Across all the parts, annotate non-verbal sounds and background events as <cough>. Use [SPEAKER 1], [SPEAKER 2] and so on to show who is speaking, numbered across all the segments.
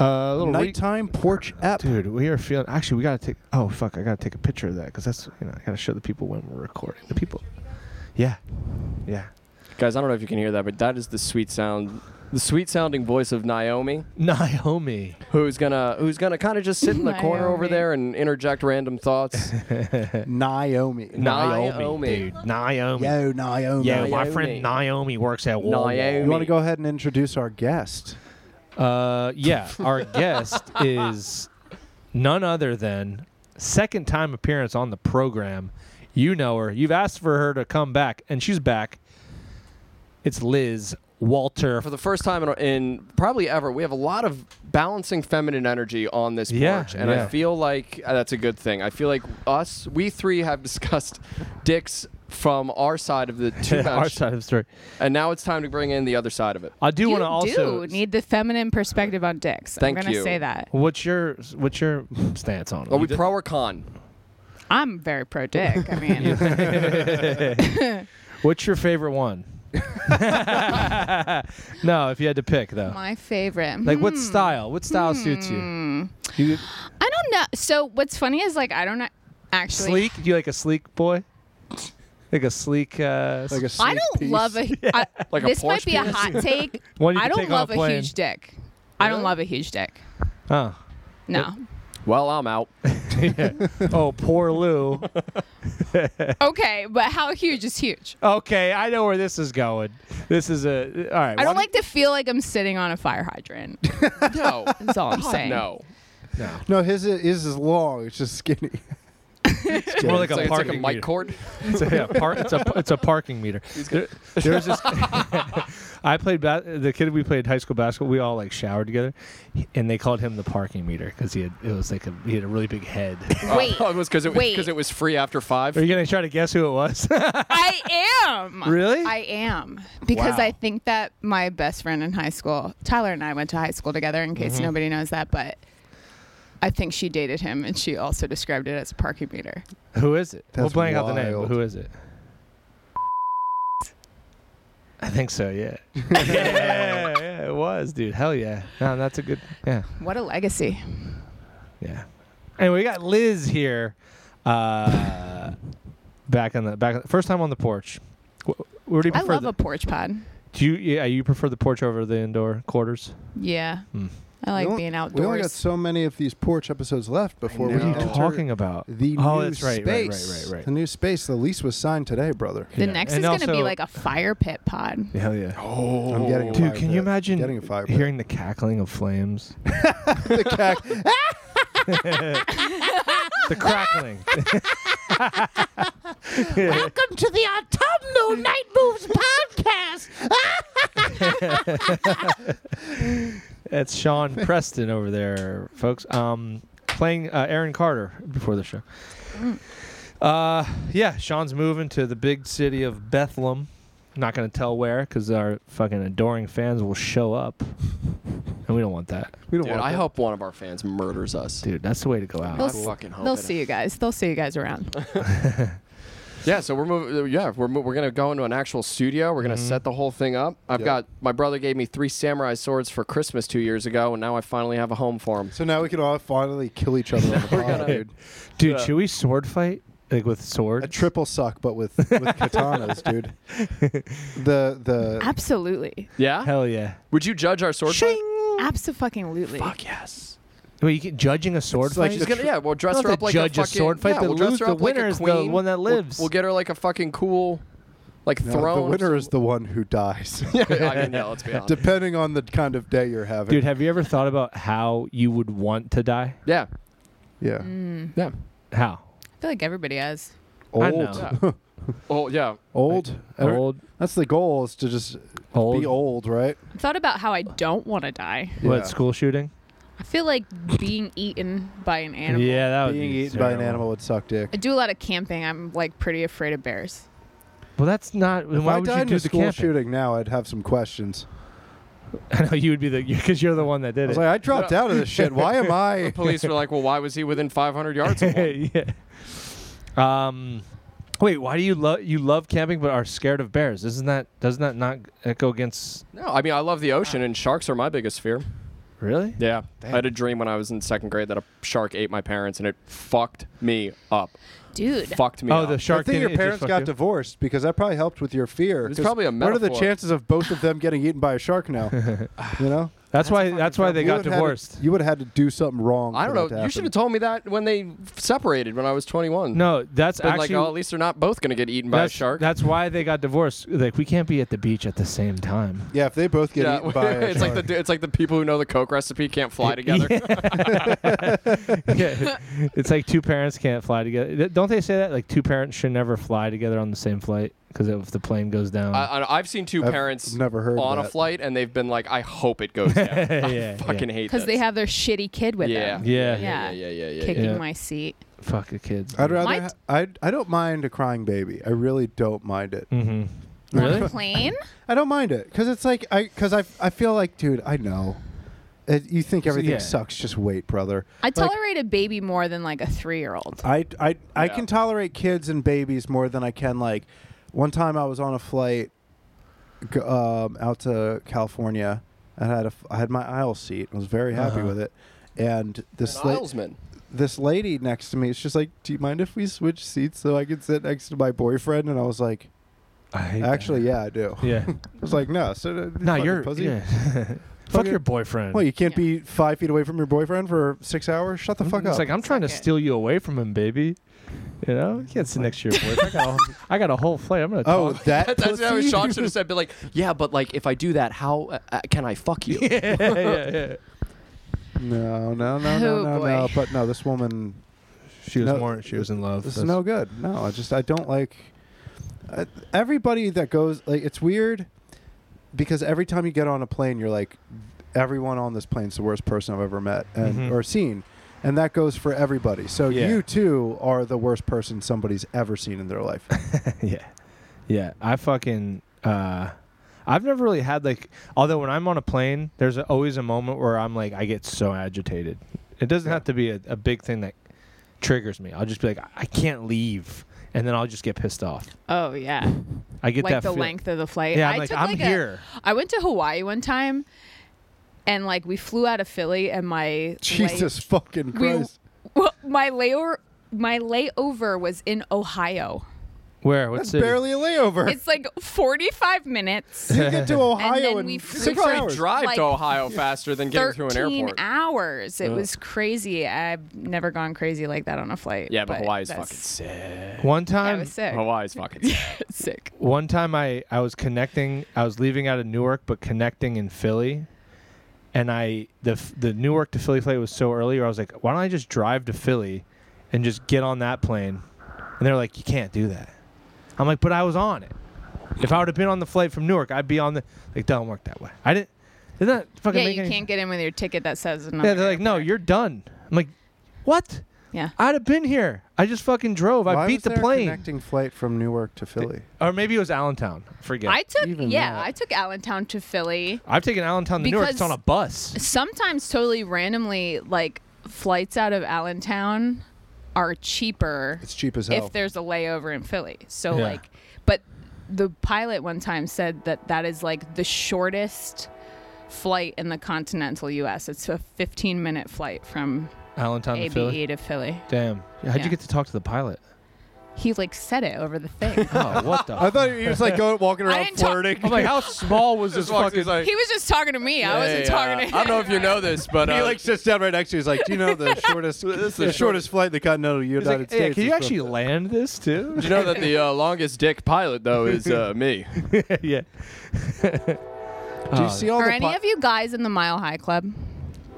[SPEAKER 1] Uh, a little re-
[SPEAKER 2] Nighttime porch app.
[SPEAKER 1] Dude, we are feeling. Actually, we gotta take. Oh fuck, I gotta take a picture of that because that's you know I gotta show the people when we're recording. The people. Yeah, yeah.
[SPEAKER 3] Guys, I don't know if you can hear that, but that is the sweet sound, the sweet sounding voice of Naomi,
[SPEAKER 1] Naomi.
[SPEAKER 3] who's gonna who's gonna kind of just sit in the corner over
[SPEAKER 4] Naomi.
[SPEAKER 3] there and interject random thoughts.
[SPEAKER 2] Naomi.
[SPEAKER 3] Naomi.
[SPEAKER 1] dude. Naomi.
[SPEAKER 2] Yo, Naomi.
[SPEAKER 1] Yo, my
[SPEAKER 3] Naomi.
[SPEAKER 1] friend Naomi works at Walmart.
[SPEAKER 3] Naomi.
[SPEAKER 2] You want to go ahead and introduce our guest?
[SPEAKER 1] Uh, yeah, our
[SPEAKER 3] <laughs>
[SPEAKER 1] guest is none other than second time appearance on the program. You know her. You've asked for her to come back, and she's back. It's Liz Walter.
[SPEAKER 3] for the first time in, in probably ever, we have a lot of balancing feminine energy on this
[SPEAKER 1] Yeah,
[SPEAKER 3] porch, and
[SPEAKER 1] yeah.
[SPEAKER 3] I feel like uh, that's a good thing. I feel like us, we three, have discussed dicks from our side of the
[SPEAKER 1] <laughs>
[SPEAKER 3] two
[SPEAKER 1] our
[SPEAKER 3] match,
[SPEAKER 1] side of the story.
[SPEAKER 3] and now it's time to bring in the other side of it.
[SPEAKER 1] I do
[SPEAKER 4] you
[SPEAKER 1] want to also.
[SPEAKER 4] do need the feminine perspective on dicks.
[SPEAKER 3] Thank
[SPEAKER 4] I'm gonna
[SPEAKER 3] you.
[SPEAKER 4] say that.
[SPEAKER 1] what's your what's your stance on it?
[SPEAKER 3] Are we
[SPEAKER 1] You did-
[SPEAKER 3] pro or con?
[SPEAKER 4] I'm very pro dick.
[SPEAKER 1] <laughs>
[SPEAKER 4] I mean,
[SPEAKER 1] what's your favorite one? no, if you had to pick though,
[SPEAKER 4] my favorite.
[SPEAKER 1] like what
[SPEAKER 4] Hmm.
[SPEAKER 1] style? What style suits you? you
[SPEAKER 4] I don't know. So what's funny is like I don't a- actually.
[SPEAKER 1] sleek? Do you like a sleek boy? Like a sleek. Uh,
[SPEAKER 2] Like a
[SPEAKER 4] I
[SPEAKER 2] sneak
[SPEAKER 4] don't
[SPEAKER 2] peek?
[SPEAKER 4] love a.
[SPEAKER 1] <laughs>
[SPEAKER 4] I,
[SPEAKER 3] Like a
[SPEAKER 4] this might
[SPEAKER 3] Porsche
[SPEAKER 4] be a hot take.
[SPEAKER 1] One you
[SPEAKER 4] I
[SPEAKER 1] can
[SPEAKER 4] don't
[SPEAKER 1] take on a
[SPEAKER 4] love a
[SPEAKER 1] plane.
[SPEAKER 4] huge dick. I don't
[SPEAKER 3] Really?
[SPEAKER 4] love a huge dick.
[SPEAKER 1] oh.
[SPEAKER 4] No.
[SPEAKER 3] Well, I'm out.
[SPEAKER 1] <laughs> oh, poor Lou.
[SPEAKER 4] okay, but how huge is huge?
[SPEAKER 1] Okay, I know where this is going. This is a all right.
[SPEAKER 4] I don't
[SPEAKER 1] why
[SPEAKER 4] like to feel like I'm sitting on a fire hydrant.
[SPEAKER 3] No,
[SPEAKER 1] <laughs>
[SPEAKER 4] That's all I'm saying.
[SPEAKER 3] no.
[SPEAKER 2] No, his i- his is long. It's just skinny. <laughs>
[SPEAKER 1] don't- more like a
[SPEAKER 3] it's like, it's like
[SPEAKER 1] parking
[SPEAKER 3] a mic
[SPEAKER 1] meter.
[SPEAKER 3] cord.
[SPEAKER 1] It's a, yeah, par- it's a it's a parking meter. There, <laughs> there's
[SPEAKER 2] <laughs>
[SPEAKER 1] this. I played ba- the kid we played high school basketball. We all like showered together, and they called him the parking meter because he had it was like a, he had a really big
[SPEAKER 2] <laughs>
[SPEAKER 1] head. <laughs>
[SPEAKER 4] Wait.
[SPEAKER 3] <laughs> Oh, it was because it was
[SPEAKER 4] wait.
[SPEAKER 3] because it was free after five.
[SPEAKER 1] Are you gonna try to guess who it
[SPEAKER 2] <laughs>
[SPEAKER 1] was?
[SPEAKER 4] I am.
[SPEAKER 1] Really?
[SPEAKER 4] I am. Because
[SPEAKER 1] Wow.
[SPEAKER 4] I think that my best friend in high school, Tyler and I went to high school together, in case nobody knows that, but I think she dated him and she also described it as a parking meter.
[SPEAKER 1] who is it? we'll
[SPEAKER 2] That's
[SPEAKER 1] blank out the name. But
[SPEAKER 2] wild.
[SPEAKER 1] who is it? I think so.
[SPEAKER 2] <laughs>
[SPEAKER 1] Yeah. <laughs> yeah, yeah, it was, dude. Hell yeah. No, that's a good. Yeah.
[SPEAKER 4] What a legacy.
[SPEAKER 1] Yeah. Anyway, we got Liz here. Uh, back on the back, first time on the porch. Wh- Where do you
[SPEAKER 4] I
[SPEAKER 1] prefer?
[SPEAKER 4] love
[SPEAKER 1] the,
[SPEAKER 4] a porch pod.
[SPEAKER 1] do you yeah you prefer the porch over the indoor quarters?
[SPEAKER 4] Yeah.
[SPEAKER 1] Hmm.
[SPEAKER 4] I like
[SPEAKER 2] We only-
[SPEAKER 4] being
[SPEAKER 2] We only got
[SPEAKER 4] outdoors.
[SPEAKER 2] so many of these porch episodes left before we
[SPEAKER 3] know.
[SPEAKER 1] What are
[SPEAKER 2] enter
[SPEAKER 1] you talking about?
[SPEAKER 2] the
[SPEAKER 1] oh,
[SPEAKER 2] new
[SPEAKER 1] that's right,
[SPEAKER 2] space.
[SPEAKER 1] right, right, right,
[SPEAKER 2] The
[SPEAKER 1] right.
[SPEAKER 2] new space. The lease was signed today, brother.
[SPEAKER 4] The
[SPEAKER 1] Yeah.
[SPEAKER 4] next
[SPEAKER 1] And
[SPEAKER 4] is going to be
[SPEAKER 1] also-
[SPEAKER 4] like a fire pit pod.
[SPEAKER 1] <laughs> Hell yeah,
[SPEAKER 3] Oh,
[SPEAKER 2] I'm getting a
[SPEAKER 1] dude!
[SPEAKER 2] fire
[SPEAKER 1] Can you
[SPEAKER 2] pit. Getting
[SPEAKER 1] imagine
[SPEAKER 2] a fire pit.
[SPEAKER 1] hearing the cackling of flames?
[SPEAKER 2] <laughs> the cack.
[SPEAKER 1] <laughs> the
[SPEAKER 4] <laughs>
[SPEAKER 1] crackling.
[SPEAKER 5] Welcome to the Autumnal
[SPEAKER 4] <laughs>
[SPEAKER 5] Night Moves podcast. Ah!
[SPEAKER 1] That's
[SPEAKER 2] <laughs>
[SPEAKER 1] Sean Preston over there, folks. Um, playing uh, Aaron Carter before the show.
[SPEAKER 2] Mm.
[SPEAKER 1] Uh, yeah, Sean's moving to the big city of Bethlehem. Not gonna tell where, because our fucking adoring fans will show up, and we don't want that,
[SPEAKER 2] We don't
[SPEAKER 3] Dude,
[SPEAKER 2] want.
[SPEAKER 3] I
[SPEAKER 2] that.
[SPEAKER 3] hope one of our fans murders us.
[SPEAKER 1] dude. That's the way to go out.
[SPEAKER 3] I
[SPEAKER 4] They'll s-
[SPEAKER 3] fucking hope
[SPEAKER 4] They'll
[SPEAKER 3] it.
[SPEAKER 4] see you guys. They'll see you guys around.
[SPEAKER 3] Yeah, so we're moving. Yeah, we're, mo- we're gonna go into an actual studio. We're
[SPEAKER 1] Mm-hmm.
[SPEAKER 3] gonna set the whole thing up. I've
[SPEAKER 2] Yep.
[SPEAKER 3] got my brother gave me three samurai swords for Christmas two years ago, and now I finally have a home for them.
[SPEAKER 2] So now we can all finally kill each other on
[SPEAKER 1] <laughs>
[SPEAKER 2] the pod, dude.
[SPEAKER 1] dude,
[SPEAKER 3] Yeah.
[SPEAKER 1] should we sword fight like with swords?
[SPEAKER 2] A triple suck, but
[SPEAKER 1] <laughs>
[SPEAKER 2] with, with katanas, dude. The the
[SPEAKER 1] Ah,
[SPEAKER 4] Absolutely.
[SPEAKER 3] Yeah,
[SPEAKER 1] Hell yeah!
[SPEAKER 3] would you judge our sword? fight?
[SPEAKER 4] Absolutely.
[SPEAKER 3] Fuck yes.
[SPEAKER 1] Wait, you can, judging a sword
[SPEAKER 2] It's
[SPEAKER 1] fight?
[SPEAKER 2] like
[SPEAKER 3] She's gonna yeah. We'll dress
[SPEAKER 1] Not
[SPEAKER 3] her
[SPEAKER 1] to
[SPEAKER 3] up like
[SPEAKER 1] judge
[SPEAKER 3] a
[SPEAKER 1] a
[SPEAKER 3] fucking
[SPEAKER 1] sword fight,
[SPEAKER 3] Yeah,
[SPEAKER 1] the
[SPEAKER 3] we'll dress
[SPEAKER 1] lo-
[SPEAKER 3] her up
[SPEAKER 1] the
[SPEAKER 3] like a
[SPEAKER 1] winner is the
[SPEAKER 3] queen.
[SPEAKER 1] one that
[SPEAKER 3] We'll-
[SPEAKER 1] lives.
[SPEAKER 3] We'll, get her like a fucking cool, like
[SPEAKER 2] no,
[SPEAKER 3] throne.
[SPEAKER 2] the winner is the one who dies,
[SPEAKER 1] <laughs>
[SPEAKER 3] I mean, <laughs> yeah, let's be honest.
[SPEAKER 2] depending on the kind of day you're having.
[SPEAKER 1] Dude, have you ever thought about how you would want to die?
[SPEAKER 3] yeah,
[SPEAKER 2] yeah,
[SPEAKER 3] yeah.
[SPEAKER 1] How
[SPEAKER 4] I feel like everybody has.
[SPEAKER 1] I
[SPEAKER 2] old,
[SPEAKER 1] know. <laughs>
[SPEAKER 3] Oh yeah.
[SPEAKER 2] old, Ever-
[SPEAKER 1] old,
[SPEAKER 2] That's the goal is to just
[SPEAKER 1] old,
[SPEAKER 2] be old, right?
[SPEAKER 4] I thought about how I don't want to die.
[SPEAKER 1] What
[SPEAKER 2] Yeah.
[SPEAKER 1] school shooting?
[SPEAKER 4] I feel like being eaten by an animal.
[SPEAKER 1] Yeah, that would
[SPEAKER 2] Being
[SPEAKER 1] be
[SPEAKER 2] eaten by an
[SPEAKER 1] terrible.
[SPEAKER 2] animal would suck dick.
[SPEAKER 4] I do a lot of camping. I'm like pretty afraid of bears.
[SPEAKER 1] Well, that's not.
[SPEAKER 2] If
[SPEAKER 1] why
[SPEAKER 2] I
[SPEAKER 1] would
[SPEAKER 2] died
[SPEAKER 1] you
[SPEAKER 2] in
[SPEAKER 1] do
[SPEAKER 2] a
[SPEAKER 1] the
[SPEAKER 2] school
[SPEAKER 1] camping?
[SPEAKER 2] shooting now, I'd have some questions.
[SPEAKER 1] <laughs> I know you would be the <laughs> because you're the one that
[SPEAKER 2] I
[SPEAKER 1] did
[SPEAKER 2] was
[SPEAKER 1] it.
[SPEAKER 2] like, I dropped out of this
[SPEAKER 1] <laughs>
[SPEAKER 2] shit. Why am
[SPEAKER 3] The
[SPEAKER 2] I?
[SPEAKER 3] police were like, well, why was he within 500 yards of
[SPEAKER 1] <laughs>
[SPEAKER 3] one?
[SPEAKER 1] yeah. Um, wait, why do you love you love camping but are scared of bears? Isn't that doesn't that not that go against
[SPEAKER 3] No, I mean I love the ocean, and sharks are my biggest fear.
[SPEAKER 1] Really?
[SPEAKER 3] Yeah.
[SPEAKER 1] Damn.
[SPEAKER 3] I had a dream when I was in second grade that a shark ate my parents and it fucked me up.
[SPEAKER 4] Dude.
[SPEAKER 3] Fucked me
[SPEAKER 1] Oh,
[SPEAKER 3] up.
[SPEAKER 1] the
[SPEAKER 2] Good
[SPEAKER 1] shark.
[SPEAKER 2] thing
[SPEAKER 1] didn't
[SPEAKER 2] your
[SPEAKER 1] eat, it just
[SPEAKER 2] parents
[SPEAKER 1] fucked
[SPEAKER 2] got
[SPEAKER 1] you.
[SPEAKER 2] divorced because that probably helped with your fear.
[SPEAKER 3] It's
[SPEAKER 2] 'cause
[SPEAKER 3] probably a
[SPEAKER 2] What are the
[SPEAKER 3] metaphor.
[SPEAKER 2] chances of both of them getting eaten by a
[SPEAKER 1] <laughs>
[SPEAKER 2] shark now? You know,
[SPEAKER 1] That's why. That's why they
[SPEAKER 2] You
[SPEAKER 1] got
[SPEAKER 2] would've had to-
[SPEAKER 1] divorced.
[SPEAKER 2] you would have had to do something wrong.
[SPEAKER 3] I don't
[SPEAKER 2] for that to
[SPEAKER 3] know. You
[SPEAKER 2] happen.
[SPEAKER 3] should have told me that when they separated when I was 21.
[SPEAKER 1] No, that's
[SPEAKER 3] Been
[SPEAKER 1] actually.
[SPEAKER 3] like, oh, at least they're not both going to get eaten by a
[SPEAKER 1] that's,
[SPEAKER 3] shark.
[SPEAKER 1] that's why they got divorced. Like we can't be at the beach at the same time.
[SPEAKER 2] Yeah, if they both get
[SPEAKER 3] <laughs>
[SPEAKER 2] eaten by a
[SPEAKER 3] it's like
[SPEAKER 2] shark.
[SPEAKER 3] the it's like the people who know the Coke recipe can't fly together.
[SPEAKER 1] Yeah. <laughs> It's like two parents can't fly together. Th- Don't they say that? Like two parents should never fly together on the same flight because if the plane goes down.
[SPEAKER 3] I, I, I've seen 2
[SPEAKER 2] I've
[SPEAKER 3] parents
[SPEAKER 2] never heard
[SPEAKER 3] on
[SPEAKER 2] that.
[SPEAKER 3] a flight and they've been like, I hope it goes down. I
[SPEAKER 1] Yeah,
[SPEAKER 3] fucking hate
[SPEAKER 4] Because they
[SPEAKER 3] this.
[SPEAKER 4] have their shitty kid with
[SPEAKER 3] yeah.
[SPEAKER 4] them.
[SPEAKER 1] Yeah.
[SPEAKER 3] yeah, yeah, yeah, yeah, yeah.
[SPEAKER 4] Kicking
[SPEAKER 1] yeah.
[SPEAKER 4] my seat.
[SPEAKER 1] Fuck the kids.
[SPEAKER 2] I'd rather.
[SPEAKER 4] Might-
[SPEAKER 2] Ha- I I don't mind a crying baby. I really don't mind it.
[SPEAKER 1] Mm-hmm.
[SPEAKER 2] <laughs>
[SPEAKER 4] On a plane?
[SPEAKER 2] I don't mind it because it's like I because I I feel like dude I know. It, you think everything
[SPEAKER 1] yeah.
[SPEAKER 2] sucks? Just wait, brother.
[SPEAKER 4] I
[SPEAKER 2] Like,
[SPEAKER 4] tolerate a baby more than like a three year old.
[SPEAKER 2] I I I
[SPEAKER 3] Yeah.
[SPEAKER 2] can tolerate kids and babies more than I can like. One time I was on a flight g- um, out to California. and I had a f- I had my aisle seat. I was very happy
[SPEAKER 1] Uh-huh.
[SPEAKER 2] with it. And this
[SPEAKER 3] An
[SPEAKER 2] la-
[SPEAKER 3] Islesman.
[SPEAKER 2] this lady next to me is just like, "Do you mind if we switch seats so I can sit next to my boyfriend?" And I was like,
[SPEAKER 1] I hate that.
[SPEAKER 2] "Actually, yeah, I do."
[SPEAKER 1] Yeah.
[SPEAKER 2] I was like, "No, so uh,
[SPEAKER 1] no, you're.
[SPEAKER 2] pussy. <laughs>
[SPEAKER 1] Yeah. Fuck
[SPEAKER 2] Fucking-
[SPEAKER 1] your boyfriend.
[SPEAKER 2] Well, you can't
[SPEAKER 4] Yeah.
[SPEAKER 2] be five feet away from your boyfriend for six hours. Shut the fuck
[SPEAKER 1] Mm-hmm. it's
[SPEAKER 2] up.
[SPEAKER 1] like I'm trying to
[SPEAKER 4] Fuck it.
[SPEAKER 1] steal you away from him, baby. You know, you can't sit next
[SPEAKER 2] <laughs>
[SPEAKER 1] to your boyfriend. I got a whole- I got a whole flight. I'm gonna.
[SPEAKER 2] oh,
[SPEAKER 1] talk.
[SPEAKER 2] that
[SPEAKER 3] <laughs> That's, that's how
[SPEAKER 2] pussy?
[SPEAKER 3] Sean should have said, be like, yeah, but like if I do that, how uh, uh, can I fuck
[SPEAKER 2] <laughs>
[SPEAKER 3] <laughs> you?
[SPEAKER 1] yeah, yeah, yeah.
[SPEAKER 2] No, no, no, no,
[SPEAKER 4] Oh,
[SPEAKER 2] no,
[SPEAKER 4] boy.
[SPEAKER 2] no. But no, this woman,
[SPEAKER 1] She was
[SPEAKER 2] No.
[SPEAKER 1] more. She was in love.
[SPEAKER 2] this is
[SPEAKER 1] That's-
[SPEAKER 2] no good. No, I just I don't like I, everybody that goes. Like it's weird because every time you get on a plane, you're like, everyone on this plane's the worst person I've ever met and
[SPEAKER 1] Mhm.
[SPEAKER 2] or seen. And that goes for everybody. So
[SPEAKER 1] Yeah.
[SPEAKER 2] you too are the worst person somebody's ever seen in their life.
[SPEAKER 1] <laughs> yeah yeah i fucking uh i've never really had like although when i'm on a plane there's always a moment where i'm like i get so agitated it doesn't have to be a, a big thing that triggers me i'll just be like "I- i can't leave and then i'll just get pissed off
[SPEAKER 4] Oh, yeah.
[SPEAKER 1] i get
[SPEAKER 4] like
[SPEAKER 1] that
[SPEAKER 4] the
[SPEAKER 1] feel-
[SPEAKER 4] length of the flight.
[SPEAKER 1] yeah
[SPEAKER 4] I
[SPEAKER 1] i'm like
[SPEAKER 4] took
[SPEAKER 1] i'm
[SPEAKER 4] like a-
[SPEAKER 1] here
[SPEAKER 4] I went to Hawaii one time and like we flew out of Philly and my
[SPEAKER 2] Jesus fucking
[SPEAKER 4] lay- we,
[SPEAKER 2] Christ.
[SPEAKER 4] well, my layover my layover was in Ohio.
[SPEAKER 1] where what's
[SPEAKER 2] That's barely a layover.
[SPEAKER 4] It's like 45
[SPEAKER 2] <laughs>
[SPEAKER 4] minutes.
[SPEAKER 2] you get to Ohio
[SPEAKER 4] then
[SPEAKER 2] in
[SPEAKER 4] we flew
[SPEAKER 2] six
[SPEAKER 4] for-
[SPEAKER 2] hours.
[SPEAKER 4] dri-
[SPEAKER 3] Drive
[SPEAKER 4] Like,
[SPEAKER 3] to Ohio faster than getting through an
[SPEAKER 4] 13
[SPEAKER 3] airport.
[SPEAKER 4] hours. It
[SPEAKER 1] Yeah.
[SPEAKER 4] was crazy. I've never gone crazy like that on a flight.
[SPEAKER 3] yeah, but Hawaii's
[SPEAKER 4] that's-
[SPEAKER 3] fucking sick.
[SPEAKER 1] one
[SPEAKER 4] That
[SPEAKER 1] time
[SPEAKER 4] was sick.
[SPEAKER 3] Hawaii's fucking sick.
[SPEAKER 4] <laughs> sick.
[SPEAKER 1] one time I, I was connecting i was leaving out of newark but connecting in philly and i the f- the newark to philly flight was so early i was like why don't i just drive to philly and just get on that plane and they're like you can't do that i'm like but i was on it if i would have been on the flight from newark i'd be on the like don't work that way i didn't did that fucking
[SPEAKER 4] Yeah,
[SPEAKER 1] make
[SPEAKER 4] you
[SPEAKER 1] any-
[SPEAKER 4] can't get in with your ticket that says another.
[SPEAKER 1] yeah they're like no
[SPEAKER 4] airport.
[SPEAKER 1] you're done i'm like what
[SPEAKER 4] Yeah.
[SPEAKER 1] i'd have been here i just fucking drove
[SPEAKER 2] Why
[SPEAKER 1] i beat
[SPEAKER 2] was
[SPEAKER 1] the
[SPEAKER 2] there a
[SPEAKER 1] plane
[SPEAKER 2] Connecting flight from Newark to Philly.
[SPEAKER 1] or maybe it was allentown I forget
[SPEAKER 4] I took
[SPEAKER 2] even
[SPEAKER 4] yeah,
[SPEAKER 2] that.
[SPEAKER 4] I took Allentown to Philly.
[SPEAKER 1] I've taken Allentown to Newark. It's on
[SPEAKER 4] Because-
[SPEAKER 1] a bus.
[SPEAKER 4] Sometimes totally randomly like flights out of Allentown are cheaper
[SPEAKER 2] It's cheap as hell.
[SPEAKER 4] if there's a layover in Philly. So
[SPEAKER 1] Yeah.
[SPEAKER 4] like but the pilot one time said that that is like the shortest flight in the continental US. It's a 15 minute flight from
[SPEAKER 1] Allentown to
[SPEAKER 4] ABE
[SPEAKER 1] Philly.
[SPEAKER 4] to Philly.
[SPEAKER 1] Damn. How'd
[SPEAKER 4] Yeah.
[SPEAKER 1] you get to talk to the pilot?
[SPEAKER 4] He like said it over the thing.
[SPEAKER 1] Oh, what the?
[SPEAKER 2] <laughs> I thought he was like going walking
[SPEAKER 4] I
[SPEAKER 2] around
[SPEAKER 4] didn't talk-
[SPEAKER 2] flirting.
[SPEAKER 1] I'm
[SPEAKER 2] <laughs>
[SPEAKER 1] like, how small was this fucking?
[SPEAKER 4] <laughs>
[SPEAKER 3] like,
[SPEAKER 4] he was just talking to me. I wasn't talking to him.
[SPEAKER 3] I don't know if you know this, but
[SPEAKER 2] he
[SPEAKER 3] uh,
[SPEAKER 2] like sits down right next to you. He's like, "Do you know <laughs> the shortest?
[SPEAKER 3] is
[SPEAKER 2] the
[SPEAKER 3] the
[SPEAKER 2] shortest flight in the continental
[SPEAKER 1] He's
[SPEAKER 2] United
[SPEAKER 1] like,
[SPEAKER 2] States."
[SPEAKER 1] hey, can
[SPEAKER 2] is
[SPEAKER 1] you
[SPEAKER 2] from-
[SPEAKER 1] actually land this
[SPEAKER 2] <laughs>
[SPEAKER 1] too? <laughs>
[SPEAKER 3] <laughs> Did you know that the uh, longest dick pilot though is uh, <laughs> me?
[SPEAKER 1] yeah. Oh,
[SPEAKER 2] Do you see all
[SPEAKER 4] Are
[SPEAKER 2] the?
[SPEAKER 4] any
[SPEAKER 2] pi-
[SPEAKER 4] of you guys in the Mile High Club?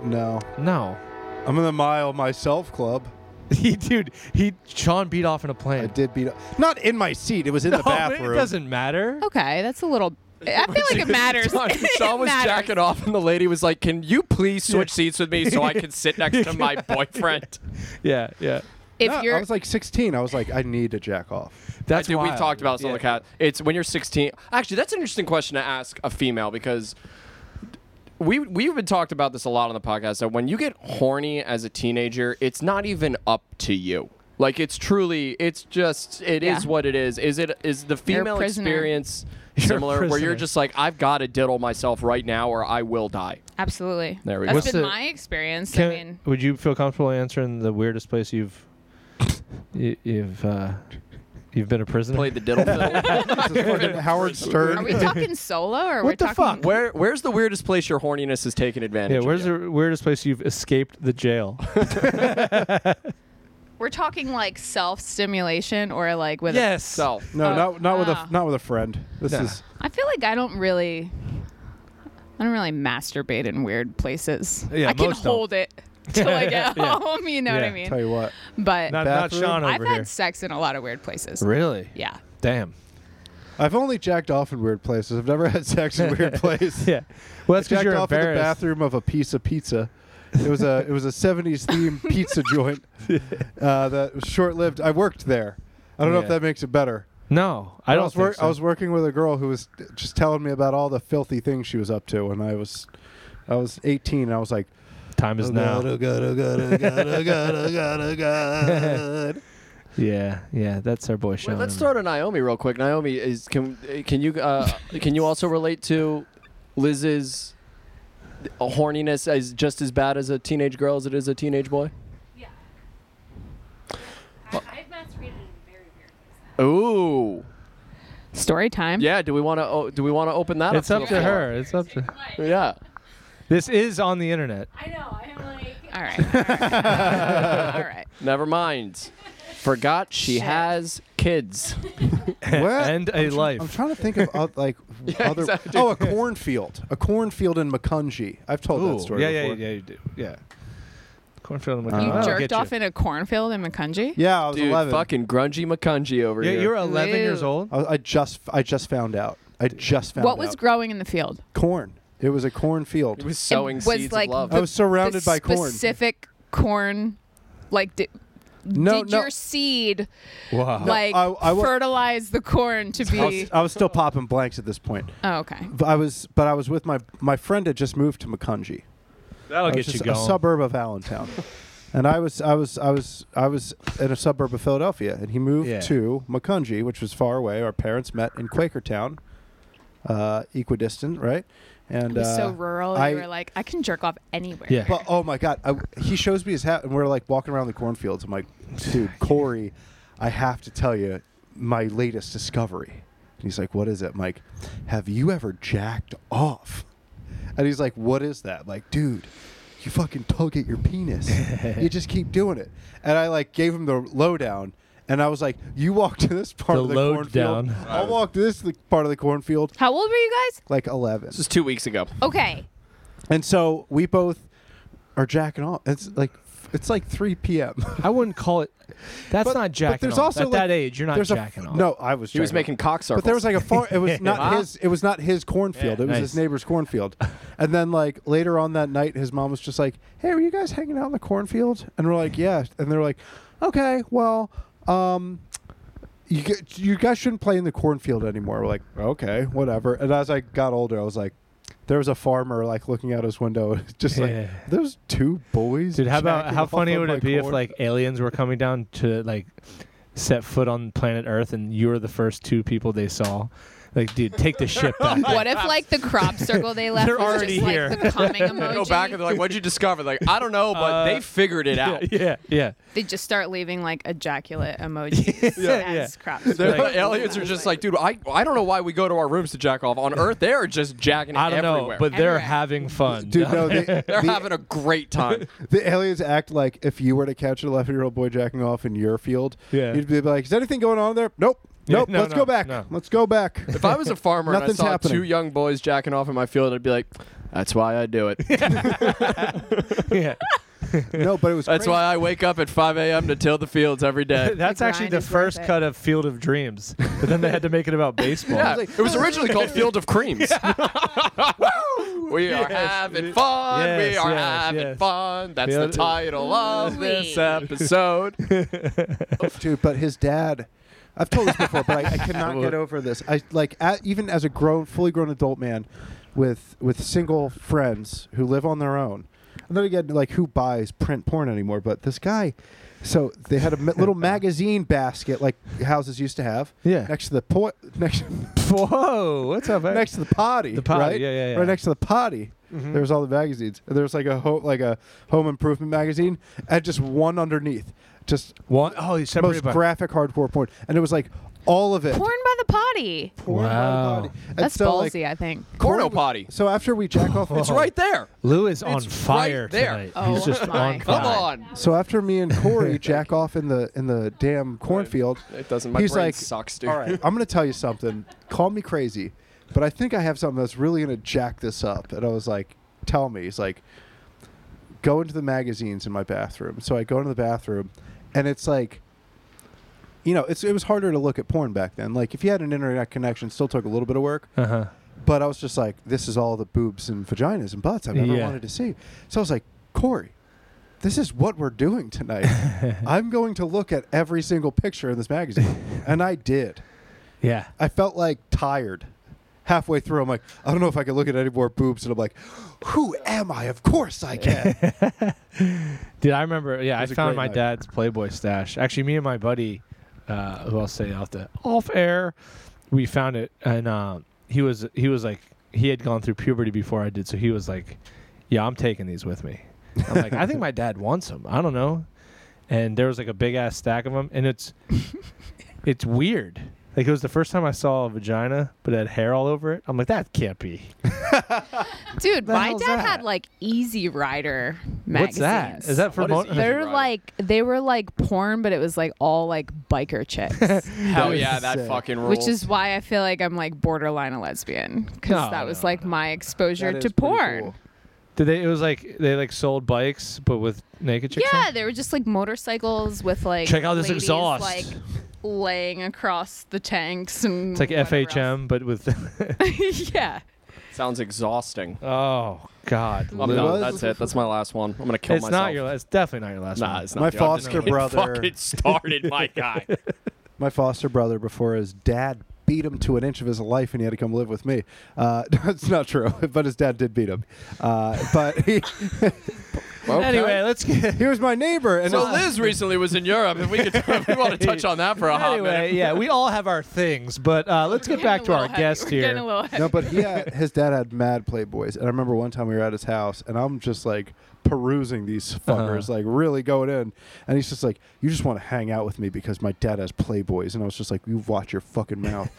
[SPEAKER 2] No,
[SPEAKER 1] No. <laughs>
[SPEAKER 2] I'm in the mile myself club.
[SPEAKER 1] He, dude, he Sean beat off in a plane.
[SPEAKER 2] I did beat up. Not in my seat. It was
[SPEAKER 1] <laughs>
[SPEAKER 2] in
[SPEAKER 1] No,
[SPEAKER 2] the bathroom.
[SPEAKER 1] it doesn't
[SPEAKER 4] <laughs>
[SPEAKER 1] matter.
[SPEAKER 4] Okay, that's a little. I feel like it matters. <laughs>
[SPEAKER 3] Sean, Sean
[SPEAKER 4] It
[SPEAKER 3] was
[SPEAKER 4] matters.
[SPEAKER 3] jacking off, and the lady was like, "Can you please switch seats with me so I can <laughs> sit next to my <laughs> boyfriend?"
[SPEAKER 1] Yeah, yeah.
[SPEAKER 4] If
[SPEAKER 2] No,
[SPEAKER 4] you're,
[SPEAKER 2] I was like 16. I was like, I need to jack
[SPEAKER 4] <laughs>
[SPEAKER 2] off.
[SPEAKER 1] That's
[SPEAKER 3] Dude,
[SPEAKER 1] why
[SPEAKER 3] we talked about this on
[SPEAKER 1] yeah.
[SPEAKER 3] the cat. It's when you're 16. Actually, that's an interesting question to ask a female because we we've been talked about this a lot on the podcast. That when you get horny as a teenager, it's not even up to you. Like it's truly, it's just, it is
[SPEAKER 4] Yeah.
[SPEAKER 3] what it is. Is it is the
[SPEAKER 4] You're a
[SPEAKER 3] female
[SPEAKER 4] prisoner.
[SPEAKER 3] experience
[SPEAKER 1] <laughs> You're a
[SPEAKER 3] similar, where
[SPEAKER 1] prisoner.
[SPEAKER 3] you're just like, I've got to diddle myself right now, or I will die.
[SPEAKER 4] Absolutely.
[SPEAKER 3] There we
[SPEAKER 4] That's
[SPEAKER 3] go.
[SPEAKER 1] What's
[SPEAKER 4] been
[SPEAKER 1] the-
[SPEAKER 4] my experience.
[SPEAKER 1] Can-
[SPEAKER 4] I mean,
[SPEAKER 1] would you feel comfortable answering the weirdest place you've you, you've uh, you've been a prisoner?
[SPEAKER 3] Play the diddle. fiddle.
[SPEAKER 2] This is fucking Howard <laughs>
[SPEAKER 4] are
[SPEAKER 2] Stern.
[SPEAKER 4] we talking solo or
[SPEAKER 1] What
[SPEAKER 4] we're
[SPEAKER 1] the
[SPEAKER 4] talking?
[SPEAKER 1] fuck?
[SPEAKER 3] <laughs> Where where's the weirdest place your horniness is taken advantage?
[SPEAKER 1] yeah,
[SPEAKER 3] of
[SPEAKER 1] where's
[SPEAKER 3] you?
[SPEAKER 1] the weirdest place you've escaped the
[SPEAKER 3] <laughs>
[SPEAKER 1] jail?
[SPEAKER 4] We're talking like self-stimulation or like with. a-
[SPEAKER 3] so?
[SPEAKER 2] No, not not with
[SPEAKER 4] Ah.
[SPEAKER 2] a not with a friend. This
[SPEAKER 1] Nah.
[SPEAKER 2] is
[SPEAKER 4] I feel like I don't really. I don't really masturbate in weird places.
[SPEAKER 1] Yeah,
[SPEAKER 4] I can
[SPEAKER 1] most don't. <laughs>
[SPEAKER 4] hold it till I get
[SPEAKER 1] Yeah.
[SPEAKER 4] home. You know what
[SPEAKER 1] Yeah.
[SPEAKER 4] I mean?
[SPEAKER 2] tell you what.
[SPEAKER 4] But
[SPEAKER 1] Not, not
[SPEAKER 2] Bathroom?
[SPEAKER 1] Sean over
[SPEAKER 4] I've
[SPEAKER 1] here.
[SPEAKER 4] had sex in a lot of weird places.
[SPEAKER 1] Really?
[SPEAKER 4] Yeah.
[SPEAKER 2] <laughs>
[SPEAKER 1] Damn.
[SPEAKER 2] I've only jacked off in weird places. I've never had sex in
[SPEAKER 1] <laughs>
[SPEAKER 2] weird places.
[SPEAKER 1] Yeah. Well, that's
[SPEAKER 2] I
[SPEAKER 1] because
[SPEAKER 2] jacked
[SPEAKER 1] you're
[SPEAKER 2] off in the
[SPEAKER 1] embarrassed.
[SPEAKER 2] bathroom of a piece of pizza. It was a it was a '70s themed
[SPEAKER 1] <laughs>
[SPEAKER 2] pizza joint uh, that was short lived. I worked there. I don't know
[SPEAKER 1] Yeah.
[SPEAKER 2] if that makes it better.
[SPEAKER 1] <laughs> No, I don't.
[SPEAKER 2] was
[SPEAKER 1] think
[SPEAKER 2] work-
[SPEAKER 1] so.
[SPEAKER 2] I was working with a girl who was just telling me about all the filthy things she was up to when I was I was 18. And I was like,
[SPEAKER 1] Time is
[SPEAKER 2] "Oh
[SPEAKER 1] now.
[SPEAKER 2] God, oh God, oh God, oh God, oh God, oh God, oh God."
[SPEAKER 1] Yeah, yeah. That's our boy Sean.
[SPEAKER 3] Wait, let's start on Naomi real quick. Naomi is can uh, can you uh, can you also relate to Liz's horniness as just as bad as a teenage girl as it is a teenage boy?
[SPEAKER 6] Yeah. I, I've masturbated in very weird places.
[SPEAKER 3] Ooh,
[SPEAKER 4] Story time.
[SPEAKER 3] yeah. Do we want to oh, do we want to open that?
[SPEAKER 1] It's
[SPEAKER 3] up,
[SPEAKER 1] up
[SPEAKER 3] the
[SPEAKER 1] to
[SPEAKER 3] floor?
[SPEAKER 1] her. It's up to.
[SPEAKER 6] Like,
[SPEAKER 3] Yeah.
[SPEAKER 1] This is on the internet. <laughs>
[SPEAKER 6] I know. I'm like.
[SPEAKER 4] All right. All right. All right.
[SPEAKER 3] Never
[SPEAKER 6] <laughs>
[SPEAKER 3] mind. Forgot she
[SPEAKER 4] Shit.
[SPEAKER 3] has kids.
[SPEAKER 2] What?
[SPEAKER 1] and a <laughs> life.
[SPEAKER 2] I'm trying to think of
[SPEAKER 1] <laughs>
[SPEAKER 2] oth- like other.
[SPEAKER 3] exactly.
[SPEAKER 2] Oh, a cornfield. A cornfield in Makunji. I've told that story
[SPEAKER 1] yeah,
[SPEAKER 2] before.
[SPEAKER 1] yeah, yeah, you do. Yeah. Cornfield and
[SPEAKER 2] You
[SPEAKER 4] You
[SPEAKER 1] I'll get
[SPEAKER 4] jerked
[SPEAKER 1] you.
[SPEAKER 4] off in a cornfield in Makunji?
[SPEAKER 2] Yeah, I was
[SPEAKER 3] Dude,
[SPEAKER 2] 11.
[SPEAKER 3] fucking grungy McCungy over
[SPEAKER 1] Yeah,
[SPEAKER 3] here.
[SPEAKER 1] you were 11 years
[SPEAKER 4] Ew.
[SPEAKER 1] old.
[SPEAKER 2] I, I just I just found out. I just found
[SPEAKER 4] What
[SPEAKER 2] out.
[SPEAKER 4] was growing in the field?
[SPEAKER 2] corn? It was a cornfield.
[SPEAKER 3] It was sowing
[SPEAKER 4] was
[SPEAKER 3] seeds
[SPEAKER 4] like
[SPEAKER 3] of love.
[SPEAKER 2] I was surrounded
[SPEAKER 4] the
[SPEAKER 2] by corn.
[SPEAKER 4] Specific corn. Like, did,
[SPEAKER 2] No,
[SPEAKER 4] did
[SPEAKER 2] no.
[SPEAKER 4] your seed
[SPEAKER 1] Wow.
[SPEAKER 4] like
[SPEAKER 2] I- I wa-
[SPEAKER 4] fertilize the corn to
[SPEAKER 2] I was,
[SPEAKER 4] be?
[SPEAKER 2] I was still popping blanks at this point.
[SPEAKER 4] Oh, okay.
[SPEAKER 2] But I was, but I was with my my friend had just moved to Makunji.
[SPEAKER 1] That'll
[SPEAKER 2] I was
[SPEAKER 1] get you
[SPEAKER 2] just
[SPEAKER 1] going.
[SPEAKER 2] A suburb
[SPEAKER 1] <laughs>
[SPEAKER 2] of Allentown. and I was I was I was I was in a suburb of Philadelphia and he moved
[SPEAKER 1] Yeah.
[SPEAKER 2] to Makunji, which was far away. Our parents met in Quakertown. Uh equidistant, right? And
[SPEAKER 4] It was
[SPEAKER 2] uh,
[SPEAKER 4] so rural.
[SPEAKER 2] I-
[SPEAKER 4] you were like, I can jerk off anywhere.
[SPEAKER 1] Yeah.
[SPEAKER 2] But oh my god, I, he shows me his hat, and we're like walking around the cornfields. I'm like, dude, Corey, I have to tell you my latest discovery. And he's like, what is it? I'm like, have you ever jacked off? And he's like, what is that? I'm like, dude, you fucking tug at your penis. you just keep doing it. And I like gave him the lowdown. And I was like, "You walk to this part
[SPEAKER 1] The
[SPEAKER 2] of the
[SPEAKER 1] lowdown.
[SPEAKER 2] cornfield. I'll walk to this part of the cornfield,
[SPEAKER 4] How old were you guys?
[SPEAKER 2] like eleven.
[SPEAKER 3] this is two weeks ago.
[SPEAKER 4] Okay.
[SPEAKER 2] And so we both are jacking off. It's like it's like 3 p.m.
[SPEAKER 1] <laughs> I
[SPEAKER 2] <laughs>
[SPEAKER 1] wouldn't call it. That's
[SPEAKER 2] But-
[SPEAKER 1] not
[SPEAKER 2] but
[SPEAKER 1] jacking
[SPEAKER 2] there's
[SPEAKER 1] off.
[SPEAKER 2] also,
[SPEAKER 1] At
[SPEAKER 2] like,
[SPEAKER 1] that age, you're not
[SPEAKER 2] There's a-
[SPEAKER 1] jacking off.
[SPEAKER 2] No, I was.
[SPEAKER 3] He
[SPEAKER 2] jacking
[SPEAKER 3] was
[SPEAKER 2] off.
[SPEAKER 3] making cock circles.
[SPEAKER 2] But there was like a farm.
[SPEAKER 1] <laughs>
[SPEAKER 2] It was not
[SPEAKER 3] Huh?
[SPEAKER 2] his. It was not his cornfield.
[SPEAKER 1] Yeah,
[SPEAKER 2] it was
[SPEAKER 1] nice.
[SPEAKER 2] his neighbor's cornfield. And then like later on that night, his mom was just like, "Hey, were you guys hanging out in the cornfield?" And we're like, "Yeah." And they're like, "Okay, well, um, you g- you guys shouldn't play in the cornfield anymore." We're like, "Okay, whatever." And as I got older, I was like. There was a farmer like looking out his window, <laughs> just
[SPEAKER 1] Yeah.
[SPEAKER 2] like those two boys.
[SPEAKER 1] Dude, how about
[SPEAKER 2] jacking
[SPEAKER 1] how
[SPEAKER 2] off
[SPEAKER 1] funny
[SPEAKER 2] on
[SPEAKER 1] would
[SPEAKER 2] my
[SPEAKER 1] it be if
[SPEAKER 2] corn?"
[SPEAKER 1] like aliens were coming down to like set foot on planet Earth and you were the first two people they saw? Like, dude, take the
[SPEAKER 4] <laughs>
[SPEAKER 1] ship back.
[SPEAKER 3] <laughs>
[SPEAKER 4] What if like the crop circle they left
[SPEAKER 1] They're
[SPEAKER 4] was
[SPEAKER 1] already
[SPEAKER 4] just
[SPEAKER 1] here.
[SPEAKER 4] like the coming emoji?
[SPEAKER 3] go back and they're like, "What'd you discover?" Like, I don't know, but
[SPEAKER 1] Uh,
[SPEAKER 3] they figured
[SPEAKER 2] <laughs>
[SPEAKER 3] it <laughs> out.
[SPEAKER 1] Yeah, yeah.
[SPEAKER 4] they just start leaving like ejaculate emojis
[SPEAKER 1] Yeah,
[SPEAKER 4] as
[SPEAKER 1] yeah.
[SPEAKER 4] crop
[SPEAKER 3] The
[SPEAKER 4] circles.
[SPEAKER 3] aliens are just like, dude, I, I don't know why we go to our rooms to jack off. On Earth, they are just
[SPEAKER 2] <laughs>
[SPEAKER 3] jacking it
[SPEAKER 1] I don't know,
[SPEAKER 3] everywhere.
[SPEAKER 1] but they're
[SPEAKER 4] Everywhere.
[SPEAKER 1] having fun. <laughs>
[SPEAKER 2] dude, no, they,
[SPEAKER 3] <laughs> they're
[SPEAKER 2] the-
[SPEAKER 3] having a
[SPEAKER 2] <laughs>
[SPEAKER 3] great time.
[SPEAKER 2] The aliens act like if you were to catch an 11 year old boy jacking off in your field,
[SPEAKER 1] Yeah.
[SPEAKER 2] you'd be like, Is anything going on there? Nope.
[SPEAKER 1] Yeah,
[SPEAKER 2] Nope.
[SPEAKER 1] no,
[SPEAKER 2] Let's
[SPEAKER 1] no,
[SPEAKER 2] go back.
[SPEAKER 1] no.
[SPEAKER 2] Let's go back.
[SPEAKER 1] <laughs>
[SPEAKER 3] if I was a farmer and I
[SPEAKER 2] Nothing's
[SPEAKER 3] saw
[SPEAKER 2] happening.
[SPEAKER 3] two young boys jacking off in my field, I'd be like, "That's why
[SPEAKER 2] <laughs>
[SPEAKER 3] I do it. <laughs>
[SPEAKER 1] yeah.
[SPEAKER 2] no, but it was
[SPEAKER 3] That's
[SPEAKER 2] crazy.
[SPEAKER 3] why I wake up at 5 a.m. to till the fields
[SPEAKER 2] <laughs>
[SPEAKER 3] every day."
[SPEAKER 1] That's
[SPEAKER 4] The
[SPEAKER 1] actually
[SPEAKER 4] grind
[SPEAKER 1] the
[SPEAKER 4] is worth
[SPEAKER 1] first
[SPEAKER 4] it.
[SPEAKER 1] cut of Field of Dreams, but then they had to make it about baseball.
[SPEAKER 3] Yeah, it was originally called Field of Creams. <laughs> we are having fun. we
[SPEAKER 1] Yes,
[SPEAKER 3] are
[SPEAKER 1] yes,
[SPEAKER 3] having
[SPEAKER 1] yes.
[SPEAKER 3] fun. That's
[SPEAKER 1] Field-
[SPEAKER 3] the title of this
[SPEAKER 4] Ooh-wee.
[SPEAKER 3] episode.
[SPEAKER 2] Dude, but his dad. I've told this before, but I,
[SPEAKER 1] <laughs>
[SPEAKER 2] I cannot get over this. I like a even as a grown, fully grown adult man, with with single friends who live on their own. And then again, like who buys print porn anymore? But this guy, so they had a ma-
[SPEAKER 1] <laughs>
[SPEAKER 2] little magazine basket like houses used to have.
[SPEAKER 1] Yeah.
[SPEAKER 2] Next to the po- next
[SPEAKER 1] <laughs> Whoa, what's up?
[SPEAKER 2] next to the potty.
[SPEAKER 1] The potty,
[SPEAKER 2] right?
[SPEAKER 1] yeah, yeah, Mm-hmm. yeah.
[SPEAKER 2] Right next to the potty. There was all the magazines. And there was like a ho- like a home improvement magazine, and just one underneath, just
[SPEAKER 1] One, oh, he's separated
[SPEAKER 2] most
[SPEAKER 1] by.
[SPEAKER 2] graphic hardcore porn, and it was like all of it.
[SPEAKER 4] Porn by the potty.
[SPEAKER 2] Porn by the
[SPEAKER 1] Wow.
[SPEAKER 2] potty. And
[SPEAKER 4] That's
[SPEAKER 2] so, like,
[SPEAKER 4] ballsy, I think.
[SPEAKER 3] Corno potty.
[SPEAKER 2] So after we jack off,
[SPEAKER 3] It's right there.
[SPEAKER 1] Lou is on
[SPEAKER 3] It's right
[SPEAKER 1] fire
[SPEAKER 3] there.
[SPEAKER 1] tonight.
[SPEAKER 4] Oh
[SPEAKER 1] he's just
[SPEAKER 4] my
[SPEAKER 1] on
[SPEAKER 3] Come
[SPEAKER 1] fire.
[SPEAKER 3] on.
[SPEAKER 2] So after me and
[SPEAKER 3] <laughs>
[SPEAKER 2] Corey jack off in the in the damn cornfield,
[SPEAKER 3] It doesn't. My
[SPEAKER 2] He's
[SPEAKER 3] brain
[SPEAKER 2] like,
[SPEAKER 3] sucks, dude.
[SPEAKER 2] all right, I'm gonna tell you something. Call me crazy, but I think I have something that's really gonna jack this up. And I was like, tell me. He's like, go into the magazines in my bathroom. So I go into the bathroom, and it's like. You know, it's, it was harder to look at porn back then. Like, if you had an internet connection, it still took a little bit of work.
[SPEAKER 1] Uh-huh.
[SPEAKER 2] But I was just like, this is all the boobs and vaginas and butts I've ever
[SPEAKER 1] Yeah.
[SPEAKER 2] wanted to see. So I was like, Corey, this is what we're doing tonight. I'm going to look at every single picture in this magazine. And I did.
[SPEAKER 1] Yeah.
[SPEAKER 2] I felt like tired halfway through. I'm like, I don't know if I can look at any more boobs. And I'm like, who am I? Of course I can.
[SPEAKER 1] Dude, I remember. Yeah, I
[SPEAKER 2] was a
[SPEAKER 1] found
[SPEAKER 2] great
[SPEAKER 1] my
[SPEAKER 2] night.
[SPEAKER 1] dad's Playboy stash. Actually, me and my buddy, uh, who I'll say off the off air, we found it, and uh, he was he was like he had gone through puberty before I did, so he was like, "Yeah, I'm taking these with me." I'm like, "I think my
[SPEAKER 2] <laughs>
[SPEAKER 1] dad wants them. I don't know." And there was like a big ass stack of them, and it's it's weird. Like it was the first time I saw a vagina, but it had hair all over it. I'm like, that can't be.
[SPEAKER 4] Dude,
[SPEAKER 1] The
[SPEAKER 4] my
[SPEAKER 1] hell's
[SPEAKER 4] dad
[SPEAKER 1] that?
[SPEAKER 4] had like Easy Rider
[SPEAKER 1] What's
[SPEAKER 4] magazines.
[SPEAKER 1] that? Is that for?
[SPEAKER 3] What is
[SPEAKER 1] mon-
[SPEAKER 3] Easy
[SPEAKER 4] They're
[SPEAKER 3] Rider?
[SPEAKER 4] like they were like porn, but it was like all like biker chicks,
[SPEAKER 3] <laughs> Hell Oh, yeah,
[SPEAKER 2] is
[SPEAKER 3] that
[SPEAKER 2] sick.
[SPEAKER 3] fucking rules.
[SPEAKER 4] which is why I feel like I'm like borderline a lesbian because
[SPEAKER 1] No,
[SPEAKER 4] that
[SPEAKER 1] no,
[SPEAKER 4] was like my exposure
[SPEAKER 2] That
[SPEAKER 4] to
[SPEAKER 2] is pretty
[SPEAKER 4] porn.
[SPEAKER 2] cool.
[SPEAKER 1] Did they? It was like they like sold bikes, but with naked chicks. on?
[SPEAKER 4] Yeah, they were just like motorcycles with like
[SPEAKER 1] Check out this
[SPEAKER 4] ladies,
[SPEAKER 1] exhaust.
[SPEAKER 4] like laying across the tanks and
[SPEAKER 1] It's like FHM, but with <laughs>
[SPEAKER 4] FHM. <laughs> yeah,
[SPEAKER 3] Sounds exhausting.
[SPEAKER 1] oh god,
[SPEAKER 3] I'm
[SPEAKER 2] It
[SPEAKER 3] done.
[SPEAKER 2] was-
[SPEAKER 3] That's it. That's my last one. I'm gonna kill
[SPEAKER 1] it's
[SPEAKER 3] myself.
[SPEAKER 1] not your. It's definitely not your last
[SPEAKER 3] Nah,
[SPEAKER 1] one.
[SPEAKER 3] it's not.
[SPEAKER 2] My
[SPEAKER 3] dude. I'm just <laughs>
[SPEAKER 2] foster
[SPEAKER 3] kidding.
[SPEAKER 2] brother-
[SPEAKER 3] Fucking started my guy.
[SPEAKER 2] my foster brother, before his dad beat him to an inch of his life and he had to come live with me. Uh, <laughs> it's not true, but his dad did beat him. Uh, but he,
[SPEAKER 1] Anyway, let's get.
[SPEAKER 2] <laughs> he was my neighbor. And
[SPEAKER 3] So
[SPEAKER 2] his-
[SPEAKER 3] Liz recently was in Europe, and we could <laughs> we want to touch on that for a hot minute.
[SPEAKER 1] Anyway, yeah, we all have our things, but uh, let's get back to our guest
[SPEAKER 4] We're getting
[SPEAKER 1] here.
[SPEAKER 4] a little heavy.
[SPEAKER 2] no, but he had, his dad had mad Playboys, and I remember one time we were at his house, and I'm just like perusing these
[SPEAKER 1] Uh-huh.
[SPEAKER 2] fuckers, like really going in, and he's just like, "You just want to hang out with me because my dad has Playboys," and I was just like, "You watch your
[SPEAKER 1] <laughs>
[SPEAKER 2] fucking mouth."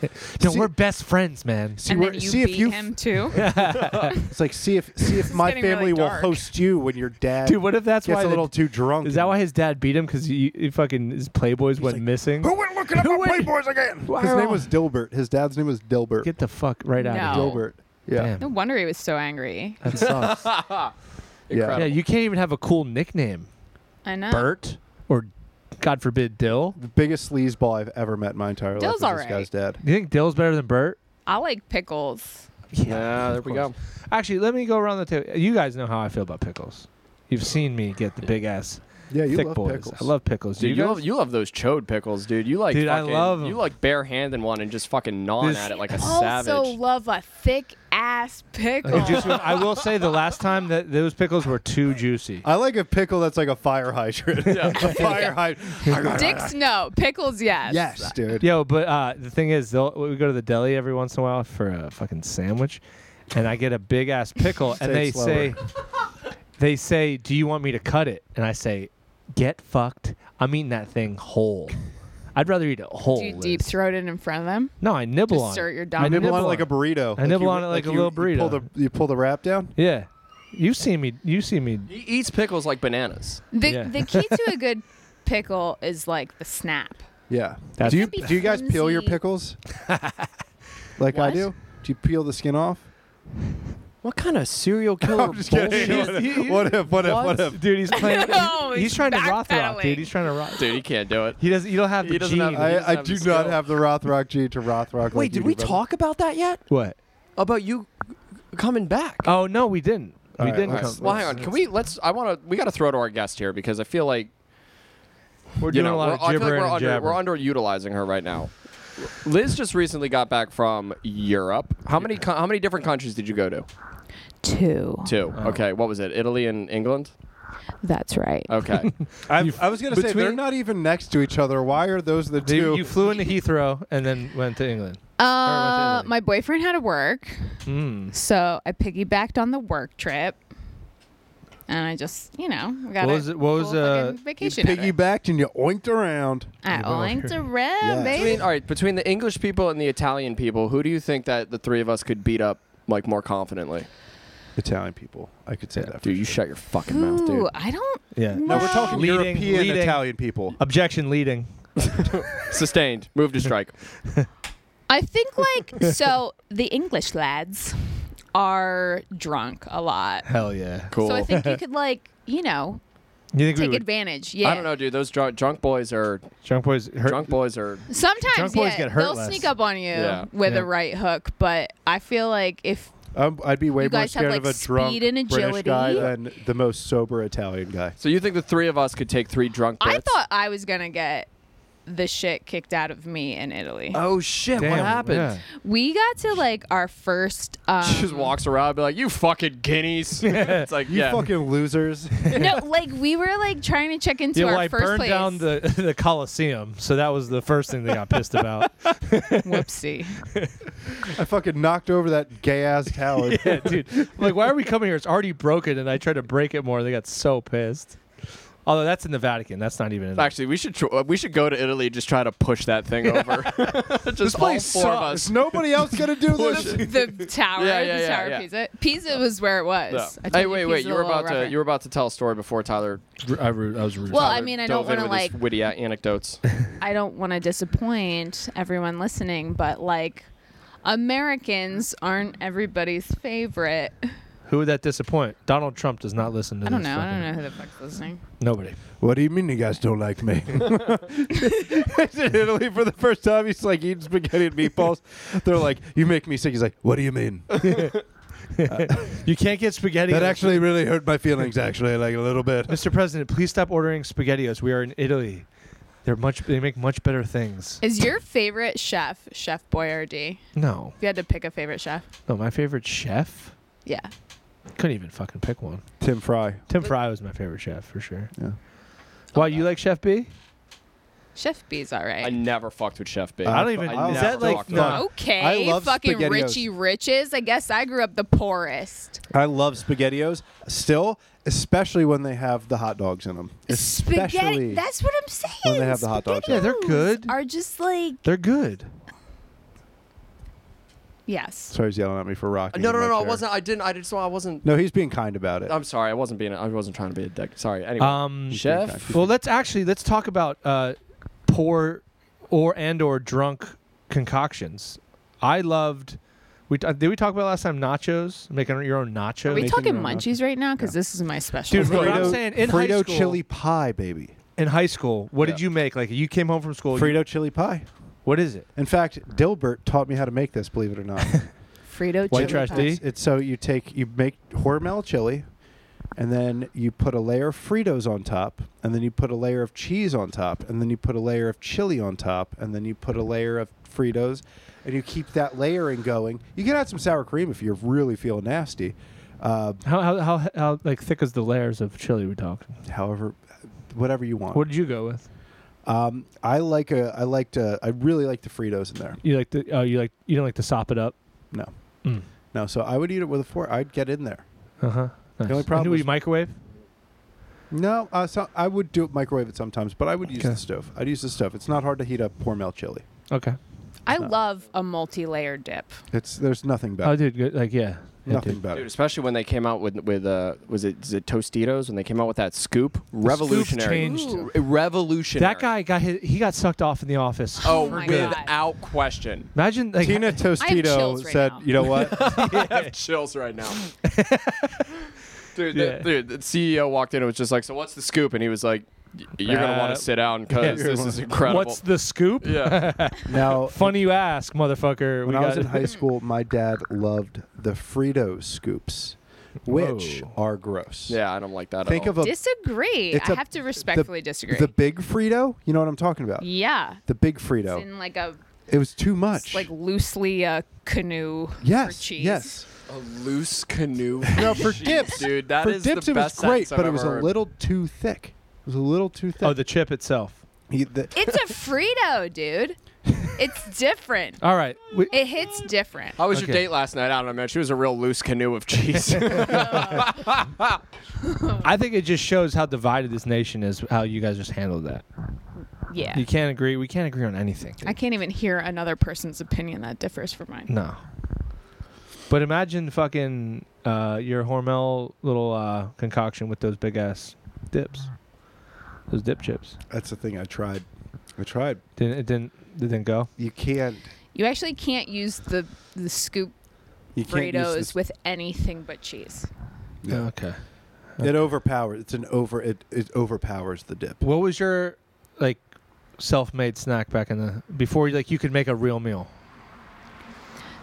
[SPEAKER 1] No,
[SPEAKER 2] See-
[SPEAKER 1] we're best friends, man.
[SPEAKER 2] see,
[SPEAKER 4] And
[SPEAKER 2] where-
[SPEAKER 4] then you
[SPEAKER 2] see
[SPEAKER 4] beat
[SPEAKER 2] if you,
[SPEAKER 1] <laughs>
[SPEAKER 4] him too.
[SPEAKER 2] it's like see if see if my
[SPEAKER 4] getting really
[SPEAKER 2] family will
[SPEAKER 4] dark.
[SPEAKER 2] host you when your dad
[SPEAKER 1] Dude, what if that's
[SPEAKER 2] gets
[SPEAKER 1] why
[SPEAKER 2] a
[SPEAKER 1] the-
[SPEAKER 2] little too drunk?
[SPEAKER 1] Is that
[SPEAKER 2] and-
[SPEAKER 1] why his dad beat him? Because he, he fucking his Playboys went
[SPEAKER 2] like,
[SPEAKER 1] missing.
[SPEAKER 2] Who went looking at my
[SPEAKER 1] Who went-
[SPEAKER 2] Playboys again?
[SPEAKER 1] Why
[SPEAKER 2] His
[SPEAKER 1] are
[SPEAKER 2] name
[SPEAKER 1] all-
[SPEAKER 2] was Dilbert. His dad's name was Dilbert.
[SPEAKER 1] Get the fuck right out
[SPEAKER 4] No.
[SPEAKER 1] of here.
[SPEAKER 2] Dilbert. Yeah.
[SPEAKER 4] No
[SPEAKER 1] Damn,
[SPEAKER 4] wonder he was so angry.
[SPEAKER 1] that sucks.
[SPEAKER 2] Yeah.
[SPEAKER 1] yeah, you can't even have a cool nickname,
[SPEAKER 4] I know.
[SPEAKER 1] Bert, or God forbid, Dill.
[SPEAKER 2] The biggest sleazeball I've ever met in my entire
[SPEAKER 4] Dill's
[SPEAKER 2] life
[SPEAKER 4] all
[SPEAKER 2] is
[SPEAKER 4] right.
[SPEAKER 2] this guy's dad.
[SPEAKER 1] You think Dill's better than Bert?
[SPEAKER 4] I like pickles.
[SPEAKER 3] Yeah, there we go.
[SPEAKER 1] Actually, let me go around the table. You guys know how I feel about pickles. You've seen me get the big ass
[SPEAKER 2] Yeah, you
[SPEAKER 1] thick
[SPEAKER 2] love
[SPEAKER 1] boys.
[SPEAKER 2] pickles.
[SPEAKER 1] I love pickles. Do
[SPEAKER 3] Dude, you,
[SPEAKER 1] guys?
[SPEAKER 3] love you love those chode pickles, dude. You like
[SPEAKER 1] Dude, I
[SPEAKER 3] fucking,
[SPEAKER 1] love 'em.
[SPEAKER 3] you like barehanded one and just fucking gnawing
[SPEAKER 1] This-
[SPEAKER 3] at it like a
[SPEAKER 4] Also
[SPEAKER 3] savage.
[SPEAKER 4] love a thick
[SPEAKER 1] <laughs>
[SPEAKER 4] ass pickle.
[SPEAKER 1] Hey,
[SPEAKER 2] <laughs>
[SPEAKER 1] Juicy, I will say the last time that those pickles were too juicy.
[SPEAKER 2] I like a pickle that's like a fire hydrant.
[SPEAKER 3] <laughs>
[SPEAKER 2] <laughs>
[SPEAKER 3] Yeah.
[SPEAKER 2] a fire hydrant.
[SPEAKER 4] Dicks no, pickles yes.
[SPEAKER 2] Yes, dude.
[SPEAKER 1] Yo, but uh, the thing is, they'll, we go to the deli every once in a while for a fucking sandwich, and I get a big ass
[SPEAKER 2] <laughs>
[SPEAKER 1] pickle,
[SPEAKER 2] Say it
[SPEAKER 1] and they
[SPEAKER 2] slower.
[SPEAKER 1] say, they say, "Do you want me to cut it?" And I say, "Get fucked. I'm eating that thing
[SPEAKER 2] <laughs>
[SPEAKER 1] whole. I'd rather eat it whole."
[SPEAKER 4] Do you
[SPEAKER 1] Liz.
[SPEAKER 4] deep throat it in front of them?
[SPEAKER 1] No, I nibble
[SPEAKER 4] Just
[SPEAKER 1] on.
[SPEAKER 4] sort your
[SPEAKER 1] it.
[SPEAKER 4] dom-
[SPEAKER 1] I
[SPEAKER 4] You
[SPEAKER 2] Nibble on it like a burrito.
[SPEAKER 1] I nibble
[SPEAKER 2] you-
[SPEAKER 1] on it like a
[SPEAKER 2] you-
[SPEAKER 1] little
[SPEAKER 2] You pull, the,
[SPEAKER 1] burrito.
[SPEAKER 2] you pull the wrap down.
[SPEAKER 1] Yeah, you see me. You see me.
[SPEAKER 3] <laughs> he eats pickles like bananas.
[SPEAKER 4] The
[SPEAKER 1] Yeah.
[SPEAKER 4] the key to
[SPEAKER 1] <laughs>
[SPEAKER 4] a good pickle is like the snap.
[SPEAKER 2] Yeah.
[SPEAKER 1] That's-
[SPEAKER 2] do you
[SPEAKER 4] That'd be
[SPEAKER 2] do you guys peel your
[SPEAKER 4] flimsy.
[SPEAKER 2] pickles? like I
[SPEAKER 4] What?
[SPEAKER 2] do. Do you peel the skin <laughs> off?
[SPEAKER 3] What kind of serial <laughs> killer
[SPEAKER 2] just
[SPEAKER 3] bullshit?
[SPEAKER 2] kidding.
[SPEAKER 3] is-
[SPEAKER 2] What if? What if? What if?
[SPEAKER 1] Dude,
[SPEAKER 4] <laughs>
[SPEAKER 1] he's playing.
[SPEAKER 4] No,
[SPEAKER 1] he's,
[SPEAKER 4] he's
[SPEAKER 1] trying to Roth rock, dude.
[SPEAKER 4] backpedaling.
[SPEAKER 1] He's trying to Roth.
[SPEAKER 3] <laughs> Dude, he can't do it.
[SPEAKER 1] He doesn't. You don't have
[SPEAKER 3] He
[SPEAKER 1] the
[SPEAKER 3] doesn't
[SPEAKER 1] gene.
[SPEAKER 3] have the-
[SPEAKER 2] I,
[SPEAKER 3] doesn't
[SPEAKER 2] I
[SPEAKER 3] have
[SPEAKER 2] do
[SPEAKER 3] the
[SPEAKER 2] not
[SPEAKER 3] skill.
[SPEAKER 2] have the Rothrock G to Rothrock.
[SPEAKER 3] <laughs> Wait, did we talk about that yet?
[SPEAKER 1] what?
[SPEAKER 3] About you coming back?
[SPEAKER 1] Oh no, we didn't.
[SPEAKER 2] All
[SPEAKER 1] we
[SPEAKER 2] right,
[SPEAKER 1] didn't.
[SPEAKER 2] let's-
[SPEAKER 1] Come.
[SPEAKER 3] well, hang Uh, on. Can we? Let's. I want to. We got to throw to our guest here because I feel like
[SPEAKER 1] We're
[SPEAKER 3] you
[SPEAKER 1] doing
[SPEAKER 3] know
[SPEAKER 1] a lot
[SPEAKER 3] we're,
[SPEAKER 1] of
[SPEAKER 3] I feel like
[SPEAKER 1] gibber
[SPEAKER 3] we're,
[SPEAKER 1] and
[SPEAKER 3] under,
[SPEAKER 1] jabber.
[SPEAKER 3] we're underutilizing her right now. Liz just recently got back from Europe. How many co- how many different countries did you go to?
[SPEAKER 4] Two.
[SPEAKER 3] Two. Okay. What was it? Italy and England.
[SPEAKER 4] That's right.
[SPEAKER 1] Uh,
[SPEAKER 3] Okay.
[SPEAKER 2] I've, I was gonna say they're
[SPEAKER 1] between-
[SPEAKER 2] not even next to each other. Why are those the
[SPEAKER 1] They-
[SPEAKER 2] two?
[SPEAKER 1] you flew into Heathrow and then went to England.
[SPEAKER 4] Uh,
[SPEAKER 1] Italy.
[SPEAKER 4] my boyfriend had to work,
[SPEAKER 1] Mm.
[SPEAKER 4] so I piggybacked on the work trip, and I just, you know, got
[SPEAKER 1] What
[SPEAKER 4] a
[SPEAKER 1] was it- what was,
[SPEAKER 4] full fucking
[SPEAKER 1] uh, Oh,
[SPEAKER 2] you
[SPEAKER 4] vacation. out of it.
[SPEAKER 2] piggybacked and you oinked around.
[SPEAKER 4] I
[SPEAKER 1] You went over
[SPEAKER 4] oinked
[SPEAKER 1] here.
[SPEAKER 4] around,
[SPEAKER 2] Yes.
[SPEAKER 4] baby.
[SPEAKER 3] <laughs> between all right, between the English people and the Italian people, who do you think that the three of us could beat up like more confidently?
[SPEAKER 2] Italian people, I could say that. For
[SPEAKER 3] Dude, you
[SPEAKER 2] sure.
[SPEAKER 3] shut your fucking mouth,
[SPEAKER 4] Ooh,
[SPEAKER 3] dude.
[SPEAKER 4] I don't.
[SPEAKER 1] Yeah.
[SPEAKER 2] No, we're talking
[SPEAKER 1] Leading-
[SPEAKER 2] European
[SPEAKER 1] leading.
[SPEAKER 2] Italian people.
[SPEAKER 1] Objection leading.
[SPEAKER 3] Sustained. Move to
[SPEAKER 4] <laughs>
[SPEAKER 3] strike.
[SPEAKER 4] I
[SPEAKER 1] <laughs>
[SPEAKER 4] think like so. The English lads are drunk a lot,
[SPEAKER 1] Hell yeah.
[SPEAKER 3] Cool.
[SPEAKER 4] so
[SPEAKER 1] <laughs>
[SPEAKER 4] I think you could like, you know,
[SPEAKER 1] You think we
[SPEAKER 4] take
[SPEAKER 1] would?
[SPEAKER 4] advantage. Yeah.
[SPEAKER 3] I don't know, dude. Those drunk, drunk boys are
[SPEAKER 1] Drunk boys. Hurt,
[SPEAKER 3] drunk boys are.
[SPEAKER 4] Sometimes
[SPEAKER 1] Drunk boys
[SPEAKER 4] yeah,
[SPEAKER 1] get hurt
[SPEAKER 4] they'll
[SPEAKER 1] less.
[SPEAKER 4] sneak up on you
[SPEAKER 3] Yeah.
[SPEAKER 4] with
[SPEAKER 1] Yeah.
[SPEAKER 4] a right hook, but I feel like if
[SPEAKER 2] Um, I'd be way
[SPEAKER 4] You
[SPEAKER 2] more
[SPEAKER 4] guys have,
[SPEAKER 2] scared
[SPEAKER 4] like,
[SPEAKER 2] of a drunk
[SPEAKER 4] speed and
[SPEAKER 2] British guy
[SPEAKER 4] agility.
[SPEAKER 2] than the most sober Italian guy.
[SPEAKER 3] So you think the three of us could take three drunk boys?
[SPEAKER 4] I thought I was gonna get the shit kicked out of me in Italy.
[SPEAKER 1] Uh,
[SPEAKER 3] Oh shit!
[SPEAKER 1] Damn,
[SPEAKER 3] what happened?
[SPEAKER 1] yeah.
[SPEAKER 4] We got to like our
[SPEAKER 3] <laughs>
[SPEAKER 4] first. Um,
[SPEAKER 3] <laughs> She just walks around, be like, "You fucking
[SPEAKER 2] <laughs>
[SPEAKER 3] guineas." it's like,
[SPEAKER 2] You
[SPEAKER 3] yeah.
[SPEAKER 2] fucking <laughs> losers.
[SPEAKER 4] No, like we were like trying to check into
[SPEAKER 1] Yeah,
[SPEAKER 4] our
[SPEAKER 1] well, I
[SPEAKER 4] first
[SPEAKER 1] burned
[SPEAKER 4] place.
[SPEAKER 1] down the <laughs> the Colosseum, so that was the first thing they got pissed about.
[SPEAKER 4] Whoopsie.
[SPEAKER 2] I fucking knocked over that gay ass coward.
[SPEAKER 1] <laughs> yeah, dude. I'm like, why are we coming here? It's already broken, and I tried to break it more. They got so pissed. Although that's in the Vatican, that's not even in.
[SPEAKER 3] Actually, we should tr- uh, we should go to Italy and just try to push that thing over. <laughs> just
[SPEAKER 2] This place
[SPEAKER 3] all four
[SPEAKER 2] sucks.
[SPEAKER 3] of us.
[SPEAKER 2] Nobody else gonna do this.
[SPEAKER 4] <laughs> the tower,
[SPEAKER 3] Yeah, yeah,
[SPEAKER 4] the
[SPEAKER 3] yeah,
[SPEAKER 4] tower
[SPEAKER 3] yeah.
[SPEAKER 4] Pisa. Pisa was where it was.
[SPEAKER 3] Yeah.
[SPEAKER 4] I told
[SPEAKER 3] Hey,
[SPEAKER 4] you
[SPEAKER 3] wait,
[SPEAKER 4] Pisa
[SPEAKER 3] wait!
[SPEAKER 4] the
[SPEAKER 3] You were
[SPEAKER 4] little
[SPEAKER 3] about to
[SPEAKER 4] referent.
[SPEAKER 3] you were about to tell a story before Tyler.
[SPEAKER 1] I, rude, I was rude.
[SPEAKER 4] Well, I
[SPEAKER 3] Tyler
[SPEAKER 4] mean, I don't
[SPEAKER 3] dove in
[SPEAKER 4] wanna,
[SPEAKER 3] with his
[SPEAKER 4] like-
[SPEAKER 3] witty a- anecdotes.
[SPEAKER 4] I don't want to disappoint everyone listening, but like Americans aren't everybody's favorite.
[SPEAKER 1] Who would that disappoint? Donald Trump does not listen to.
[SPEAKER 4] I don't
[SPEAKER 1] this
[SPEAKER 4] know. I
[SPEAKER 1] fucking-
[SPEAKER 4] don't know who the fuck's listening.
[SPEAKER 1] Nobody.
[SPEAKER 2] What do you mean you guys don't like me? <laughs> He's in Italy for the first time. He's like eating spaghetti and meatballs. They're like, you make me sick. He's like, what do you mean?
[SPEAKER 1] You can't get spaghetti. <laughs>
[SPEAKER 2] That actually really hurt my feelings, actually, like a little bit.
[SPEAKER 1] Mr. President, please stop ordering spaghettios. We are in Italy. They're much. They make much better things.
[SPEAKER 4] Is your favorite chef Chef Boyardee?
[SPEAKER 1] No,
[SPEAKER 4] If you had to pick a favorite chef,
[SPEAKER 1] no. My favorite chef.
[SPEAKER 4] yeah.
[SPEAKER 1] Couldn't even fucking pick one.
[SPEAKER 2] Tim Fry.
[SPEAKER 1] Tim Fry was my favorite chef for sure.
[SPEAKER 2] Yeah.
[SPEAKER 1] Why you like Chef B?
[SPEAKER 4] Chef B's all right.
[SPEAKER 3] I never fucked with Chef B.
[SPEAKER 1] I don't even.
[SPEAKER 2] I
[SPEAKER 1] is
[SPEAKER 2] love
[SPEAKER 1] that like
[SPEAKER 3] Dr.
[SPEAKER 1] no?
[SPEAKER 4] okay,
[SPEAKER 2] I love
[SPEAKER 4] fucking
[SPEAKER 2] SpaghettiOs.
[SPEAKER 4] Richie Riches. I guess I grew up the poorest.
[SPEAKER 2] I love SpaghettiOs still, especially when they have the hot dogs in them. Especially
[SPEAKER 4] Spaghetti. That's what I'm saying.
[SPEAKER 2] when they have the hot dogs.
[SPEAKER 1] Yeah, they're good.
[SPEAKER 4] Are just like
[SPEAKER 1] They're good.
[SPEAKER 4] yes.
[SPEAKER 2] Sorry, he's yelling at me for rocking.
[SPEAKER 3] No, no,
[SPEAKER 2] my
[SPEAKER 3] no, no! I
[SPEAKER 2] chair.
[SPEAKER 3] wasn't. I didn't. I just. I wasn't.
[SPEAKER 2] No, he's being kind about it.
[SPEAKER 3] I'm sorry. I wasn't being. I wasn't trying to be a dick. Sorry. Anyway.
[SPEAKER 1] Um,
[SPEAKER 3] Chef.
[SPEAKER 1] well, let's actually let's talk about uh, poor or and or drunk concoctions. I loved. We t- did we talk about last time nachos making your own nachos?
[SPEAKER 4] Are we
[SPEAKER 2] Making
[SPEAKER 4] talking
[SPEAKER 2] your own
[SPEAKER 4] munchies right now? Because this is my special.
[SPEAKER 1] Dude, what I'm
[SPEAKER 2] Frito,
[SPEAKER 1] saying, in high
[SPEAKER 2] Frito
[SPEAKER 1] school-
[SPEAKER 2] chili pie, baby.
[SPEAKER 1] in high school, what did
[SPEAKER 3] Yeah.
[SPEAKER 1] you make? Like you came home from school. you-
[SPEAKER 2] Frito chili pie.
[SPEAKER 1] what is it?
[SPEAKER 2] In fact, Dilbert taught me how to make this. Believe it or not,
[SPEAKER 1] <laughs>
[SPEAKER 4] Frito
[SPEAKER 1] White
[SPEAKER 4] chili
[SPEAKER 1] trash
[SPEAKER 4] pie.
[SPEAKER 1] D?
[SPEAKER 2] it's, it's so you take you make hormel chili, and then you put a layer of Fritos on top, and then you put a layer of cheese on top, and then you put a layer of chili on top, and then you put a layer of Fritos, and you keep that layering going. You can add some sour cream if you're really feeling nasty. Uh,
[SPEAKER 1] How how how, how like thick is the layers of chili we talking?
[SPEAKER 2] however, whatever you want.
[SPEAKER 1] What did you go with?
[SPEAKER 2] Um, I like a. I liked a. I really like the Fritos in there.
[SPEAKER 1] You like the oh you like you don't like to sop it up.
[SPEAKER 2] No,
[SPEAKER 1] Mm.
[SPEAKER 2] no. So I would eat it with a fork. I'd get in there.
[SPEAKER 1] Uh huh.
[SPEAKER 2] only problem
[SPEAKER 1] we
[SPEAKER 2] was-
[SPEAKER 1] microwave.
[SPEAKER 2] No, uh, so I would do it microwave it sometimes, but I would use
[SPEAKER 1] Okay.
[SPEAKER 2] the stove. I'd use the stove. It's not hard to heat up hormel chili.
[SPEAKER 1] Okay.
[SPEAKER 4] I love a multi-layer dip.
[SPEAKER 2] It's there's nothing
[SPEAKER 1] Oh,
[SPEAKER 2] better.
[SPEAKER 1] dude, good. like yeah, Yeah,
[SPEAKER 2] nothing
[SPEAKER 1] dude.
[SPEAKER 2] better.
[SPEAKER 3] Dude, especially when they came out with with uh, was it, is it Tostitos when they came out with that scoop? Revolutionary.
[SPEAKER 1] changed.
[SPEAKER 4] Ooh.
[SPEAKER 3] Revolutionary.
[SPEAKER 1] That guy got hit, he got sucked off in the office.
[SPEAKER 3] Oh,
[SPEAKER 4] Oh my God.
[SPEAKER 3] without question.
[SPEAKER 1] Imagine like <laughs>
[SPEAKER 2] Tina Tostito
[SPEAKER 4] chills right
[SPEAKER 2] said,
[SPEAKER 4] now.
[SPEAKER 2] "You know what?
[SPEAKER 4] <laughs>
[SPEAKER 3] I
[SPEAKER 2] <laughs>
[SPEAKER 3] have chills right now. dude,
[SPEAKER 1] Yeah.
[SPEAKER 3] the, dude, the CEO walked in and was just like, "So what's the scoop?" And he was like, "Y- "You're gonna want
[SPEAKER 1] Uh,
[SPEAKER 3] to sit down because
[SPEAKER 1] yeah.
[SPEAKER 3] this is incredible."
[SPEAKER 1] What's the scoop?
[SPEAKER 3] yeah,
[SPEAKER 2] now
[SPEAKER 1] <laughs> Funny you ask, motherfucker.
[SPEAKER 2] When
[SPEAKER 1] we
[SPEAKER 2] I was
[SPEAKER 1] got
[SPEAKER 2] in high school, my dad loved the Frito scoops, which
[SPEAKER 1] Whoa.
[SPEAKER 2] are gross.
[SPEAKER 3] yeah, I don't like that.
[SPEAKER 2] Think
[SPEAKER 3] at
[SPEAKER 2] of a
[SPEAKER 4] disagree.
[SPEAKER 2] It's
[SPEAKER 4] I
[SPEAKER 2] a-
[SPEAKER 4] have to respectfully disagree.
[SPEAKER 2] the big Frito. You know what I'm talking about?
[SPEAKER 4] yeah,
[SPEAKER 2] The big
[SPEAKER 4] it's
[SPEAKER 2] Frito.
[SPEAKER 4] in like a
[SPEAKER 2] It was too
[SPEAKER 4] it's
[SPEAKER 2] much.
[SPEAKER 4] like loosely a canoe
[SPEAKER 2] yes,
[SPEAKER 4] for cheese.
[SPEAKER 2] yes.
[SPEAKER 3] A loose canoe.
[SPEAKER 2] <laughs> No, for
[SPEAKER 3] Jeez,
[SPEAKER 2] dips,
[SPEAKER 3] dude, that
[SPEAKER 2] for
[SPEAKER 3] is
[SPEAKER 2] dips
[SPEAKER 3] the
[SPEAKER 2] it was
[SPEAKER 3] best
[SPEAKER 2] great,
[SPEAKER 3] sentence I've
[SPEAKER 2] but it was
[SPEAKER 3] ever
[SPEAKER 2] a
[SPEAKER 3] heard.
[SPEAKER 2] little too thick. It was a little too thick.
[SPEAKER 1] Oh, the chip itself.
[SPEAKER 2] He- the-
[SPEAKER 4] It's a Frito, dude. It's different.
[SPEAKER 2] <laughs>
[SPEAKER 1] All right. We,
[SPEAKER 4] It hits different.
[SPEAKER 3] How was your
[SPEAKER 1] Okay.
[SPEAKER 3] date last night? I don't know, man. She was a real loose canoe
[SPEAKER 2] <laughs>
[SPEAKER 3] of cheese.
[SPEAKER 1] I think it just shows how divided this nation is. How you guys just handled that.
[SPEAKER 4] Yeah.
[SPEAKER 1] You can't agree. We can't agree on anything. dude.
[SPEAKER 4] I can't even hear another person's opinion that differs from mine.
[SPEAKER 1] No. But imagine fucking uh, your Hormel little uh, concoction with those big ass dips, those dip chips.
[SPEAKER 2] that's the thing I tried. I tried.
[SPEAKER 1] Didn't it didn't it didn't go?
[SPEAKER 2] You can't.
[SPEAKER 4] You actually can't use the the scoop
[SPEAKER 2] You can't use
[SPEAKER 4] Fritos
[SPEAKER 2] this-
[SPEAKER 4] with anything but cheese.
[SPEAKER 2] Yeah.
[SPEAKER 1] Okay.
[SPEAKER 2] It overpowers. It's an over. It it overpowers the dip.
[SPEAKER 1] What was your like self-made snack back in the before? Like you could make a real meal.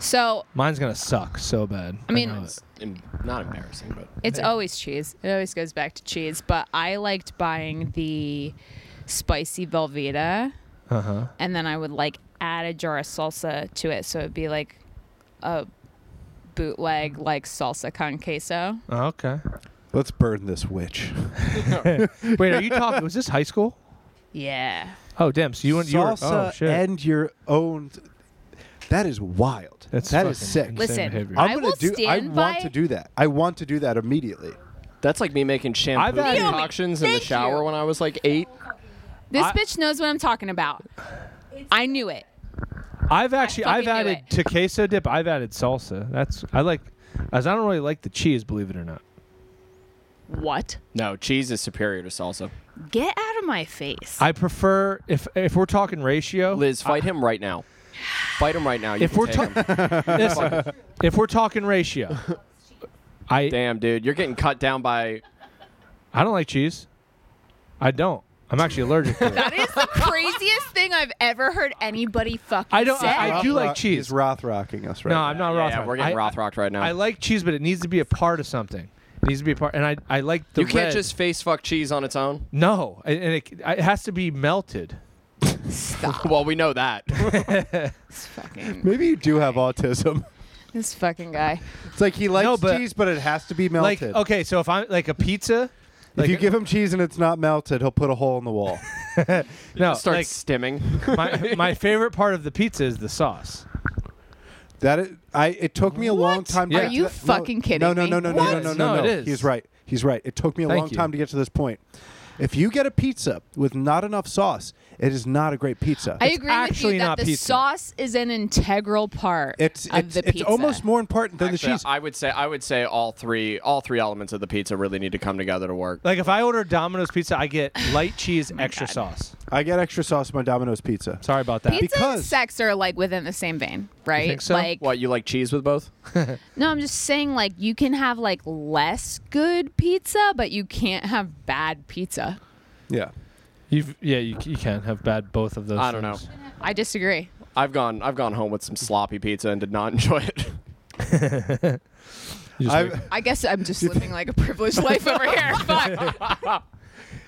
[SPEAKER 4] So
[SPEAKER 1] Mine's gonna suck so bad.
[SPEAKER 4] I mean,
[SPEAKER 1] know
[SPEAKER 4] it's-
[SPEAKER 1] it.
[SPEAKER 3] Em- Not embarrassing, but
[SPEAKER 4] it's always cheese. It always goes back to cheese. But I liked buying the spicy Velveeta,
[SPEAKER 1] uh-huh.
[SPEAKER 4] and then I would like add a jar of salsa to it, so it'd be like a bootleg like salsa con queso.
[SPEAKER 1] Oh, Okay.
[SPEAKER 2] Let's burn this witch.
[SPEAKER 1] Wait, are you talking? Was this high school?
[SPEAKER 4] Yeah.
[SPEAKER 1] Oh damn! So you went you were, oh
[SPEAKER 2] Salsa
[SPEAKER 1] shit.
[SPEAKER 2] and your own. That is wild.
[SPEAKER 1] That's
[SPEAKER 2] that is
[SPEAKER 1] fucking
[SPEAKER 2] sick.
[SPEAKER 1] insane
[SPEAKER 4] Listen,
[SPEAKER 1] behavior.
[SPEAKER 4] I
[SPEAKER 2] I'm gonna
[SPEAKER 4] will
[SPEAKER 2] do. I
[SPEAKER 4] stand by-
[SPEAKER 2] want to do that. I want to do that immediately.
[SPEAKER 3] that's like me making shampoo
[SPEAKER 1] had-
[SPEAKER 3] concoctions in the
[SPEAKER 4] Thank you.
[SPEAKER 3] shower when I was like eight.
[SPEAKER 4] This
[SPEAKER 1] I-
[SPEAKER 4] bitch knows what I'm talking about. I knew it.
[SPEAKER 1] I've actually
[SPEAKER 4] I
[SPEAKER 1] I've
[SPEAKER 4] fucking knew
[SPEAKER 1] added to queso dip. I've added salsa. That's I like. As I don't really like the cheese, believe it or not.
[SPEAKER 4] What?
[SPEAKER 3] No, cheese is superior to salsa.
[SPEAKER 4] Get out of my face.
[SPEAKER 1] I prefer if if we're talking ratio.
[SPEAKER 3] Liz, fight him right now. Fight him right now. You
[SPEAKER 1] If
[SPEAKER 3] can
[SPEAKER 1] we're
[SPEAKER 3] take
[SPEAKER 1] talking,
[SPEAKER 3] him.
[SPEAKER 1] listen, if we're talking ratio, I
[SPEAKER 3] damn dude, you're getting cut down by.
[SPEAKER 1] I don't like cheese. I don't. I'm actually allergic
[SPEAKER 3] <laughs>
[SPEAKER 1] to it.
[SPEAKER 4] that is the craziest <laughs> thing I've ever heard anybody fucking
[SPEAKER 1] I don't-
[SPEAKER 4] say.
[SPEAKER 1] I do like
[SPEAKER 2] Roth-
[SPEAKER 1] cheese.
[SPEAKER 2] He's Roth rocking us right
[SPEAKER 1] No,
[SPEAKER 2] now.
[SPEAKER 1] I'm not
[SPEAKER 3] Yeah,
[SPEAKER 1] Roth.
[SPEAKER 3] yeah,
[SPEAKER 1] Rock.
[SPEAKER 3] we're getting
[SPEAKER 1] I,
[SPEAKER 3] Roth rocked right now.
[SPEAKER 1] I like cheese, but it needs to be a part of something. It needs to be a part, and I I like the.
[SPEAKER 3] you can't
[SPEAKER 1] red.
[SPEAKER 3] just face fuck cheese on its own.
[SPEAKER 1] no, and and it, it has to be melted.
[SPEAKER 4] Stop.
[SPEAKER 3] Well, we
[SPEAKER 1] <laughs>
[SPEAKER 3] know that.
[SPEAKER 4] This fucking,
[SPEAKER 2] Maybe you do have autism. <laughs>
[SPEAKER 4] this fucking guy.
[SPEAKER 2] It's like he likes
[SPEAKER 1] No, but-
[SPEAKER 2] cheese, but it has to be
[SPEAKER 1] Like
[SPEAKER 2] melted.
[SPEAKER 1] okay, so if I'm like a pizza, like
[SPEAKER 2] if you give him cheese and it's not melted, he'll put a hole in the wall.
[SPEAKER 1] no,
[SPEAKER 3] Start
[SPEAKER 1] like <laughs>
[SPEAKER 3] stimming.
[SPEAKER 1] my
[SPEAKER 2] <laughs>
[SPEAKER 1] my favorite part of the pizza is the sauce.
[SPEAKER 2] That it, I it took me a long
[SPEAKER 4] What?
[SPEAKER 2] time. To
[SPEAKER 1] Are
[SPEAKER 2] get to
[SPEAKER 4] you
[SPEAKER 2] that-
[SPEAKER 4] fucking
[SPEAKER 2] no,
[SPEAKER 4] kidding
[SPEAKER 2] No,
[SPEAKER 4] me?
[SPEAKER 2] no, no, no, no,
[SPEAKER 1] What?
[SPEAKER 2] no,
[SPEAKER 1] No,
[SPEAKER 2] no, no.
[SPEAKER 1] it is.
[SPEAKER 2] He's right. He's right. It took me a
[SPEAKER 1] Thank
[SPEAKER 2] long
[SPEAKER 1] you.
[SPEAKER 2] time to get to this point. If you get a pizza with not enough sauce, it is not a great pizza.
[SPEAKER 4] I agree with
[SPEAKER 1] actually
[SPEAKER 4] you that
[SPEAKER 1] not
[SPEAKER 4] the
[SPEAKER 1] pizza.
[SPEAKER 4] sauce is an integral part
[SPEAKER 2] it's
[SPEAKER 4] of
[SPEAKER 2] it's,
[SPEAKER 4] the
[SPEAKER 2] it's
[SPEAKER 4] pizza.
[SPEAKER 2] almost more important than
[SPEAKER 3] Actually,
[SPEAKER 2] the cheese.
[SPEAKER 3] I would say I would say all three all three elements of the pizza really need to come together to work.
[SPEAKER 1] Like if I order Domino's pizza, I get light cheese,
[SPEAKER 3] Oh
[SPEAKER 1] extra sauce.
[SPEAKER 2] I get extra sauce on my Domino's pizza.
[SPEAKER 1] Sorry about that.
[SPEAKER 4] Pizza and
[SPEAKER 2] because-
[SPEAKER 4] sex are like within the same vein, right?
[SPEAKER 1] think so?
[SPEAKER 4] Like
[SPEAKER 3] What you like cheese with both?
[SPEAKER 4] no, I'm just saying like you can have like less good pizza, but you can't have bad pizza.
[SPEAKER 2] Yeah.
[SPEAKER 1] You've, yeah, you, you can have bad both of those.
[SPEAKER 3] I don't know.
[SPEAKER 1] things.
[SPEAKER 4] I disagree.
[SPEAKER 3] I've gone I've gone home with some sloppy pizza and did not <laughs> enjoy
[SPEAKER 1] <laughs>
[SPEAKER 3] it.
[SPEAKER 1] You just <laughs>
[SPEAKER 2] I,
[SPEAKER 1] like-
[SPEAKER 4] I guess I'm just living like a
[SPEAKER 2] <laughs>
[SPEAKER 4] privileged life over here. Fuck.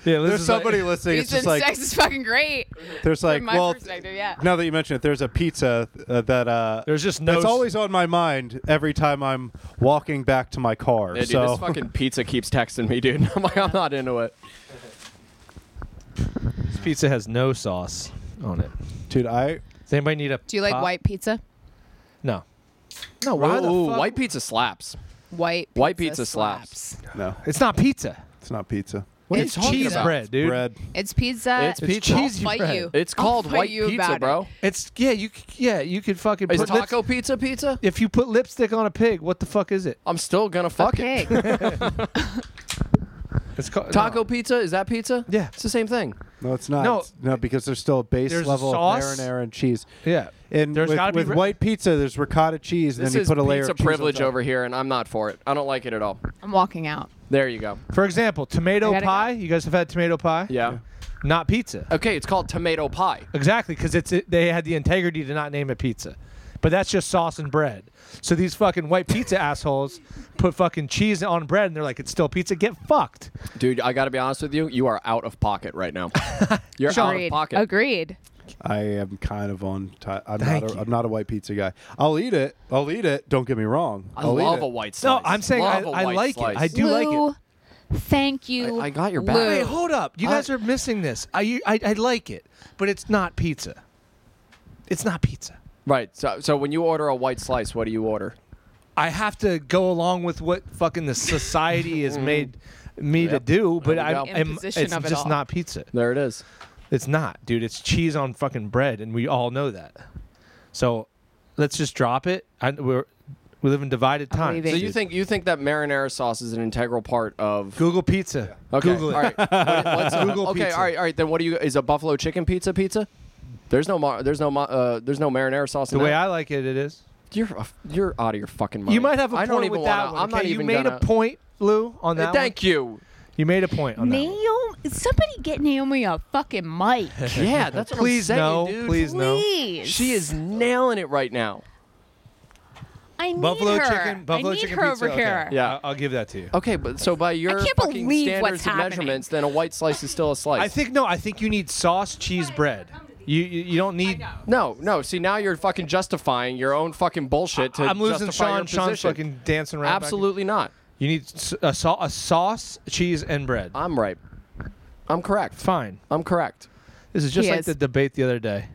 [SPEAKER 1] yeah, Liz is
[SPEAKER 2] there's
[SPEAKER 1] like-
[SPEAKER 2] somebody listening. It's
[SPEAKER 4] Pizza and
[SPEAKER 2] just like
[SPEAKER 4] sex is fucking great.
[SPEAKER 2] there's like
[SPEAKER 4] from my
[SPEAKER 2] well.
[SPEAKER 4] perspective, yeah.
[SPEAKER 2] Now that you mention it, there's a pizza uh, that uh,
[SPEAKER 1] There's just no.
[SPEAKER 2] that's
[SPEAKER 1] s-
[SPEAKER 2] always on my mind every time I'm walking back to my car.
[SPEAKER 3] Yeah, dude,
[SPEAKER 2] so
[SPEAKER 3] this fucking pizza keeps texting me, dude. <laughs> I'm like, I'm not into it.
[SPEAKER 1] this pizza has no sauce on it.
[SPEAKER 2] <laughs> dude, I
[SPEAKER 1] Does anybody need a?
[SPEAKER 4] Do you like
[SPEAKER 1] pop?
[SPEAKER 4] white pizza?
[SPEAKER 1] No. No. Why the
[SPEAKER 3] Ooh,
[SPEAKER 1] fuck-
[SPEAKER 3] white pizza slaps.
[SPEAKER 4] White pizza
[SPEAKER 3] White pizza slaps.
[SPEAKER 2] no,
[SPEAKER 1] It's not pizza.
[SPEAKER 2] it's not pizza.
[SPEAKER 1] What
[SPEAKER 4] It's
[SPEAKER 1] is cheese
[SPEAKER 4] pizza.
[SPEAKER 1] bread, dude?
[SPEAKER 2] Bread.
[SPEAKER 4] It's pizza.
[SPEAKER 3] It's pizza.
[SPEAKER 4] I'll
[SPEAKER 1] cheesy
[SPEAKER 4] fight
[SPEAKER 1] bread.
[SPEAKER 4] you.
[SPEAKER 3] It's
[SPEAKER 4] I'll
[SPEAKER 3] called
[SPEAKER 4] fight
[SPEAKER 3] white
[SPEAKER 4] you
[SPEAKER 3] pizza,
[SPEAKER 4] about
[SPEAKER 3] bro.
[SPEAKER 1] It's yeah. You c- yeah. You could fucking.
[SPEAKER 3] Is
[SPEAKER 1] put lips-
[SPEAKER 3] taco pizza pizza?
[SPEAKER 1] if you put lipstick on a pig, what the fuck is it?
[SPEAKER 3] I'm still gonna
[SPEAKER 4] It.
[SPEAKER 3] fuck it.
[SPEAKER 4] Okay.
[SPEAKER 1] It's called
[SPEAKER 3] Taco
[SPEAKER 1] no.
[SPEAKER 3] pizza is that pizza?
[SPEAKER 1] Yeah.
[SPEAKER 3] it's the same thing.
[SPEAKER 2] No, it's not.
[SPEAKER 1] No.
[SPEAKER 2] No, no, because there's still a base
[SPEAKER 1] There's a
[SPEAKER 2] level of
[SPEAKER 1] sauce.
[SPEAKER 2] marinara and cheese.
[SPEAKER 1] Yeah.
[SPEAKER 2] And
[SPEAKER 1] There's
[SPEAKER 2] with,
[SPEAKER 1] gotta be
[SPEAKER 2] with
[SPEAKER 1] re-
[SPEAKER 2] white pizza, there's ricotta cheese, and
[SPEAKER 3] This
[SPEAKER 2] then you
[SPEAKER 3] is
[SPEAKER 2] put a layer
[SPEAKER 3] pizza
[SPEAKER 2] of cheese on
[SPEAKER 3] privilege
[SPEAKER 2] top.
[SPEAKER 3] over here, and I'm not for it. I don't like it at all.
[SPEAKER 4] I'm walking out.
[SPEAKER 3] There you go.
[SPEAKER 1] For example,
[SPEAKER 4] I
[SPEAKER 1] tomato
[SPEAKER 4] gotta go.
[SPEAKER 1] pie. You guys have had tomato pie.
[SPEAKER 3] Yeah.
[SPEAKER 1] Not pizza.
[SPEAKER 3] Okay, it's called tomato pie.
[SPEAKER 1] Exactly, because it's it, they had the integrity to not name it pizza, but that's just sauce and bread. So these fucking white pizza <laughs> assholes put fucking cheese on bread, and they're like, "It's still pizza." Get fucked.
[SPEAKER 3] Dude, I gotta be honest with you. You are out of pocket right now. <laughs> You're out
[SPEAKER 4] Agreed.
[SPEAKER 3] of pocket.
[SPEAKER 4] Agreed.
[SPEAKER 2] I am kind of on. Ti- I'm
[SPEAKER 1] Thank
[SPEAKER 2] not.
[SPEAKER 1] you.
[SPEAKER 2] A, I'm not a white pizza guy. I'll eat it. I'll eat it. Don't get me wrong.
[SPEAKER 3] I
[SPEAKER 2] I'll
[SPEAKER 3] love
[SPEAKER 2] eat
[SPEAKER 3] a
[SPEAKER 2] it.
[SPEAKER 3] white
[SPEAKER 1] No,
[SPEAKER 3] slice.
[SPEAKER 1] I'm saying I-
[SPEAKER 3] Love a
[SPEAKER 1] I
[SPEAKER 3] white
[SPEAKER 1] like it.
[SPEAKER 3] slice.
[SPEAKER 1] I do like it.
[SPEAKER 7] Lou, Thank you.
[SPEAKER 3] I got your
[SPEAKER 7] Lou.
[SPEAKER 3] back.
[SPEAKER 1] Wait, hold up. You guys
[SPEAKER 3] I-
[SPEAKER 1] are missing this. I, you- I I like it, but it's not pizza. It's not pizza.
[SPEAKER 3] Right. So, so when you order a white slice, what do you order?
[SPEAKER 1] I have to go along with what fucking the
[SPEAKER 3] <laughs>
[SPEAKER 1] society has made me to
[SPEAKER 3] Mm-hmm. Yep.
[SPEAKER 1] do, but
[SPEAKER 3] we
[SPEAKER 1] I,
[SPEAKER 3] go.
[SPEAKER 1] am it's
[SPEAKER 4] Imposition of it
[SPEAKER 1] just
[SPEAKER 4] all.
[SPEAKER 1] not pizza.
[SPEAKER 3] There it is.
[SPEAKER 1] It's not, dude. It's cheese on fucking bread, and we all know that. So let's just drop it. I, we're we live in divided times.
[SPEAKER 4] leaving.
[SPEAKER 3] So you
[SPEAKER 1] dude.
[SPEAKER 3] think you think that marinara sauce is an integral part of?
[SPEAKER 1] Google pizza?
[SPEAKER 3] Okay.
[SPEAKER 1] Google it. <laughs>
[SPEAKER 3] All right. What- what's- uh,
[SPEAKER 1] Google
[SPEAKER 3] okay.
[SPEAKER 1] pizza.
[SPEAKER 3] All right. All right. Then what do you? Is a buffalo chicken pizza pizza? There's no. Mar- there's no. Ma- uh, there's no marinara sauce.
[SPEAKER 1] The
[SPEAKER 3] in
[SPEAKER 1] way
[SPEAKER 3] that.
[SPEAKER 1] I like it, it is.
[SPEAKER 3] You're a f- you're out of your fucking mind.
[SPEAKER 1] You might have a
[SPEAKER 3] I
[SPEAKER 1] point
[SPEAKER 3] don't even
[SPEAKER 1] with that
[SPEAKER 3] wanna-
[SPEAKER 1] one.
[SPEAKER 3] I'm not
[SPEAKER 1] okay?
[SPEAKER 3] even
[SPEAKER 1] you made
[SPEAKER 3] gonna,
[SPEAKER 1] a point, Lou, on that.
[SPEAKER 3] Thank you.
[SPEAKER 1] one. You made a point on that. one.
[SPEAKER 7] Naomi, somebody get Naomi a fucking mic.
[SPEAKER 3] Yeah, that's what
[SPEAKER 1] Please
[SPEAKER 3] I'm saying,
[SPEAKER 1] no.
[SPEAKER 3] dude.
[SPEAKER 1] <laughs> Please no.
[SPEAKER 7] Please.
[SPEAKER 3] She is nailing it right now.
[SPEAKER 7] I need
[SPEAKER 1] Buffalo
[SPEAKER 7] her.
[SPEAKER 1] chicken. Buffalo
[SPEAKER 7] I need
[SPEAKER 1] chicken
[SPEAKER 7] her
[SPEAKER 1] pizza.
[SPEAKER 7] over
[SPEAKER 1] okay.
[SPEAKER 7] here.
[SPEAKER 3] Yeah.
[SPEAKER 1] I- I'll give that to you.
[SPEAKER 3] Okay, but so by your
[SPEAKER 7] can't
[SPEAKER 3] fucking
[SPEAKER 7] believe
[SPEAKER 3] standards
[SPEAKER 7] what's
[SPEAKER 3] and
[SPEAKER 7] happening.
[SPEAKER 3] measurements, then a white slice is still a slice.
[SPEAKER 1] I think no. I think you need sauce, cheese, bread. You you, you don't need.
[SPEAKER 3] No, no. See, now you're fucking justifying your own fucking bullshit to
[SPEAKER 1] I'm losing
[SPEAKER 3] justify
[SPEAKER 1] Sean.
[SPEAKER 3] your
[SPEAKER 1] Sean's
[SPEAKER 3] position.
[SPEAKER 1] fucking dancing around. back there.
[SPEAKER 3] Absolutely not.
[SPEAKER 1] You need s- a, sau- a sauce, cheese, and bread.
[SPEAKER 3] I'm right. I'm correct.
[SPEAKER 1] Fine.
[SPEAKER 3] I'm correct.
[SPEAKER 1] This is just
[SPEAKER 4] He
[SPEAKER 1] like
[SPEAKER 4] is.
[SPEAKER 1] the debate the other day.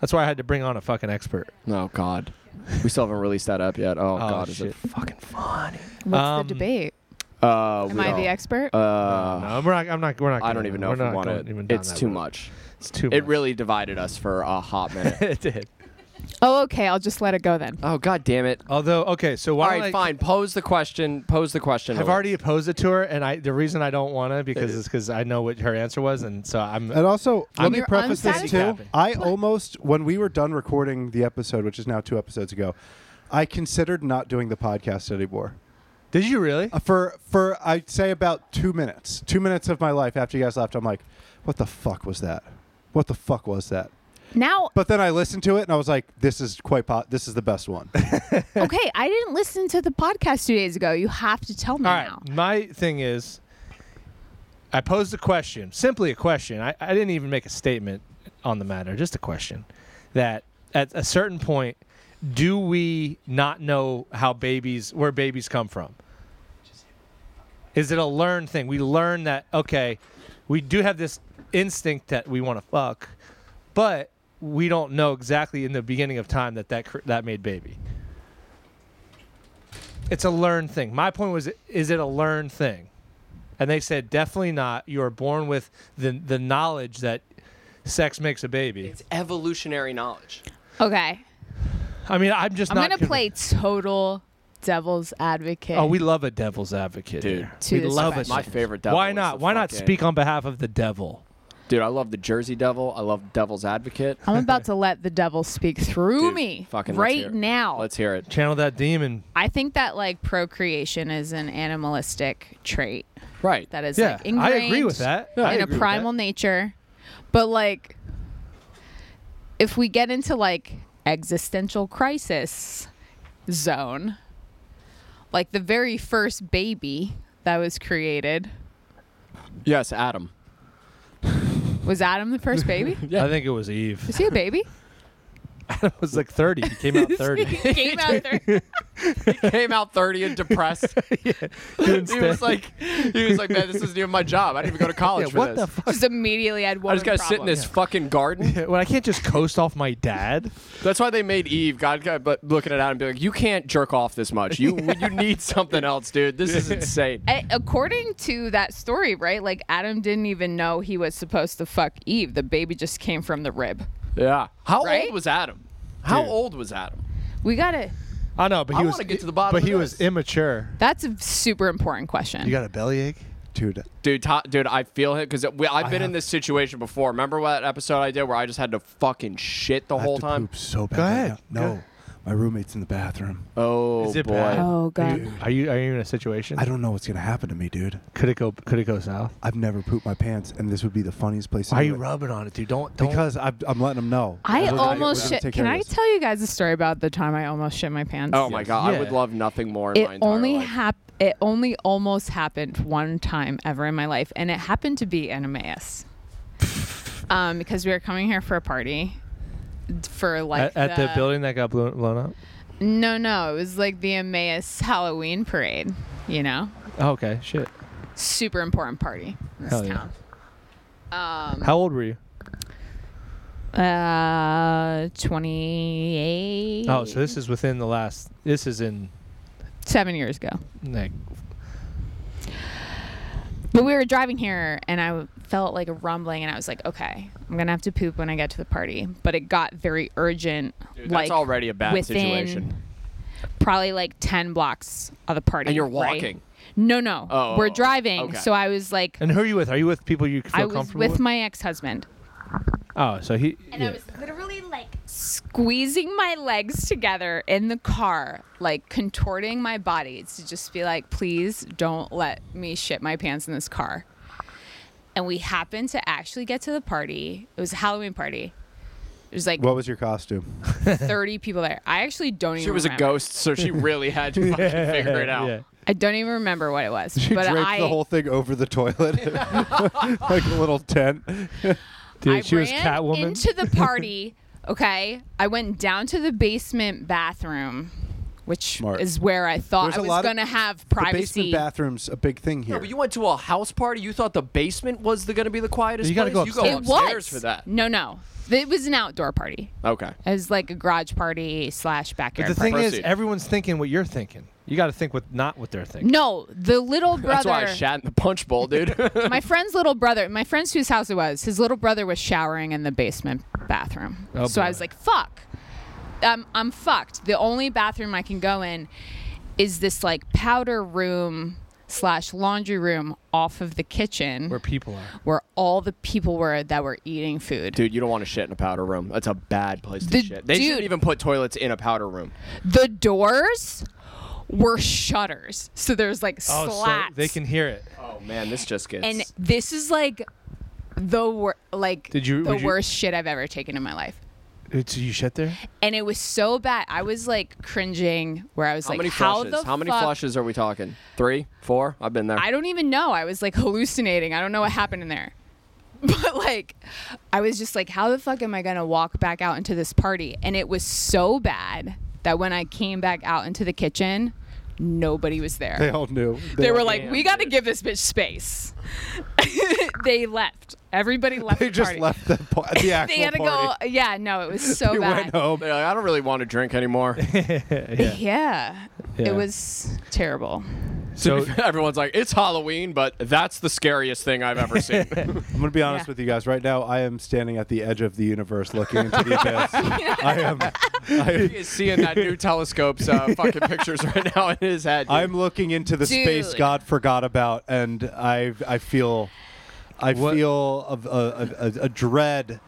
[SPEAKER 1] That's why I had to bring on a fucking expert.
[SPEAKER 3] Oh God, we still haven't released that up yet. Oh,
[SPEAKER 1] Oh,
[SPEAKER 3] God,
[SPEAKER 1] shit.
[SPEAKER 3] is it fucking funny?
[SPEAKER 4] What's
[SPEAKER 1] Um,
[SPEAKER 4] the debate?
[SPEAKER 3] Uh,
[SPEAKER 4] Am
[SPEAKER 3] we
[SPEAKER 4] I the
[SPEAKER 3] don't-
[SPEAKER 4] expert?
[SPEAKER 3] Uh,
[SPEAKER 1] no, we're not. I'm not. We're not.
[SPEAKER 3] I don't
[SPEAKER 1] gonna-
[SPEAKER 3] even know
[SPEAKER 1] we're
[SPEAKER 3] if we
[SPEAKER 1] not
[SPEAKER 3] want
[SPEAKER 1] going
[SPEAKER 3] it.
[SPEAKER 1] even down
[SPEAKER 3] It's
[SPEAKER 1] that
[SPEAKER 3] too
[SPEAKER 1] road.
[SPEAKER 3] much.
[SPEAKER 1] It's too.
[SPEAKER 3] It
[SPEAKER 1] much.
[SPEAKER 3] really divided us for a hot
[SPEAKER 1] <laughs>
[SPEAKER 3] minute.
[SPEAKER 1] it did.
[SPEAKER 4] oh, okay. I'll just let it
[SPEAKER 1] <laughs>
[SPEAKER 4] go then.
[SPEAKER 3] oh God damn it!
[SPEAKER 1] Although, okay, so why?
[SPEAKER 3] All
[SPEAKER 1] don't
[SPEAKER 3] right,
[SPEAKER 1] I-
[SPEAKER 3] fine. Pose the question. Pose the question.
[SPEAKER 1] I've
[SPEAKER 3] Owen.
[SPEAKER 1] already opposed it to her, and I the reason I don't want to because is because I know what her answer was, and so I'm.
[SPEAKER 2] And also,
[SPEAKER 1] I'm
[SPEAKER 2] let me
[SPEAKER 1] You're
[SPEAKER 2] preface this too.
[SPEAKER 1] unsatisfied?
[SPEAKER 2] I almost, when we were done recording the episode, which is now two episodes ago, I considered not doing the podcast anymore.
[SPEAKER 1] Did you really?
[SPEAKER 2] Uh, For for I'd say about two minutes, two minutes of my life after you guys left, I'm like, what the fuck was that? What the fuck was that?
[SPEAKER 7] Now,
[SPEAKER 2] But then I listened to it and I was like, this is quite pot. This is the
[SPEAKER 1] <laughs>
[SPEAKER 2] best one.
[SPEAKER 7] okay, I didn't listen to the podcast two days ago. You have to tell me
[SPEAKER 1] All right.
[SPEAKER 7] now.
[SPEAKER 1] My thing is, I posed a question, simply a question. I, I didn't even make a statement on the matter, just a question. That at a certain point, do we not know how babies, where babies come from? Is it a learned thing? We learn that, okay, we do have this instinct that we want to fuck, but we don't know exactly in the beginning of time that that, cr- that made baby it's a learned thing. My point was, is it a learned thing? And they said, definitely not. You are born with the the knowledge that sex makes a baby.
[SPEAKER 3] It's evolutionary knowledge.
[SPEAKER 4] Okay.
[SPEAKER 1] I mean, I'm just
[SPEAKER 4] I'm
[SPEAKER 1] not.
[SPEAKER 4] gonna
[SPEAKER 1] conv-
[SPEAKER 4] play total devil's advocate.
[SPEAKER 1] Oh, we love a devil's advocate,
[SPEAKER 3] Dude.
[SPEAKER 1] here.
[SPEAKER 4] To
[SPEAKER 1] we
[SPEAKER 4] this
[SPEAKER 1] love
[SPEAKER 4] question.
[SPEAKER 1] it.
[SPEAKER 3] My favorite devil.
[SPEAKER 1] Why
[SPEAKER 3] is
[SPEAKER 1] not?
[SPEAKER 3] the
[SPEAKER 1] Why not
[SPEAKER 3] fucking-
[SPEAKER 1] speak on behalf of the devil?
[SPEAKER 3] Dude, I love the Jersey Devil. I love Devil's Advocate.
[SPEAKER 4] I'm about to let the devil speak through
[SPEAKER 3] Dude,
[SPEAKER 4] me
[SPEAKER 3] fucking let's hear
[SPEAKER 4] right
[SPEAKER 3] it.
[SPEAKER 1] Oh.
[SPEAKER 4] now.
[SPEAKER 3] Let's hear it.
[SPEAKER 1] Channel that demon.
[SPEAKER 4] I think that like procreation is an animalistic trait
[SPEAKER 3] Right.
[SPEAKER 4] that is
[SPEAKER 1] yeah,
[SPEAKER 4] like ingrained
[SPEAKER 1] I agree with that.
[SPEAKER 3] Yeah, I
[SPEAKER 4] in a
[SPEAKER 3] agree with
[SPEAKER 4] primal
[SPEAKER 3] that.
[SPEAKER 4] nature. But like if we get into like existential crisis zone, like the very first baby that was created
[SPEAKER 1] <laughs>
[SPEAKER 3] Yes, Adam.
[SPEAKER 4] was Adam the
[SPEAKER 3] <laughs>
[SPEAKER 4] first baby?
[SPEAKER 1] I think it was Eve.
[SPEAKER 4] Was he a baby?
[SPEAKER 1] it was like 30. He came
[SPEAKER 4] <laughs>
[SPEAKER 1] out 30.
[SPEAKER 4] He came out there.
[SPEAKER 3] Came out 30 and depressed. he was like, he was like, man, this isn't even my job. I didn't even go to college
[SPEAKER 1] Yeah,
[SPEAKER 3] for
[SPEAKER 1] what
[SPEAKER 3] this.
[SPEAKER 1] the fuck?
[SPEAKER 4] Just immediately had one.
[SPEAKER 3] I just gotta sit in this
[SPEAKER 1] <laughs>
[SPEAKER 3] fucking garden.
[SPEAKER 1] Well, I can't just coast off my dad.
[SPEAKER 3] That's why they made Eve. God, God but looking at Adam, be like, you can't jerk off this much. You you need something else, dude. This is insane.
[SPEAKER 4] A- According to that story, right? Like Adam didn't even know he was supposed to fuck Eve. The baby just came from the rib.
[SPEAKER 3] Yeah. How
[SPEAKER 4] Right?
[SPEAKER 3] old was Adam? How
[SPEAKER 1] Dude.
[SPEAKER 3] old was Adam?
[SPEAKER 4] We gotta.
[SPEAKER 1] I know, but he
[SPEAKER 3] I
[SPEAKER 1] was.
[SPEAKER 3] wanna get to the bottom
[SPEAKER 1] But
[SPEAKER 3] of
[SPEAKER 1] he was
[SPEAKER 3] this.
[SPEAKER 1] immature.
[SPEAKER 4] That's a super important question.
[SPEAKER 1] You got a bellyache?
[SPEAKER 2] Dude,
[SPEAKER 3] Dude, to, dude, I feel it because I've been in
[SPEAKER 1] have-
[SPEAKER 3] this situation before. Remember what episode I did where I just had to fucking shit the
[SPEAKER 2] I
[SPEAKER 3] whole
[SPEAKER 2] have to
[SPEAKER 3] time?
[SPEAKER 2] poop so bad.
[SPEAKER 1] Go
[SPEAKER 2] right
[SPEAKER 1] ahead.
[SPEAKER 2] now.
[SPEAKER 1] Go
[SPEAKER 2] No, my roommate's in the bathroom.
[SPEAKER 3] Oh
[SPEAKER 1] Is it
[SPEAKER 3] boy.
[SPEAKER 1] bad?
[SPEAKER 4] oh god.
[SPEAKER 1] Are you are you in a situation?
[SPEAKER 2] I don't know what's gonna happen to me, dude.
[SPEAKER 1] Could it go? Could it go south?
[SPEAKER 2] I've never pooped my pants, and this would be the funniest place. to
[SPEAKER 1] Why are
[SPEAKER 2] do
[SPEAKER 1] you
[SPEAKER 2] it.
[SPEAKER 1] rubbing on it, dude? Don't don't.
[SPEAKER 2] Because I'm, I'm letting them know.
[SPEAKER 4] I
[SPEAKER 2] We're gonna-
[SPEAKER 4] almost
[SPEAKER 2] we're gonna
[SPEAKER 4] shit.
[SPEAKER 2] take
[SPEAKER 4] Can
[SPEAKER 2] care of
[SPEAKER 4] I
[SPEAKER 2] this.
[SPEAKER 4] tell you guys a story about the time I almost shit my pants?
[SPEAKER 3] Oh my god, I would
[SPEAKER 1] Yeah.
[SPEAKER 3] love nothing more in
[SPEAKER 4] It
[SPEAKER 3] my entire
[SPEAKER 4] only
[SPEAKER 3] life.
[SPEAKER 4] hap- It only almost happened one time ever in my life,
[SPEAKER 3] <laughs>
[SPEAKER 4] and it happened to be in Emmaus, um, because we were coming here for a party, for like
[SPEAKER 1] at, at the, building that got blown, blown up.
[SPEAKER 4] No, no, it was like the Emmaus Halloween parade. You know,
[SPEAKER 1] Oh, okay, shit.
[SPEAKER 4] super important party in this
[SPEAKER 1] Hell yeah.
[SPEAKER 4] town. Um,
[SPEAKER 1] How old were you?
[SPEAKER 4] Uh, 28.
[SPEAKER 1] Oh, so this is within the last. This is in
[SPEAKER 4] seven years ago.
[SPEAKER 1] like
[SPEAKER 4] But we were driving here, and I w- felt like a rumbling, and I was like, "Okay, I'm gonna have to poop when I get to the party." But it got very urgent.
[SPEAKER 3] Dude,
[SPEAKER 4] like
[SPEAKER 3] that's already a bad
[SPEAKER 4] within
[SPEAKER 3] situation.
[SPEAKER 4] Probably like ten blocks of the party,
[SPEAKER 3] And you're
[SPEAKER 4] right?
[SPEAKER 3] walking.
[SPEAKER 4] No, no,
[SPEAKER 3] Oh,
[SPEAKER 4] we're driving.
[SPEAKER 3] okay.
[SPEAKER 4] So I was like,
[SPEAKER 1] And who are you with? Are you with people you feel
[SPEAKER 4] I was
[SPEAKER 1] comfortable
[SPEAKER 4] with my ex-husband,
[SPEAKER 1] oh, so he.
[SPEAKER 6] And
[SPEAKER 1] yeah.
[SPEAKER 6] I was literally like,
[SPEAKER 4] squeezing my legs together in the car, like contorting my body to just be like, please don't let me shit my pants in this car. And we happened to actually get to the party. It was a Halloween party. There's like
[SPEAKER 2] What was your costume? <laughs>
[SPEAKER 4] 30 people there. I actually don't even
[SPEAKER 3] She
[SPEAKER 4] <laughs>
[SPEAKER 3] was a
[SPEAKER 4] remember.
[SPEAKER 3] ghost, so she really had to fucking figure it out.
[SPEAKER 1] Yeah.
[SPEAKER 4] I don't even remember what it was.
[SPEAKER 2] <laughs> She
[SPEAKER 4] but
[SPEAKER 2] draped
[SPEAKER 4] I,
[SPEAKER 2] the whole thing over the toilet, <laughs>
[SPEAKER 4] <laughs>
[SPEAKER 2] like a little tent.
[SPEAKER 1] Dude,
[SPEAKER 4] I
[SPEAKER 1] she was
[SPEAKER 4] ran
[SPEAKER 1] Catwoman.
[SPEAKER 4] into
[SPEAKER 2] <laughs>
[SPEAKER 4] the party. Okay, I went down to the basement bathroom, which
[SPEAKER 2] Smart.
[SPEAKER 4] is where I
[SPEAKER 2] There's
[SPEAKER 4] thought I
[SPEAKER 2] a
[SPEAKER 4] was
[SPEAKER 2] lot of-
[SPEAKER 4] gonna have
[SPEAKER 2] The
[SPEAKER 4] privacy.
[SPEAKER 2] basement bathroom's a big thing here.
[SPEAKER 3] No, but you went to a house party. You thought the basement was the, gonna be the quietest
[SPEAKER 1] You gotta
[SPEAKER 3] place.
[SPEAKER 1] go
[SPEAKER 3] You
[SPEAKER 4] it
[SPEAKER 3] go upstairs
[SPEAKER 4] was Mm-hmm.
[SPEAKER 3] for that.
[SPEAKER 4] No, no, it was an outdoor party.
[SPEAKER 3] Okay.
[SPEAKER 4] It was like a garage party slash
[SPEAKER 1] But
[SPEAKER 4] backyard.
[SPEAKER 1] the
[SPEAKER 4] party.
[SPEAKER 1] thing is,
[SPEAKER 3] Proceed.
[SPEAKER 1] everyone's thinking what you're thinking. You got to think what not what they're thinking.
[SPEAKER 4] no, the
[SPEAKER 3] <laughs>
[SPEAKER 4] little
[SPEAKER 3] That's why I
[SPEAKER 4] brother,
[SPEAKER 3] shat in the punch bowl, dude.
[SPEAKER 4] <laughs>
[SPEAKER 3] <laughs>
[SPEAKER 4] my friend's little brother, my friend's whose house it was, his little brother was showering in the basement bathroom.
[SPEAKER 1] Oh,
[SPEAKER 4] so I
[SPEAKER 1] boy.
[SPEAKER 4] was like, fuck. Um, I'm fucked. The only bathroom I can go in is this like powder room slash laundry room off of the kitchen
[SPEAKER 1] Where
[SPEAKER 4] where,
[SPEAKER 1] people are.
[SPEAKER 4] all the people were that were eating food.
[SPEAKER 3] dude, you don't want to shit in a powder room. That's a bad place to
[SPEAKER 4] The
[SPEAKER 3] shit. They
[SPEAKER 4] dude-
[SPEAKER 3] shouldn't even put toilets in a powder room.
[SPEAKER 4] The doors were shutters. So there's like
[SPEAKER 1] Oh, so
[SPEAKER 4] slats.
[SPEAKER 1] they can hear it.
[SPEAKER 3] Oh man, this just gets.
[SPEAKER 4] and this is like the wor- like
[SPEAKER 1] Did you-
[SPEAKER 4] the
[SPEAKER 1] would you-
[SPEAKER 4] worst shit I've ever taken in my life.
[SPEAKER 1] It's, you shit there?
[SPEAKER 4] and it was so bad. I was like cringing, where I was
[SPEAKER 3] how
[SPEAKER 4] like,
[SPEAKER 3] many
[SPEAKER 4] "How
[SPEAKER 3] flushes?
[SPEAKER 4] the
[SPEAKER 3] How many
[SPEAKER 4] fuck?
[SPEAKER 3] flushes are we talking? Three, four? I've been there.
[SPEAKER 4] I don't even know. I was like hallucinating. I don't know what happened in there, <laughs> but like, I was just like, "How the fuck am I gonna walk back out into this party?" And it was so bad that when I came back out into the kitchen, nobody was there.
[SPEAKER 2] they all knew.
[SPEAKER 4] They, were like, "We got to give this bitch space." <laughs> they left. Everybody
[SPEAKER 2] <laughs>
[SPEAKER 4] left.
[SPEAKER 2] They
[SPEAKER 4] the
[SPEAKER 2] just
[SPEAKER 4] party.
[SPEAKER 2] left the, pa-
[SPEAKER 4] <laughs>
[SPEAKER 2] the actual
[SPEAKER 4] They had to
[SPEAKER 2] party.
[SPEAKER 4] go. Yeah, no, it
[SPEAKER 2] <laughs>
[SPEAKER 4] was so
[SPEAKER 2] They
[SPEAKER 4] bad.
[SPEAKER 2] went home.
[SPEAKER 3] They're like, I don't really want to drink anymore.
[SPEAKER 1] <laughs>
[SPEAKER 3] <laughs>
[SPEAKER 1] yeah.
[SPEAKER 4] yeah,
[SPEAKER 1] Yeah.
[SPEAKER 4] it was terrible.
[SPEAKER 1] <laughs>
[SPEAKER 4] <laughs>
[SPEAKER 1] So
[SPEAKER 3] Everyone's like, it's Halloween, but that's the scariest thing I've
[SPEAKER 1] <laughs>
[SPEAKER 3] ever seen. <laughs>
[SPEAKER 2] I'm gonna be honest
[SPEAKER 4] Yeah.
[SPEAKER 2] with you guys. Right now, I am standing at the edge of the universe, looking into the
[SPEAKER 4] <laughs>
[SPEAKER 2] abyss. I am. I
[SPEAKER 3] he
[SPEAKER 2] am
[SPEAKER 3] is seeing that new telescope's uh, fucking pictures right now in his head. dude.
[SPEAKER 2] I'm looking into the space
[SPEAKER 4] Dude.
[SPEAKER 2] God forgot about, and I I feel, I
[SPEAKER 1] What-
[SPEAKER 2] feel of- uh, a, a, a, a dread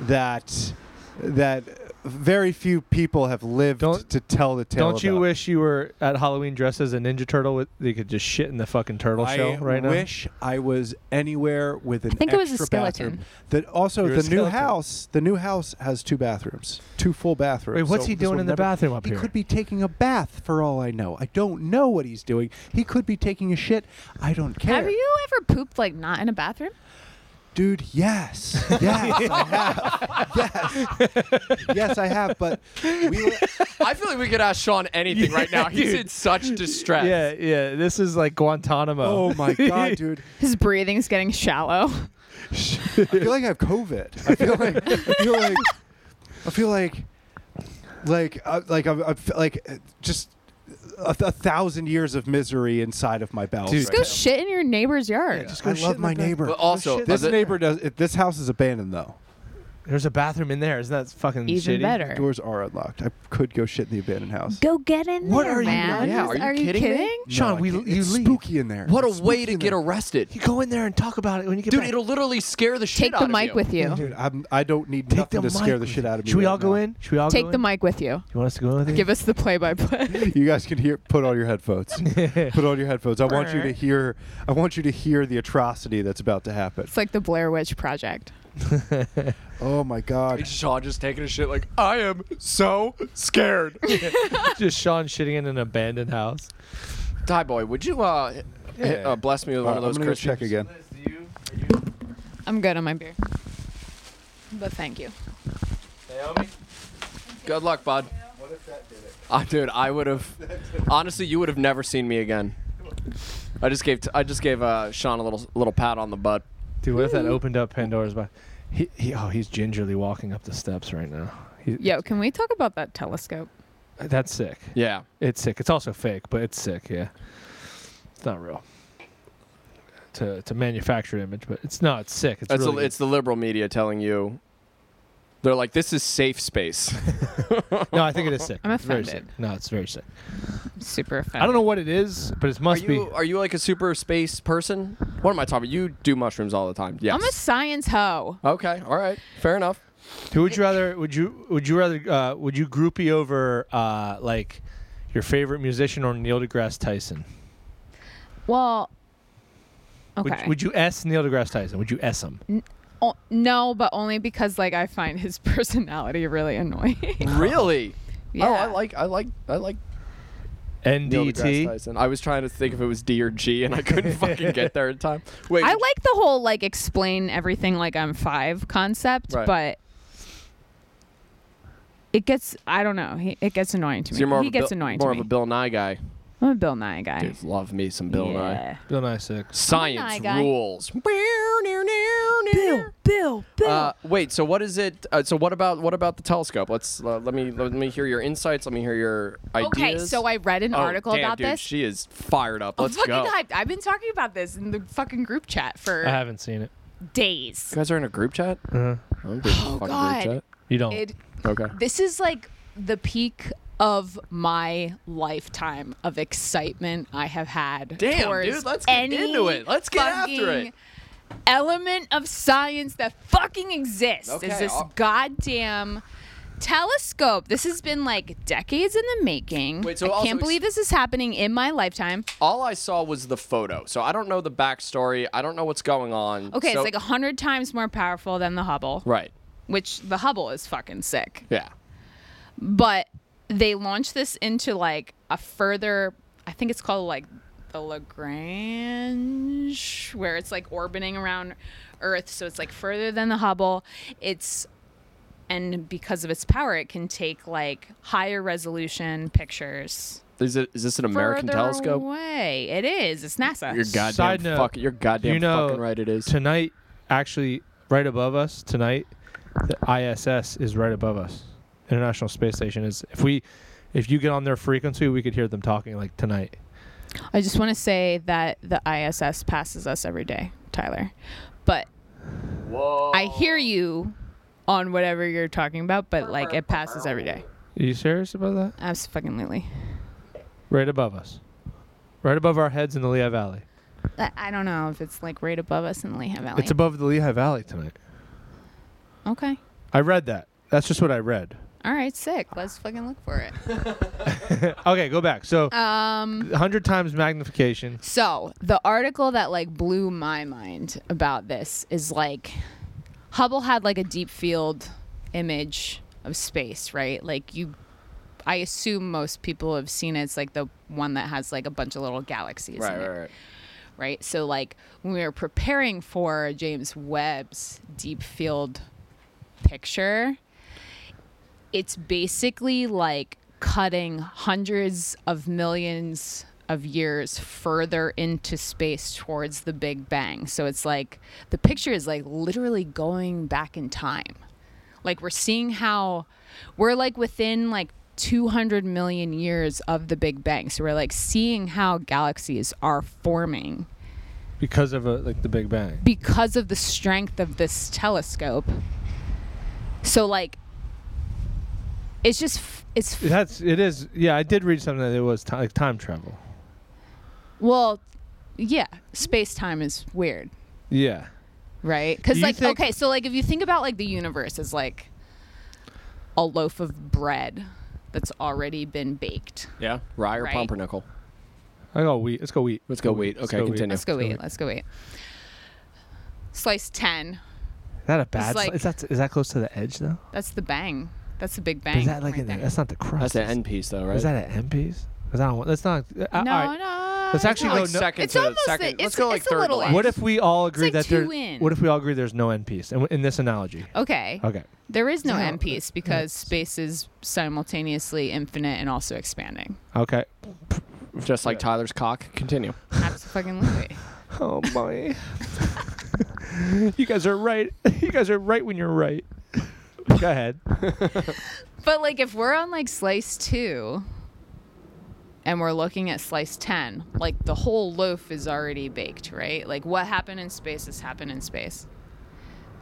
[SPEAKER 2] that that very few people have lived
[SPEAKER 1] Don't-
[SPEAKER 2] to tell the tale.
[SPEAKER 1] don't you
[SPEAKER 2] about.
[SPEAKER 1] wish you were at Halloween dressed as a Ninja Turtle? With, they could just shit in the fucking turtle shell
[SPEAKER 2] I
[SPEAKER 1] right now.
[SPEAKER 2] wish I was anywhere with an. I
[SPEAKER 4] think it was a skeleton.
[SPEAKER 2] That also
[SPEAKER 1] You're a
[SPEAKER 2] the new
[SPEAKER 1] skeleton.
[SPEAKER 2] house. The new house has two bathrooms, two full bathrooms.
[SPEAKER 1] Wait, what's he
[SPEAKER 2] this will
[SPEAKER 1] doing in the
[SPEAKER 2] never-
[SPEAKER 1] bathroom up
[SPEAKER 2] he
[SPEAKER 1] here?
[SPEAKER 2] could be taking a bath, for all I know. I don't know what he's doing. He could be taking a shit. I don't care.
[SPEAKER 4] Have you ever pooped like not in a bathroom?
[SPEAKER 2] Dude,
[SPEAKER 4] <laughs>
[SPEAKER 2] yes. Yes, I have. Yes. Yes, I have. But
[SPEAKER 1] <laughs>
[SPEAKER 2] we were,
[SPEAKER 3] I feel like we could ask Sean anything right now. He's in such distress.
[SPEAKER 1] Yeah, yeah. This is like Guantanamo.
[SPEAKER 2] oh
[SPEAKER 1] <laughs>
[SPEAKER 2] my God, dude.
[SPEAKER 4] His breathing's getting shallow. <laughs>
[SPEAKER 2] I feel like I have COVID. I feel like I feel like I feel like like I, like I'm, I'm like uh, just a, th- a thousand years of misery inside of my bowels.
[SPEAKER 1] Dude.
[SPEAKER 2] right
[SPEAKER 4] Go
[SPEAKER 2] now.
[SPEAKER 4] shit in your neighbor's yard.
[SPEAKER 1] just go
[SPEAKER 2] I
[SPEAKER 1] shit
[SPEAKER 2] love
[SPEAKER 1] in the
[SPEAKER 2] my
[SPEAKER 1] bathroom.
[SPEAKER 2] neighbor.
[SPEAKER 3] But also,
[SPEAKER 2] this
[SPEAKER 3] the-
[SPEAKER 2] neighbor does. It, this house is abandoned though.
[SPEAKER 1] There's a bathroom in there. Isn't that fucking
[SPEAKER 4] Even
[SPEAKER 1] shitty?
[SPEAKER 2] The
[SPEAKER 4] better.
[SPEAKER 2] doors are unlocked. I could go shit in the abandoned house.
[SPEAKER 7] Go get in
[SPEAKER 2] What
[SPEAKER 7] there,
[SPEAKER 2] are you-
[SPEAKER 7] man.
[SPEAKER 2] yeah, are you
[SPEAKER 3] kidding me?
[SPEAKER 2] No,
[SPEAKER 1] Sean,
[SPEAKER 2] I
[SPEAKER 1] we
[SPEAKER 2] can't.
[SPEAKER 1] you
[SPEAKER 2] it's
[SPEAKER 1] leave.
[SPEAKER 2] spooky in there.
[SPEAKER 3] What a
[SPEAKER 2] It's
[SPEAKER 3] way
[SPEAKER 2] spooky
[SPEAKER 3] to
[SPEAKER 2] in
[SPEAKER 3] get
[SPEAKER 2] there.
[SPEAKER 3] arrested.
[SPEAKER 1] You go in there and talk about it when you get
[SPEAKER 3] Dude,
[SPEAKER 1] back.
[SPEAKER 3] it'll literally scare the shit
[SPEAKER 4] Take
[SPEAKER 3] out
[SPEAKER 4] the
[SPEAKER 3] of
[SPEAKER 4] mic
[SPEAKER 3] you.
[SPEAKER 4] with you.
[SPEAKER 2] Dude, I'm, I don't need
[SPEAKER 1] Take
[SPEAKER 2] nothing
[SPEAKER 1] the
[SPEAKER 2] to scare
[SPEAKER 1] mic
[SPEAKER 2] the
[SPEAKER 1] with
[SPEAKER 2] shit
[SPEAKER 1] you.
[SPEAKER 2] out of me.
[SPEAKER 1] Should we
[SPEAKER 2] right
[SPEAKER 1] all go
[SPEAKER 2] now.
[SPEAKER 1] in? Should we all
[SPEAKER 4] Take
[SPEAKER 1] go
[SPEAKER 4] the
[SPEAKER 1] in?
[SPEAKER 4] mic with you.
[SPEAKER 1] You want us to go in with you?
[SPEAKER 4] Give us the play by play.
[SPEAKER 2] You guys can hear. Put on your headphones. put on your headphones. I want you to hear. I want you to hear the atrocity that's about to happen.
[SPEAKER 4] <laughs> It's like the Blair Witch Project.
[SPEAKER 2] Oh my God!
[SPEAKER 3] Sean just taking a shit like, I am so scared.
[SPEAKER 1] <laughs> just Sean shitting in an abandoned house.
[SPEAKER 3] Ty boy, would you uh, hit- hit-
[SPEAKER 2] Yeah.
[SPEAKER 3] uh, bless me with one
[SPEAKER 2] Uh,
[SPEAKER 3] of those
[SPEAKER 2] I'm gonna go check
[SPEAKER 3] Christians?
[SPEAKER 2] again.
[SPEAKER 4] I'm good on my beer. But thank you.
[SPEAKER 3] Good luck, bud. Uh, dude, I would have. Honestly, you would have never seen me again. I just gave t- I just gave uh, Sean a little little pat on the butt.
[SPEAKER 1] Dude, what if that opened up Pandora's box? He, he, oh, he's gingerly walking up the steps right now. He,
[SPEAKER 4] Yo, can we talk about that telescope?
[SPEAKER 1] That's sick.
[SPEAKER 3] Yeah.
[SPEAKER 1] It's sick. It's also fake, but it's sick. Yeah, it's not real. To to manufactured image, but it's not. It's sick. It's
[SPEAKER 3] It's,
[SPEAKER 1] really.
[SPEAKER 3] the, it's the liberal media telling you. They're like, this is safe
[SPEAKER 4] <laughs>
[SPEAKER 3] space.
[SPEAKER 1] good. no, I think it is sick.
[SPEAKER 4] I'm
[SPEAKER 1] It's very sick.
[SPEAKER 4] offended.
[SPEAKER 1] No, it's very sick.
[SPEAKER 4] I'm super offended.
[SPEAKER 1] I don't know what it is, but it
[SPEAKER 3] are
[SPEAKER 1] must
[SPEAKER 3] you
[SPEAKER 1] be.
[SPEAKER 3] are you like a super space person? What am I talking about? You do mushrooms all the time. Yes.
[SPEAKER 4] I'm a science hoe.
[SPEAKER 3] okay. All right. Fair
[SPEAKER 4] <laughs>
[SPEAKER 3] enough.
[SPEAKER 1] Who would you rather? Would you would you rather uh, would you groupie over uh, like your favorite musician or Neil deGrasse Tyson?
[SPEAKER 4] Well,
[SPEAKER 1] Would-
[SPEAKER 4] okay.
[SPEAKER 1] Would, you S Neil deGrasse Tyson? Would you S him?
[SPEAKER 4] O- no, but only because like I find his <laughs> personality really annoying. <laughs>
[SPEAKER 3] Really?
[SPEAKER 4] yeah. E
[SPEAKER 3] Oh, I like I like I like Neil deGrasse
[SPEAKER 1] NDT.
[SPEAKER 3] Tyson. I was trying to think if it was D or G, and I
[SPEAKER 4] <laughs>
[SPEAKER 3] couldn't fucking get there in time. Wait,
[SPEAKER 4] I like the whole like explain everything like I'm five concept,
[SPEAKER 3] Right.
[SPEAKER 4] but it gets I don't know. He, it gets annoying to
[SPEAKER 3] so
[SPEAKER 4] me.
[SPEAKER 3] you're more
[SPEAKER 4] he
[SPEAKER 3] of a
[SPEAKER 4] gets
[SPEAKER 3] Bill,
[SPEAKER 4] annoying
[SPEAKER 3] more
[SPEAKER 4] to
[SPEAKER 3] of
[SPEAKER 4] me.
[SPEAKER 3] a Bill Nye guy.
[SPEAKER 4] I'm a Bill Nye guy.
[SPEAKER 3] Dude, love me some Bill Nye.
[SPEAKER 4] yeah.
[SPEAKER 1] Bill Nye six.
[SPEAKER 3] Science
[SPEAKER 4] guy.
[SPEAKER 3] rules. Bill,
[SPEAKER 4] Bill, Bill.
[SPEAKER 3] Uh, wait. So what is it? Uh, so what about what about the telescope? Let's uh, let me let me hear your insights. Let me hear your ideas.
[SPEAKER 4] okay, so I read an
[SPEAKER 3] Oh,
[SPEAKER 4] article
[SPEAKER 3] damn,
[SPEAKER 4] about
[SPEAKER 3] dude,
[SPEAKER 4] this. Oh
[SPEAKER 3] She is fired up.
[SPEAKER 4] I'm
[SPEAKER 3] Let's
[SPEAKER 4] fucking
[SPEAKER 3] go.
[SPEAKER 4] hyped. I've been talking about this in the fucking group chat for
[SPEAKER 1] I haven't seen it.
[SPEAKER 4] days.
[SPEAKER 3] You guys are in a group chat.
[SPEAKER 1] Uh-huh.
[SPEAKER 3] I don't think it's a fucking
[SPEAKER 4] Oh, God.
[SPEAKER 3] Group Oh.
[SPEAKER 1] You don't.
[SPEAKER 4] It-
[SPEAKER 3] chat. Okay.
[SPEAKER 4] this is like the peak of my lifetime of excitement I have had.
[SPEAKER 3] Damn,
[SPEAKER 4] towards
[SPEAKER 3] dude, let's get
[SPEAKER 4] any
[SPEAKER 3] into it. Let's get after it.
[SPEAKER 4] fucking Element of science that fucking exists
[SPEAKER 3] Okay,
[SPEAKER 4] is this
[SPEAKER 3] I'll-
[SPEAKER 4] goddamn telescope. This has been like decades in the making.
[SPEAKER 3] Wait, so
[SPEAKER 4] I
[SPEAKER 3] also
[SPEAKER 4] can't
[SPEAKER 3] ex-
[SPEAKER 4] believe this is happening in my lifetime.
[SPEAKER 3] All I saw was the photo, so I don't know the backstory. I don't know what's going on.
[SPEAKER 4] Okay,
[SPEAKER 3] so-
[SPEAKER 4] it's like a hundred times more powerful than the Hubble,
[SPEAKER 3] right.
[SPEAKER 4] which the Hubble is fucking sick.
[SPEAKER 3] Yeah.
[SPEAKER 4] but they launched this into like a further i think it's called like the lagrange where it's like orbiting around earth so it's like further than the hubble it's and because of its power it can take like higher resolution pictures
[SPEAKER 3] Is it is this an American
[SPEAKER 4] further
[SPEAKER 3] telescope?
[SPEAKER 4] away it is it's nasa
[SPEAKER 3] You're goddamn
[SPEAKER 1] Side note,
[SPEAKER 3] fuck, you're goddamn
[SPEAKER 1] you know,
[SPEAKER 3] fucking right it is.
[SPEAKER 1] tonight actually right above us tonight the iss is right above us international space station is if we if you get on their frequency we could hear them talking like tonight
[SPEAKER 4] i just want to say that the iss passes us every day tyler but
[SPEAKER 3] Whoa.
[SPEAKER 4] I hear you on whatever you're talking about, but like it passes every day.
[SPEAKER 1] are you serious about that
[SPEAKER 4] Absolutely.
[SPEAKER 1] right above us right above our heads in the lehigh valley
[SPEAKER 4] I I don't know if it's like right above us in Lehigh Valley.
[SPEAKER 1] it's above the lehigh valley tonight
[SPEAKER 4] okay.
[SPEAKER 1] i read that that's just what i read
[SPEAKER 4] All right, sick. Let's fucking look for <laughs> it.
[SPEAKER 1] okay go back so
[SPEAKER 4] Um
[SPEAKER 1] 100 times magnification
[SPEAKER 4] so, the article that like blew my mind about this is like Hubble had like a deep field image of space, right? Like you I assume most people have seen it. It's like the one that has like a bunch of little galaxies
[SPEAKER 3] Right,
[SPEAKER 4] in
[SPEAKER 3] right,
[SPEAKER 4] it.
[SPEAKER 3] right.
[SPEAKER 4] right? So like when we were preparing for James Webb's deep field picture, it's basically like cutting hundreds of millions of years further into space towards the Big Bang. So it's like the picture is like literally going back in time. Like we're seeing how we're like within like 200 million years of the Big Bang. So we're like seeing how galaxies are forming
[SPEAKER 1] because of a, like the big bang
[SPEAKER 4] because of the strength of this telescope. So like it's just f- it's f-
[SPEAKER 1] that's it is yeah i did read something that it was ti like time travel
[SPEAKER 4] well yeah, space-time is weird,
[SPEAKER 1] yeah
[SPEAKER 4] right? Cuz
[SPEAKER 1] Do you
[SPEAKER 4] like
[SPEAKER 1] think-
[SPEAKER 4] okay, so like if you think about like the universe as like a loaf of bread that's already been baked.
[SPEAKER 3] Yeah. Rye or
[SPEAKER 4] Right.
[SPEAKER 3] pumpernickel.
[SPEAKER 1] i go wheat let's go wheat
[SPEAKER 3] Let's go wheat.
[SPEAKER 1] Let's
[SPEAKER 3] Okay,
[SPEAKER 1] go wheat.
[SPEAKER 3] continue.
[SPEAKER 4] Let's go
[SPEAKER 1] so
[SPEAKER 4] eat.
[SPEAKER 1] like-
[SPEAKER 4] Let's go eat. Slice 10.
[SPEAKER 1] Is that a bad?
[SPEAKER 4] like-
[SPEAKER 1] sli- is that is that close to the edge though?
[SPEAKER 4] That's the bang. That's the big
[SPEAKER 1] But
[SPEAKER 4] bang.
[SPEAKER 1] Is that like
[SPEAKER 4] right
[SPEAKER 1] in the,
[SPEAKER 4] there.
[SPEAKER 1] that's not the crust?
[SPEAKER 3] That's the
[SPEAKER 1] is-
[SPEAKER 3] end piece though, right?
[SPEAKER 1] Is that an end piece? Because I don't. want- That's not. Uh,
[SPEAKER 4] No,
[SPEAKER 1] all right.
[SPEAKER 4] no.
[SPEAKER 1] Let's actually
[SPEAKER 3] like
[SPEAKER 1] go. no-
[SPEAKER 3] second
[SPEAKER 4] It's
[SPEAKER 3] to
[SPEAKER 4] almost
[SPEAKER 3] second.
[SPEAKER 4] the-
[SPEAKER 3] Let's
[SPEAKER 4] it's-
[SPEAKER 3] go like
[SPEAKER 4] it's a
[SPEAKER 3] third. to
[SPEAKER 4] little
[SPEAKER 3] last.
[SPEAKER 4] end.
[SPEAKER 1] what if we all agree
[SPEAKER 4] like
[SPEAKER 1] that
[SPEAKER 4] two
[SPEAKER 1] there?
[SPEAKER 4] in.
[SPEAKER 1] What if we all agree there's no end piece? And w- in this analogy,
[SPEAKER 4] Okay.
[SPEAKER 1] okay.
[SPEAKER 4] There is no
[SPEAKER 1] Yeah.
[SPEAKER 4] end piece because space is simultaneously infinite and also expanding.
[SPEAKER 1] Okay.
[SPEAKER 3] Just like Tyler's cock. Continue.
[SPEAKER 4] Absolutely.
[SPEAKER 1] Oh my. <laughs> you guys are right. <laughs> You guys are right when you're right. Go ahead.
[SPEAKER 4] <laughs> But like if we're on like slice two and we're looking at slice 10, like the whole loaf is already baked, right? Like what happened in space has happened in space.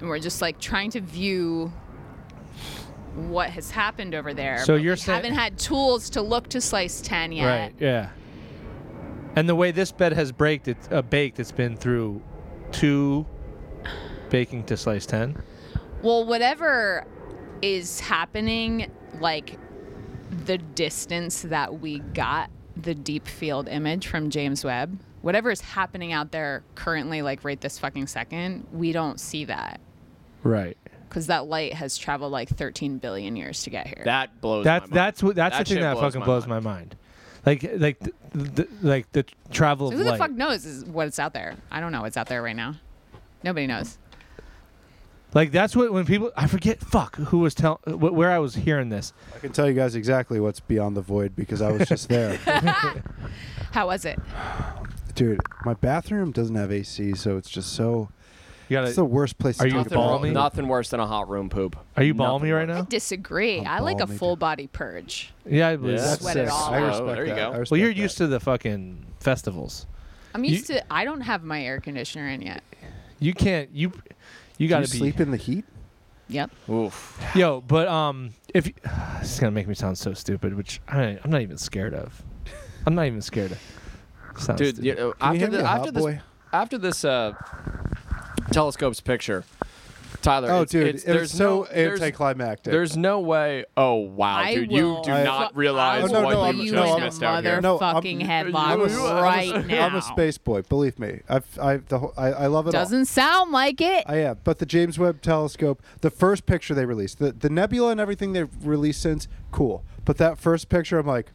[SPEAKER 4] And we're just like trying to view what has happened over there.
[SPEAKER 1] So
[SPEAKER 4] but
[SPEAKER 1] you're
[SPEAKER 4] we
[SPEAKER 1] saying-
[SPEAKER 4] haven't had tools to look to slice 10 yet.
[SPEAKER 1] Right. Yeah. And the way this bed has baked, it, uh, baked, it's been through two baking to slice ten.
[SPEAKER 4] Well, whatever is happening, like the distance that we got the deep field image from James Webb, whatever is happening out there currently, like right this fucking second, we don't see that
[SPEAKER 1] Right.
[SPEAKER 4] because that light has traveled like 13 billion years to get here.
[SPEAKER 3] That blows.
[SPEAKER 1] That's
[SPEAKER 3] my mind.
[SPEAKER 1] that's what that's
[SPEAKER 3] That
[SPEAKER 1] the thing
[SPEAKER 3] shit
[SPEAKER 1] that
[SPEAKER 3] blows
[SPEAKER 1] fucking
[SPEAKER 3] my
[SPEAKER 1] blows
[SPEAKER 3] mind.
[SPEAKER 1] my mind. Like like the, the, like the travel
[SPEAKER 4] so
[SPEAKER 1] of
[SPEAKER 4] who the
[SPEAKER 1] light.
[SPEAKER 4] fuck knows is what's out there? I don't know what's out there right now. Nobody knows.
[SPEAKER 1] Like that's what when people I forget fuck who was telling where I was hearing this.
[SPEAKER 2] I can tell you guys exactly what's beyond the void because I was
[SPEAKER 3] <laughs>
[SPEAKER 2] just there.
[SPEAKER 4] How was it?
[SPEAKER 2] Dude, my bathroom doesn't have AC, so it's just so.
[SPEAKER 1] You gotta
[SPEAKER 2] It's the worst place
[SPEAKER 1] Are
[SPEAKER 2] to
[SPEAKER 1] you
[SPEAKER 2] take a
[SPEAKER 3] Nothing,
[SPEAKER 1] balmy?
[SPEAKER 2] bath.
[SPEAKER 1] balmy?
[SPEAKER 3] wor- nothing worse than a hot room poop.
[SPEAKER 1] Are you
[SPEAKER 3] Nothing
[SPEAKER 1] balmy right
[SPEAKER 3] worse.
[SPEAKER 1] now?
[SPEAKER 4] Disagree.
[SPEAKER 2] I'm
[SPEAKER 4] I like a
[SPEAKER 2] balmy,
[SPEAKER 4] full
[SPEAKER 2] dude.
[SPEAKER 4] body purge.
[SPEAKER 1] Yeah, I believe.
[SPEAKER 3] Yeah.
[SPEAKER 1] that.
[SPEAKER 2] That's
[SPEAKER 4] Sweat it
[SPEAKER 2] sick.
[SPEAKER 4] all
[SPEAKER 2] I
[SPEAKER 4] out.
[SPEAKER 2] respect
[SPEAKER 3] There you
[SPEAKER 2] that.
[SPEAKER 3] go.
[SPEAKER 2] I
[SPEAKER 3] Well,
[SPEAKER 1] Well, you're
[SPEAKER 2] respect
[SPEAKER 1] used
[SPEAKER 2] that.
[SPEAKER 1] to the fucking festivals.
[SPEAKER 4] I'm
[SPEAKER 1] You-
[SPEAKER 4] used to I don't have my air conditioner in yet.
[SPEAKER 1] You can't you you
[SPEAKER 2] Do
[SPEAKER 1] got to be
[SPEAKER 2] you sleep in the heat.
[SPEAKER 4] Yep.
[SPEAKER 3] Oof.
[SPEAKER 1] Yo, but um if you, <sighs> this is going to make me sound so stupid, which I I'm not even scared of. I'm not even scared of. Sounds
[SPEAKER 3] Dude,
[SPEAKER 1] stupid.
[SPEAKER 3] you know,
[SPEAKER 2] Can you
[SPEAKER 3] after
[SPEAKER 2] hand me
[SPEAKER 3] the
[SPEAKER 2] a
[SPEAKER 3] after
[SPEAKER 2] hot
[SPEAKER 3] this
[SPEAKER 2] boy?
[SPEAKER 3] after this uh, telescope's picture, Tyler.
[SPEAKER 2] Oh,
[SPEAKER 3] it's,
[SPEAKER 2] dude,
[SPEAKER 3] it's,
[SPEAKER 2] it was
[SPEAKER 3] there's
[SPEAKER 2] so
[SPEAKER 3] no, there's-
[SPEAKER 2] anticlimactic.
[SPEAKER 3] There's no way. Oh wow,
[SPEAKER 4] I
[SPEAKER 3] dude, you
[SPEAKER 4] will
[SPEAKER 3] do
[SPEAKER 2] I-
[SPEAKER 3] not
[SPEAKER 4] fu-
[SPEAKER 3] realize
[SPEAKER 4] I
[SPEAKER 2] no,
[SPEAKER 4] will
[SPEAKER 3] what
[SPEAKER 2] no,
[SPEAKER 4] put
[SPEAKER 2] I'm-
[SPEAKER 3] you
[SPEAKER 4] you
[SPEAKER 3] just
[SPEAKER 2] no,
[SPEAKER 4] in a
[SPEAKER 3] missed out here.
[SPEAKER 2] No,
[SPEAKER 4] motherfucking
[SPEAKER 2] I'm-
[SPEAKER 4] headlock
[SPEAKER 2] I'm a- I'm a-
[SPEAKER 4] right now.
[SPEAKER 2] I'm a space boy. Believe me, I've, I've the whole, I, I love it all.
[SPEAKER 4] Doesn't sound like it.
[SPEAKER 2] I am. Oh, But the James Webb Telescope, the first picture they released, the, the nebula and everything they've released since, cool. But that first picture, I'm like,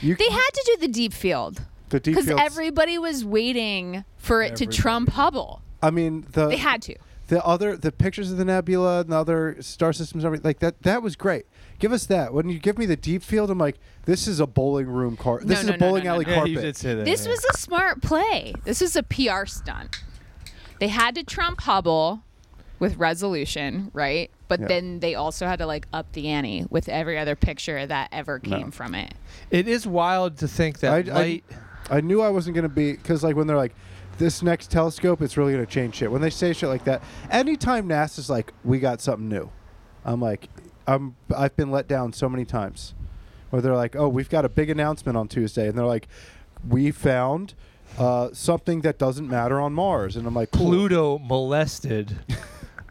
[SPEAKER 2] you.
[SPEAKER 4] They had to do the deep field
[SPEAKER 2] the deep
[SPEAKER 4] because
[SPEAKER 2] fields.
[SPEAKER 4] everybody was waiting for it to trump Hubble.
[SPEAKER 2] I mean, the
[SPEAKER 4] They had to.
[SPEAKER 2] the other the pictures of the nebula and the other star systems, everything like that. That was great. Give us that. When you give me the deep field, I'm like, this is a bowling room car. This
[SPEAKER 4] No,
[SPEAKER 2] is
[SPEAKER 4] no,
[SPEAKER 2] a
[SPEAKER 4] no,
[SPEAKER 2] bowling
[SPEAKER 4] no, no,
[SPEAKER 2] alley
[SPEAKER 4] no.
[SPEAKER 1] yeah,
[SPEAKER 2] carpet.
[SPEAKER 1] you did say that.
[SPEAKER 4] This
[SPEAKER 1] yeah.
[SPEAKER 4] was a smart play. This was a PR stunt. They had to trump Hubble with resolution, right? But
[SPEAKER 2] Yeah.
[SPEAKER 4] then they also had to like up the ante with every other picture that ever came
[SPEAKER 2] <laughs>
[SPEAKER 4] from it.
[SPEAKER 1] It is wild to think that
[SPEAKER 2] I- I-
[SPEAKER 1] light
[SPEAKER 2] I knew I wasn't gonna be because like when they're like, this next telescope, it's really gonna change shit. When they say shit like that, anytime NASA's like, we got something new, I'm like, I'm I've been let down so many times. Where they're like, oh, we've got a big announcement on Tuesday, and they're like, we found uh, something that doesn't matter on Mars, and I'm like, cool.
[SPEAKER 1] Pluto molested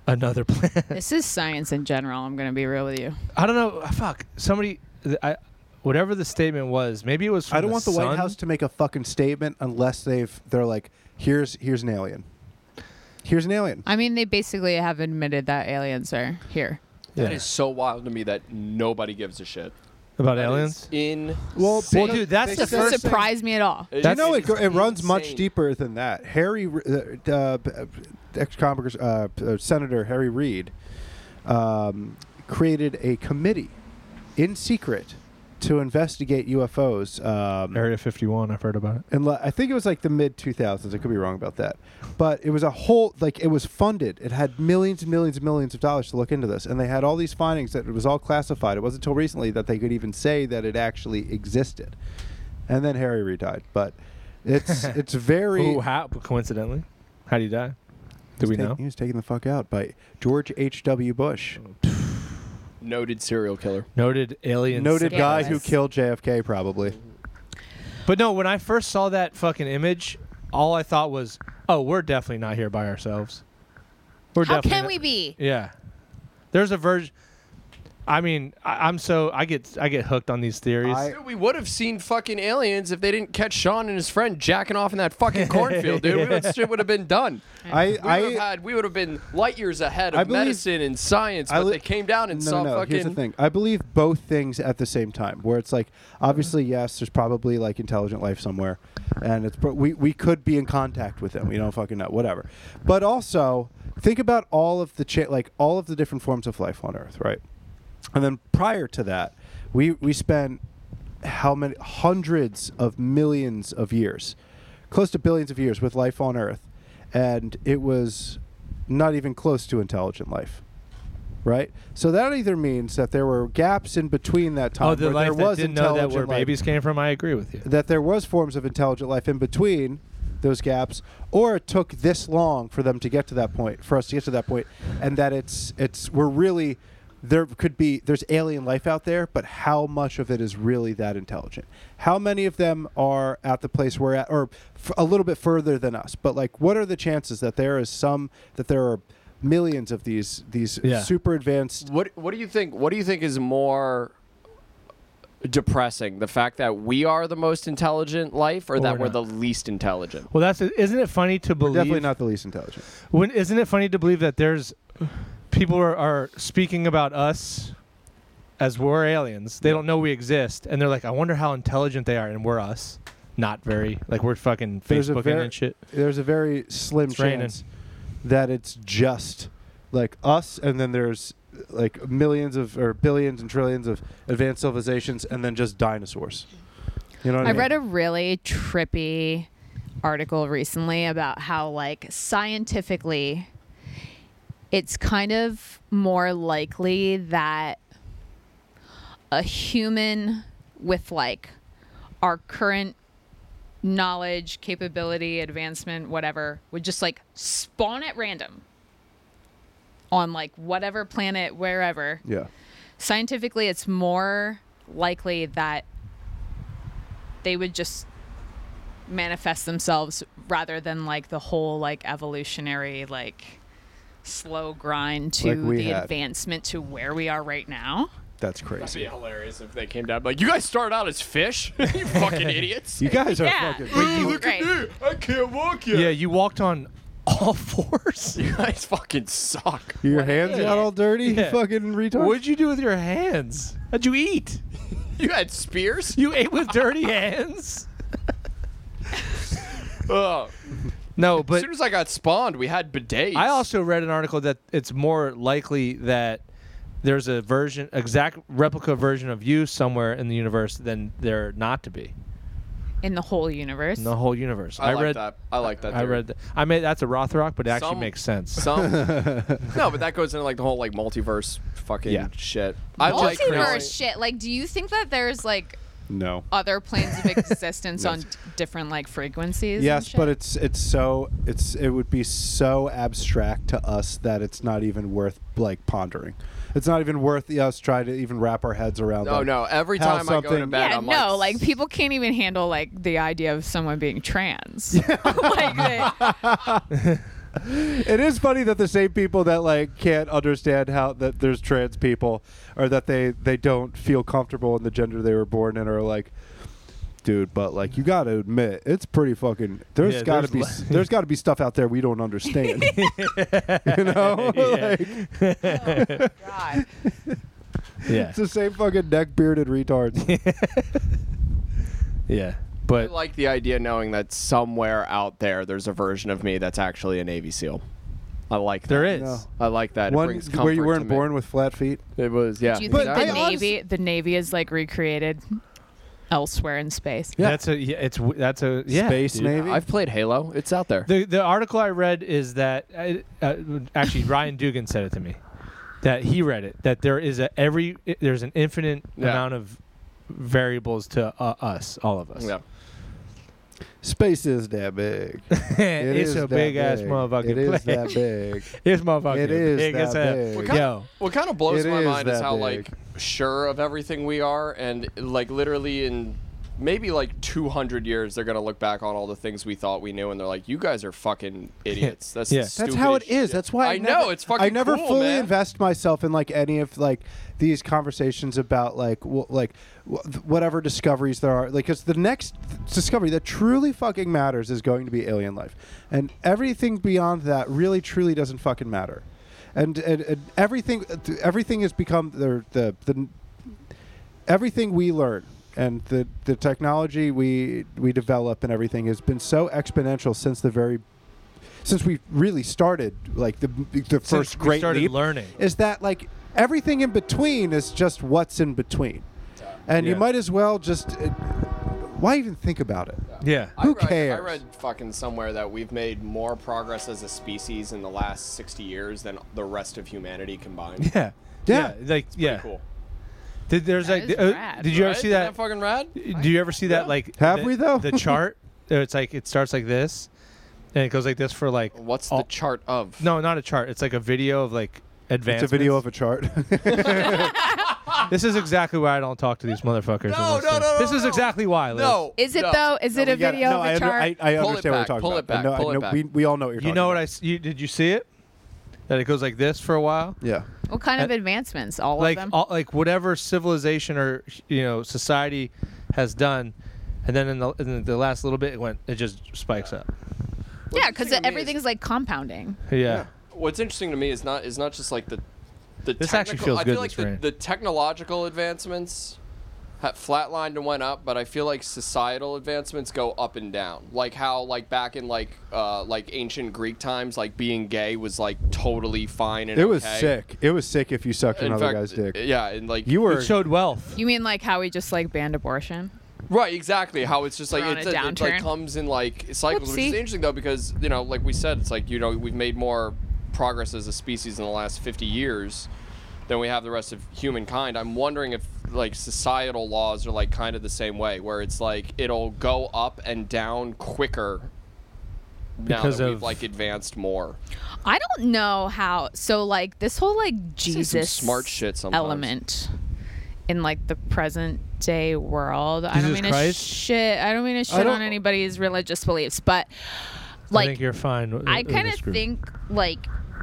[SPEAKER 1] another planet.
[SPEAKER 4] This is science in general, I'm going to be real with you.
[SPEAKER 1] I don't know. uh, Fuck. Somebody. th- I, whatever the statement was, maybe it was. From
[SPEAKER 2] I don't want the
[SPEAKER 1] Sun?
[SPEAKER 2] White House to make a fucking statement unless they've they're like, here's here's an alien. Here's an alien.
[SPEAKER 4] I mean, they basically have admitted that aliens are here.
[SPEAKER 3] That is so wild to me that nobody gives a shit.
[SPEAKER 1] about
[SPEAKER 3] That is
[SPEAKER 1] aliens.
[SPEAKER 3] In
[SPEAKER 2] Well,
[SPEAKER 1] Well,
[SPEAKER 2] because
[SPEAKER 1] dude, that's
[SPEAKER 2] they
[SPEAKER 1] the
[SPEAKER 4] Doesn't
[SPEAKER 2] said-
[SPEAKER 1] first.
[SPEAKER 4] surprise me at all.
[SPEAKER 2] Do you know it,
[SPEAKER 3] is
[SPEAKER 2] go, it runs much
[SPEAKER 3] insane.
[SPEAKER 2] deeper than that. Harry, Re- uh, uh, ex Congress, uh, uh, Senator Harry Reid, um, created a committee in secret to investigate UFOs. Um,
[SPEAKER 1] Area 51. I've heard about it.
[SPEAKER 2] and le- I think it was like the mid 2000s. I could be wrong about that. But it was a whole, like, it was funded. It had millions and millions and millions of dollars to look into this. And they had all these findings that it was all classified. It wasn't until recently that they could even say that it actually existed. And then Harry Reid died. But
[SPEAKER 1] <laughs>
[SPEAKER 2] it's it's very.
[SPEAKER 1] Who? How? Coincidentally, how do you die? Do
[SPEAKER 2] he was
[SPEAKER 1] we
[SPEAKER 2] ta-
[SPEAKER 1] know?
[SPEAKER 2] He was taken the fuck out by George H.W. Bush.
[SPEAKER 3] Noted serial killer.
[SPEAKER 1] Noted alien.
[SPEAKER 2] Noted
[SPEAKER 4] Yeah,
[SPEAKER 2] guy
[SPEAKER 4] it
[SPEAKER 2] who
[SPEAKER 4] was.
[SPEAKER 2] killed JFK, probably.
[SPEAKER 1] But no, when I first saw that fucking image, all I thought was, "Oh, we're definitely not here by ourselves. We're
[SPEAKER 4] How
[SPEAKER 1] definitely
[SPEAKER 4] can
[SPEAKER 1] not-
[SPEAKER 4] we be?
[SPEAKER 1] Yeah. There's a version. I mean, I, I'm so I get I get hooked on these theories.
[SPEAKER 2] I-
[SPEAKER 3] we would have seen fucking aliens if they didn't catch Sean and his friend jacking off in
[SPEAKER 2] <laughs>
[SPEAKER 3] that fucking cornfield, dude. We would, shit would have been done.
[SPEAKER 2] I,
[SPEAKER 3] We would have
[SPEAKER 2] I,
[SPEAKER 3] had. We would have been light years ahead of
[SPEAKER 2] I believe-
[SPEAKER 3] medicine and science,
[SPEAKER 2] I
[SPEAKER 3] but
[SPEAKER 2] li-
[SPEAKER 3] they came down and
[SPEAKER 2] no,
[SPEAKER 3] saw
[SPEAKER 2] no, no.
[SPEAKER 3] fucking.
[SPEAKER 2] Here's the thing. I believe both things at the same time. Where it's like, obviously,
[SPEAKER 3] Mm-hmm.
[SPEAKER 2] yes, there's probably like intelligent life somewhere, and it's pro- we we could be in contact with them. We don't fucking know. Whatever. But also, think about all of the cha- like all of the different forms of life on Earth, right? And then prior to that, we we spent how many hundreds of millions of years, close to billions of years with life on Earth, and it was not even close to intelligent life. Right? So that either means that there were gaps in between that time
[SPEAKER 1] oh, the
[SPEAKER 2] where
[SPEAKER 1] life
[SPEAKER 2] there
[SPEAKER 1] that
[SPEAKER 2] was
[SPEAKER 1] didn't know that
[SPEAKER 2] intelligent
[SPEAKER 1] where
[SPEAKER 2] life,
[SPEAKER 1] babies came from. I agree with you.
[SPEAKER 2] that there was forms of intelligent life in between those gaps or it took this long for them to get to that point for us to get to that point and that it's it's we're really there could be there's alien life out there but how much of it is really that intelligent how many of them are at the place we're at or f- a little bit further than us but like what are the chances that there is some that there are millions of these these
[SPEAKER 1] Yeah.
[SPEAKER 2] super advanced
[SPEAKER 3] What What do you think? What do you think is more depressing? The fact that we are the most intelligent life, or
[SPEAKER 1] Or
[SPEAKER 3] that
[SPEAKER 1] we're not.
[SPEAKER 3] we're the least intelligent?
[SPEAKER 1] Well, that's isn't it funny to believe?
[SPEAKER 2] definitely not the least intelligent
[SPEAKER 1] When, isn't it funny to believe that there's people are, are speaking about us as we're aliens? They don't know we exist, and they're like, "I wonder how intelligent they are," and we're us, not very like we're fucking
[SPEAKER 2] There's a
[SPEAKER 1] Facebooking
[SPEAKER 2] ver-
[SPEAKER 1] and shit.
[SPEAKER 2] there's a very slim
[SPEAKER 1] It's raining.
[SPEAKER 2] chance that it's just like us and then there's like millions of or billions and trillions of advanced civilizations and then just dinosaurs you know what i,
[SPEAKER 4] I
[SPEAKER 2] mean?
[SPEAKER 4] read a really trippy article recently about how, like, scientifically, it's kind of more likely that a human with, like, our current knowledge, capability, advancement, whatever, would just, like, spawn at random on, like, whatever planet, wherever
[SPEAKER 2] yeah
[SPEAKER 4] scientifically it's more likely that they would just manifest themselves rather than like the whole like evolutionary like slow grind to
[SPEAKER 2] Like we
[SPEAKER 4] the
[SPEAKER 2] had.
[SPEAKER 4] advancement to where we are right now
[SPEAKER 2] that's crazy
[SPEAKER 3] hilarious if they came down like, you guys started out as fish, <laughs>
[SPEAKER 2] <laughs>
[SPEAKER 3] you fucking idiots.
[SPEAKER 2] you guys are
[SPEAKER 4] yeah
[SPEAKER 2] fucking
[SPEAKER 3] <laughs>
[SPEAKER 4] Right.
[SPEAKER 3] I can't walk yet.
[SPEAKER 1] Yeah, you walked on all <laughs> fours.
[SPEAKER 3] <laughs> You guys fucking suck.
[SPEAKER 2] your hands got all dirty you
[SPEAKER 1] Yeah.
[SPEAKER 2] fucking retard
[SPEAKER 1] What'd you do with your hands? How'd you eat?
[SPEAKER 3] You had spears?
[SPEAKER 1] You ate with dirty hands?
[SPEAKER 3] Ugh.
[SPEAKER 1] No,
[SPEAKER 3] as
[SPEAKER 1] but
[SPEAKER 3] soon as I got spawned, we had bidets.
[SPEAKER 1] I also read an article that it's more likely that there's a version, exact replica version of you somewhere in the universe than there not to be
[SPEAKER 4] in the whole universe
[SPEAKER 1] in the whole universe.
[SPEAKER 3] I, like
[SPEAKER 1] read
[SPEAKER 3] that. I like that.
[SPEAKER 1] I
[SPEAKER 3] theory.
[SPEAKER 1] read that. I mean, that's a Rothrock, but it actually
[SPEAKER 3] Some-
[SPEAKER 1] makes sense.
[SPEAKER 3] <laughs>
[SPEAKER 4] <laughs>
[SPEAKER 3] some. no, but that goes into like the whole like multiverse fucking
[SPEAKER 1] Yeah.
[SPEAKER 3] shit. I like knowing-
[SPEAKER 4] multiverse shit like do you think that there's like
[SPEAKER 2] no
[SPEAKER 4] other
[SPEAKER 2] <laughs>
[SPEAKER 4] planes of existence on d- different like frequencies and
[SPEAKER 2] yes
[SPEAKER 4] shit?
[SPEAKER 2] but it's it's so it's it would be so abstract to us that it's not even worth like pondering it's not even worth us trying to even wrap our heads around
[SPEAKER 3] No,
[SPEAKER 2] like,
[SPEAKER 3] Oh, no. Every
[SPEAKER 2] how
[SPEAKER 3] time I go to
[SPEAKER 2] something-
[SPEAKER 3] bed,
[SPEAKER 4] yeah,
[SPEAKER 3] I'm
[SPEAKER 4] no,
[SPEAKER 3] like,
[SPEAKER 4] like, people can't even handle like the idea of someone being trans.
[SPEAKER 2] <laughs>
[SPEAKER 4] <laughs> like they,
[SPEAKER 2] It is funny that the same people that like can't understand how that there's trans people or that they they don't feel comfortable in the gender they were born in are like dude but like you got to admit it's pretty fucking There's
[SPEAKER 1] Yeah,
[SPEAKER 2] got
[SPEAKER 1] there's
[SPEAKER 2] to be
[SPEAKER 1] li-
[SPEAKER 2] s there's got to be stuff out there we
[SPEAKER 1] <laughs>
[SPEAKER 2] don't understand. you know? <laughs> Like
[SPEAKER 4] God.
[SPEAKER 1] yeah,
[SPEAKER 2] it's the same fucking neck bearded retards.
[SPEAKER 1] yeah.
[SPEAKER 3] <laughs> I
[SPEAKER 1] But
[SPEAKER 3] like the idea knowing that somewhere out there there's a version of me that's actually a Navy SEAL. I like that.
[SPEAKER 1] there is.
[SPEAKER 2] No.
[SPEAKER 3] I like that. it
[SPEAKER 2] One
[SPEAKER 3] brings
[SPEAKER 2] where you
[SPEAKER 3] comfort
[SPEAKER 2] weren't
[SPEAKER 3] to me.
[SPEAKER 2] born with flat feet.
[SPEAKER 3] It was yeah.
[SPEAKER 4] Do you
[SPEAKER 2] But
[SPEAKER 4] think
[SPEAKER 2] I
[SPEAKER 4] the
[SPEAKER 2] honestly-
[SPEAKER 4] navy, the navy is like recreated elsewhere in space?
[SPEAKER 2] Yeah.
[SPEAKER 1] That's a. Yeah, it's. w- That's a. Yeah.
[SPEAKER 2] Space
[SPEAKER 1] dude.
[SPEAKER 2] Navy.
[SPEAKER 3] I've played Halo. It's out there.
[SPEAKER 1] The the article I read is that uh, uh, actually Ryan Dugan said it to me that he read it that there is a every there's an infinite
[SPEAKER 3] Yeah.
[SPEAKER 1] amount of variables to uh, us all of us.
[SPEAKER 3] yeah.
[SPEAKER 2] Space is that big.
[SPEAKER 1] <laughs>
[SPEAKER 2] It
[SPEAKER 1] it's
[SPEAKER 2] is
[SPEAKER 1] a
[SPEAKER 2] that
[SPEAKER 1] big ass
[SPEAKER 2] big.
[SPEAKER 1] motherfucking
[SPEAKER 2] It is
[SPEAKER 1] plane.
[SPEAKER 2] that big.
[SPEAKER 1] <laughs> It's motherfucking
[SPEAKER 2] It is
[SPEAKER 1] big as
[SPEAKER 2] that
[SPEAKER 1] hell.
[SPEAKER 2] big. What
[SPEAKER 3] kind-
[SPEAKER 1] Yo,
[SPEAKER 3] What kind of blows
[SPEAKER 2] It
[SPEAKER 3] my
[SPEAKER 2] is
[SPEAKER 3] mind is
[SPEAKER 2] that
[SPEAKER 3] how
[SPEAKER 2] big.
[SPEAKER 3] like sure of everything we are, and like literally in maybe like 200 years they're gonna look back on all the things we thought we knew and they're like you guys
[SPEAKER 2] <laughs>
[SPEAKER 3] are fucking idiots that's
[SPEAKER 1] Yeah.
[SPEAKER 3] the
[SPEAKER 2] That's how it
[SPEAKER 3] stupidest
[SPEAKER 2] is.
[SPEAKER 3] shit."
[SPEAKER 2] That's why I,
[SPEAKER 3] i
[SPEAKER 2] never-
[SPEAKER 3] know it's fucking
[SPEAKER 2] I never
[SPEAKER 3] cool,
[SPEAKER 2] fully
[SPEAKER 3] man.
[SPEAKER 2] invest myself in like any of like these conversations about like w- like w- whatever discoveries there are. Like, because the next discovery that truly fucking matters is going to be alien life, and everything beyond that really truly doesn't fucking matter. And and, and everything everything has become the the the everything we learn and the, the technology we we develop and everything has been so exponential since the very since we really started like the the
[SPEAKER 1] Since
[SPEAKER 2] first
[SPEAKER 1] we
[SPEAKER 2] great
[SPEAKER 1] started
[SPEAKER 2] leap
[SPEAKER 1] learning.
[SPEAKER 2] is that like everything in between is just what's in between and you
[SPEAKER 1] Yeah.
[SPEAKER 2] might as well just uh, why even think about it
[SPEAKER 1] Yeah. <laughs>
[SPEAKER 3] I
[SPEAKER 2] Who
[SPEAKER 3] read, I
[SPEAKER 2] cares?
[SPEAKER 3] read fucking somewhere that we've made more progress as a species in the last 60 years than the rest of humanity combined.
[SPEAKER 1] Yeah.
[SPEAKER 2] <laughs> Yeah.
[SPEAKER 1] Like yeah.
[SPEAKER 3] Pretty cool.
[SPEAKER 1] Did there's
[SPEAKER 4] That
[SPEAKER 1] like
[SPEAKER 4] is
[SPEAKER 1] uh,
[SPEAKER 4] rad.
[SPEAKER 1] did you
[SPEAKER 3] Right?
[SPEAKER 1] ever see
[SPEAKER 3] Isn't
[SPEAKER 1] that?
[SPEAKER 3] fucking rad?
[SPEAKER 1] Do you ever see that
[SPEAKER 3] Yeah.
[SPEAKER 1] like
[SPEAKER 2] Have
[SPEAKER 1] the-
[SPEAKER 2] we, though?
[SPEAKER 1] the chart? <laughs> It's like it starts like this, and it goes like this for like
[SPEAKER 3] What's
[SPEAKER 1] all-
[SPEAKER 3] the chart of?
[SPEAKER 1] No, not a chart. It's like a video of like
[SPEAKER 2] it's
[SPEAKER 1] advanced.
[SPEAKER 2] a video of a <laughs> chart
[SPEAKER 1] This is exactly why I don't talk to these motherfuckers.
[SPEAKER 3] No,
[SPEAKER 1] in this
[SPEAKER 3] no,
[SPEAKER 1] thing.
[SPEAKER 3] no, no,
[SPEAKER 1] This is
[SPEAKER 3] no.
[SPEAKER 1] exactly why. Liz.
[SPEAKER 3] No.
[SPEAKER 4] Is it
[SPEAKER 3] no.
[SPEAKER 4] though? Is it a video
[SPEAKER 2] no,
[SPEAKER 4] of
[SPEAKER 2] I,
[SPEAKER 4] a
[SPEAKER 2] under-
[SPEAKER 4] chart?
[SPEAKER 2] I, I
[SPEAKER 3] Pull it
[SPEAKER 2] understand
[SPEAKER 3] back,
[SPEAKER 2] what you're talking
[SPEAKER 3] pull it
[SPEAKER 2] about I
[SPEAKER 3] back,
[SPEAKER 2] know- I
[SPEAKER 3] pull it
[SPEAKER 2] know-
[SPEAKER 3] back.
[SPEAKER 2] We, we all know what you're
[SPEAKER 1] You
[SPEAKER 2] talking
[SPEAKER 1] know what I
[SPEAKER 2] about.
[SPEAKER 1] s- you, did you see it? That it goes like this for a while.
[SPEAKER 2] yeah
[SPEAKER 4] what kind of
[SPEAKER 1] Uh,
[SPEAKER 4] advancements? All
[SPEAKER 1] like
[SPEAKER 4] of them.
[SPEAKER 1] all, like whatever civilization or you know society has done, and then in the in the last little bit it went it just spikes up.
[SPEAKER 3] What's
[SPEAKER 4] yeah,
[SPEAKER 3] interesting
[SPEAKER 4] because
[SPEAKER 3] to me is-
[SPEAKER 4] everything's like compounding.
[SPEAKER 1] Yeah.
[SPEAKER 3] What's interesting to me is not is not just like the the
[SPEAKER 1] This
[SPEAKER 3] technical,
[SPEAKER 1] actually feels
[SPEAKER 3] I feel
[SPEAKER 1] good,
[SPEAKER 3] like
[SPEAKER 1] this
[SPEAKER 3] the,
[SPEAKER 1] rain.
[SPEAKER 3] the technological advancements have flatlined and went up, but I feel like societal advancements go up and down. Like how like back in like uh like ancient Greek times, like being gay was like totally fine and
[SPEAKER 2] it was
[SPEAKER 3] okay.
[SPEAKER 2] sick it was sick if you sucked
[SPEAKER 3] In
[SPEAKER 2] another
[SPEAKER 3] fact,
[SPEAKER 2] guy's dick
[SPEAKER 3] Yeah, and like
[SPEAKER 2] you were
[SPEAKER 1] It showed wealth.
[SPEAKER 4] You mean like how we just like banned abortion?
[SPEAKER 3] Right, exactly. How it's just like
[SPEAKER 4] We're on
[SPEAKER 3] it's
[SPEAKER 4] a
[SPEAKER 3] it like
[SPEAKER 4] downturn.
[SPEAKER 3] comes in like cycles, which
[SPEAKER 4] Whoopsie.
[SPEAKER 3] is interesting though because you know, like we said, it's like you know we've made more progress as a species in the last 50 years than we have the rest of humankind. I'm wondering if like societal laws are like kind of the same way, where it's like it'll go up and down quicker now
[SPEAKER 1] Because
[SPEAKER 3] that we've
[SPEAKER 1] of-
[SPEAKER 3] like advanced more.
[SPEAKER 4] I don't know how. So like this whole like
[SPEAKER 3] some
[SPEAKER 4] Jesus
[SPEAKER 3] smart shit sometimes.
[SPEAKER 4] element in like the present day world. I
[SPEAKER 1] Jesus
[SPEAKER 4] don't mean to
[SPEAKER 1] Christ?
[SPEAKER 4] shit. I don't mean to shit
[SPEAKER 2] don't-
[SPEAKER 4] on anybody's religious beliefs, but
[SPEAKER 1] I
[SPEAKER 4] like
[SPEAKER 1] think you're fine. with-
[SPEAKER 4] I
[SPEAKER 1] with
[SPEAKER 4] kind
[SPEAKER 1] this
[SPEAKER 4] of
[SPEAKER 1] group.
[SPEAKER 4] think like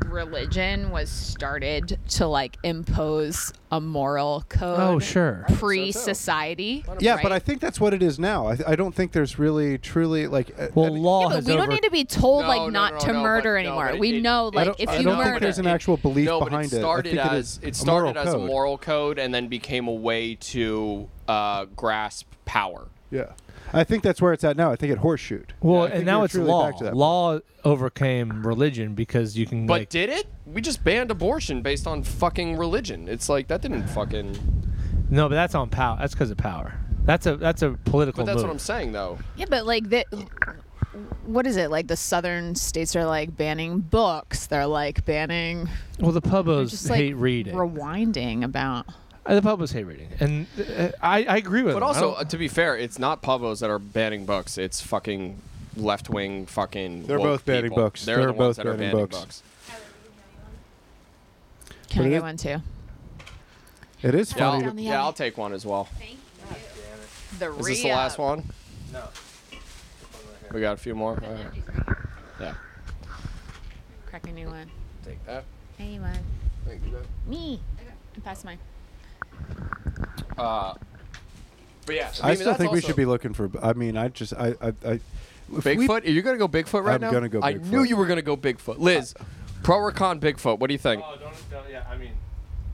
[SPEAKER 4] religion was started to like impose a moral code.
[SPEAKER 1] Oh sure.
[SPEAKER 4] Pre society.
[SPEAKER 2] Yeah, but I think that's what it is now. I, I don't think there's really truly like. uh,
[SPEAKER 1] Well,
[SPEAKER 2] I-
[SPEAKER 1] law
[SPEAKER 4] Yeah, but
[SPEAKER 1] has
[SPEAKER 4] we
[SPEAKER 1] over.
[SPEAKER 4] don't need to be told
[SPEAKER 3] No,
[SPEAKER 4] like
[SPEAKER 3] no,
[SPEAKER 4] not
[SPEAKER 3] no,
[SPEAKER 4] to
[SPEAKER 3] no,
[SPEAKER 4] murder
[SPEAKER 3] but- no,
[SPEAKER 4] anymore.
[SPEAKER 3] but
[SPEAKER 4] we
[SPEAKER 3] it-
[SPEAKER 4] know
[SPEAKER 2] I
[SPEAKER 3] it-
[SPEAKER 4] like
[SPEAKER 2] don't,
[SPEAKER 4] if
[SPEAKER 2] I
[SPEAKER 4] you
[SPEAKER 2] don't
[SPEAKER 4] murder,
[SPEAKER 2] think there's an
[SPEAKER 3] it-
[SPEAKER 2] actual belief
[SPEAKER 3] no,
[SPEAKER 2] behind
[SPEAKER 3] but it started
[SPEAKER 2] I think it
[SPEAKER 3] as
[SPEAKER 2] is
[SPEAKER 3] it
[SPEAKER 2] a moral
[SPEAKER 3] started as a
[SPEAKER 2] code.
[SPEAKER 3] moral code and then became a way to uh, grasp power.
[SPEAKER 2] Yeah, I think that's where it's at now. I think it horseshoed.
[SPEAKER 1] Well,
[SPEAKER 2] I
[SPEAKER 1] and
[SPEAKER 2] think
[SPEAKER 1] now
[SPEAKER 2] you're
[SPEAKER 1] it's
[SPEAKER 2] truly
[SPEAKER 1] law.
[SPEAKER 2] back to that.
[SPEAKER 1] Law overcame religion because you can.
[SPEAKER 3] But
[SPEAKER 1] like,
[SPEAKER 3] did it? We just banned abortion based on fucking religion. It's like that didn't fucking.
[SPEAKER 1] no, but that's on power. That's because of power. That's a that's a political
[SPEAKER 3] But that's
[SPEAKER 1] move.
[SPEAKER 3] what I'm saying though.
[SPEAKER 4] Yeah, but like that. What is it like? The southern states are like banning books. They're like banning.
[SPEAKER 1] Well, the
[SPEAKER 4] They're
[SPEAKER 1] pubos
[SPEAKER 4] just like
[SPEAKER 1] hate reading.
[SPEAKER 4] rewinding about.
[SPEAKER 1] Uh, the pubos hate reading, and uh, I, I agree with.
[SPEAKER 3] But
[SPEAKER 1] them. I
[SPEAKER 3] also,
[SPEAKER 1] don't-
[SPEAKER 3] uh, to be fair, it's not pavos that are banning books. It's fucking left wing fucking.
[SPEAKER 2] They're
[SPEAKER 3] woke
[SPEAKER 2] both banning
[SPEAKER 3] people.
[SPEAKER 2] books.
[SPEAKER 3] They're,
[SPEAKER 2] They're
[SPEAKER 3] the
[SPEAKER 2] both
[SPEAKER 3] ones that are
[SPEAKER 2] banning
[SPEAKER 3] banning
[SPEAKER 2] books.
[SPEAKER 3] books.
[SPEAKER 4] Can
[SPEAKER 2] But
[SPEAKER 4] I
[SPEAKER 2] it
[SPEAKER 4] get
[SPEAKER 2] is-
[SPEAKER 4] one too?
[SPEAKER 2] It is
[SPEAKER 3] Yeah,
[SPEAKER 2] funny.
[SPEAKER 3] I'll, yeah, I'll take one as well.
[SPEAKER 4] The
[SPEAKER 3] Is this the last one? No. We got a few more. All right. Yeah.
[SPEAKER 4] Crack a new one.
[SPEAKER 3] Take that.
[SPEAKER 4] Hey, one.
[SPEAKER 3] Thank you.
[SPEAKER 4] Me. Pass mine.
[SPEAKER 3] Uh, but yeah,
[SPEAKER 2] I, still think we should be looking for. I mean, I just I I. I if we-
[SPEAKER 3] Bigfoot. Are you gonna go Bigfoot right
[SPEAKER 2] I'm
[SPEAKER 3] now?
[SPEAKER 2] gonna go
[SPEAKER 3] I
[SPEAKER 2] Bigfoot.
[SPEAKER 3] knew you were gonna go Bigfoot, Liz. pro or con Bigfoot? What do you think?
[SPEAKER 1] Oh, don't, yeah, I mean,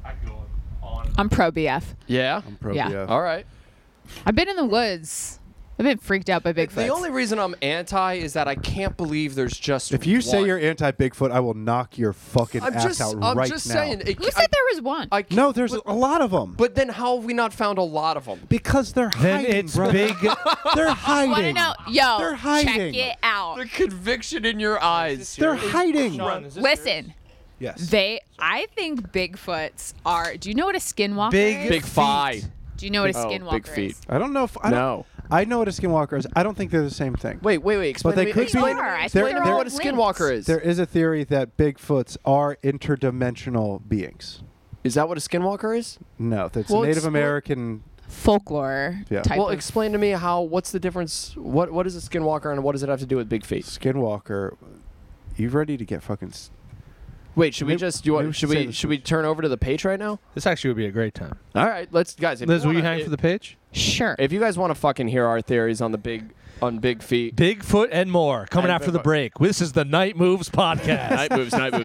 [SPEAKER 1] I go on.
[SPEAKER 4] I'm pro BF.
[SPEAKER 3] Yeah.
[SPEAKER 2] Pro-
[SPEAKER 4] Yeah.
[SPEAKER 3] All right.
[SPEAKER 4] I've been in the woods. I've been freaked out by Bigfoot.
[SPEAKER 3] The only reason I'm anti is that I can't believe there's just.
[SPEAKER 2] If you say
[SPEAKER 3] one.
[SPEAKER 2] you're anti Bigfoot, I will knock your fucking
[SPEAKER 3] I'm
[SPEAKER 2] ass
[SPEAKER 3] just.
[SPEAKER 2] out
[SPEAKER 3] I'm
[SPEAKER 2] right
[SPEAKER 3] just
[SPEAKER 2] now.
[SPEAKER 3] saying. It,
[SPEAKER 4] Who said there was one?
[SPEAKER 3] I, I,
[SPEAKER 2] No, there's
[SPEAKER 3] But,
[SPEAKER 2] a lot of them.
[SPEAKER 3] but then how have we not found a lot of them?
[SPEAKER 2] because they're
[SPEAKER 1] Then
[SPEAKER 2] hiding,
[SPEAKER 1] it's
[SPEAKER 2] brother.
[SPEAKER 4] <laughs>
[SPEAKER 1] big.
[SPEAKER 2] <laughs> They're
[SPEAKER 4] Want to
[SPEAKER 2] hiding.
[SPEAKER 4] know? Yo,
[SPEAKER 2] They're
[SPEAKER 4] check
[SPEAKER 2] hiding.
[SPEAKER 4] it out.
[SPEAKER 3] The conviction in your eyes.
[SPEAKER 2] They're hiding.
[SPEAKER 4] Listen,
[SPEAKER 2] Yes.
[SPEAKER 4] they. I think Bigfoots are. Do you know what a skinwalker
[SPEAKER 1] Big-
[SPEAKER 4] is?
[SPEAKER 3] Big fi.
[SPEAKER 4] Do you know what a
[SPEAKER 3] Oh, big
[SPEAKER 4] skinwalker
[SPEAKER 3] feet.
[SPEAKER 4] is?
[SPEAKER 2] I don't know if I don't-
[SPEAKER 3] No.
[SPEAKER 2] I know what a skinwalker is. I don't think they're the same thing.
[SPEAKER 3] Wait, wait, wait. Explain
[SPEAKER 2] they
[SPEAKER 3] to me,
[SPEAKER 2] could be-
[SPEAKER 3] explain to
[SPEAKER 4] They
[SPEAKER 3] me-
[SPEAKER 4] are. I
[SPEAKER 3] explain
[SPEAKER 4] swear
[SPEAKER 3] to me
[SPEAKER 4] they're
[SPEAKER 3] what a
[SPEAKER 4] linked.
[SPEAKER 3] skinwalker is.
[SPEAKER 2] There is a theory that Bigfoots are interdimensional beings.
[SPEAKER 3] Is that what a skinwalker is?
[SPEAKER 2] No, that's
[SPEAKER 3] Well,
[SPEAKER 2] a Native
[SPEAKER 3] it's-
[SPEAKER 2] American
[SPEAKER 4] folklore
[SPEAKER 2] Yeah.
[SPEAKER 4] type
[SPEAKER 3] Well,
[SPEAKER 4] of
[SPEAKER 3] explain to me how. What's the difference? What What is a skinwalker and what does it have to do with big feet?
[SPEAKER 2] Skinwalker, you ready to get fucking? s-
[SPEAKER 3] Wait, should we
[SPEAKER 2] Maybe-
[SPEAKER 3] just do?
[SPEAKER 2] maybe
[SPEAKER 3] What,
[SPEAKER 2] we
[SPEAKER 3] should
[SPEAKER 2] should say
[SPEAKER 3] we
[SPEAKER 2] this
[SPEAKER 3] Should we turn over to the page right now?
[SPEAKER 1] This actually would be a great time.
[SPEAKER 3] All right, let's guys. If
[SPEAKER 1] Liz, will you
[SPEAKER 3] wanna-
[SPEAKER 1] hang
[SPEAKER 3] if-
[SPEAKER 1] for the page?
[SPEAKER 4] sure.
[SPEAKER 3] If you guys want to fucking hear our theories on the big on big feet,
[SPEAKER 1] Bigfoot and more coming
[SPEAKER 3] And
[SPEAKER 1] after the
[SPEAKER 3] Bigfoot.
[SPEAKER 1] <laughs> break. This is the Night Moves podcast.
[SPEAKER 3] night moves, night moves.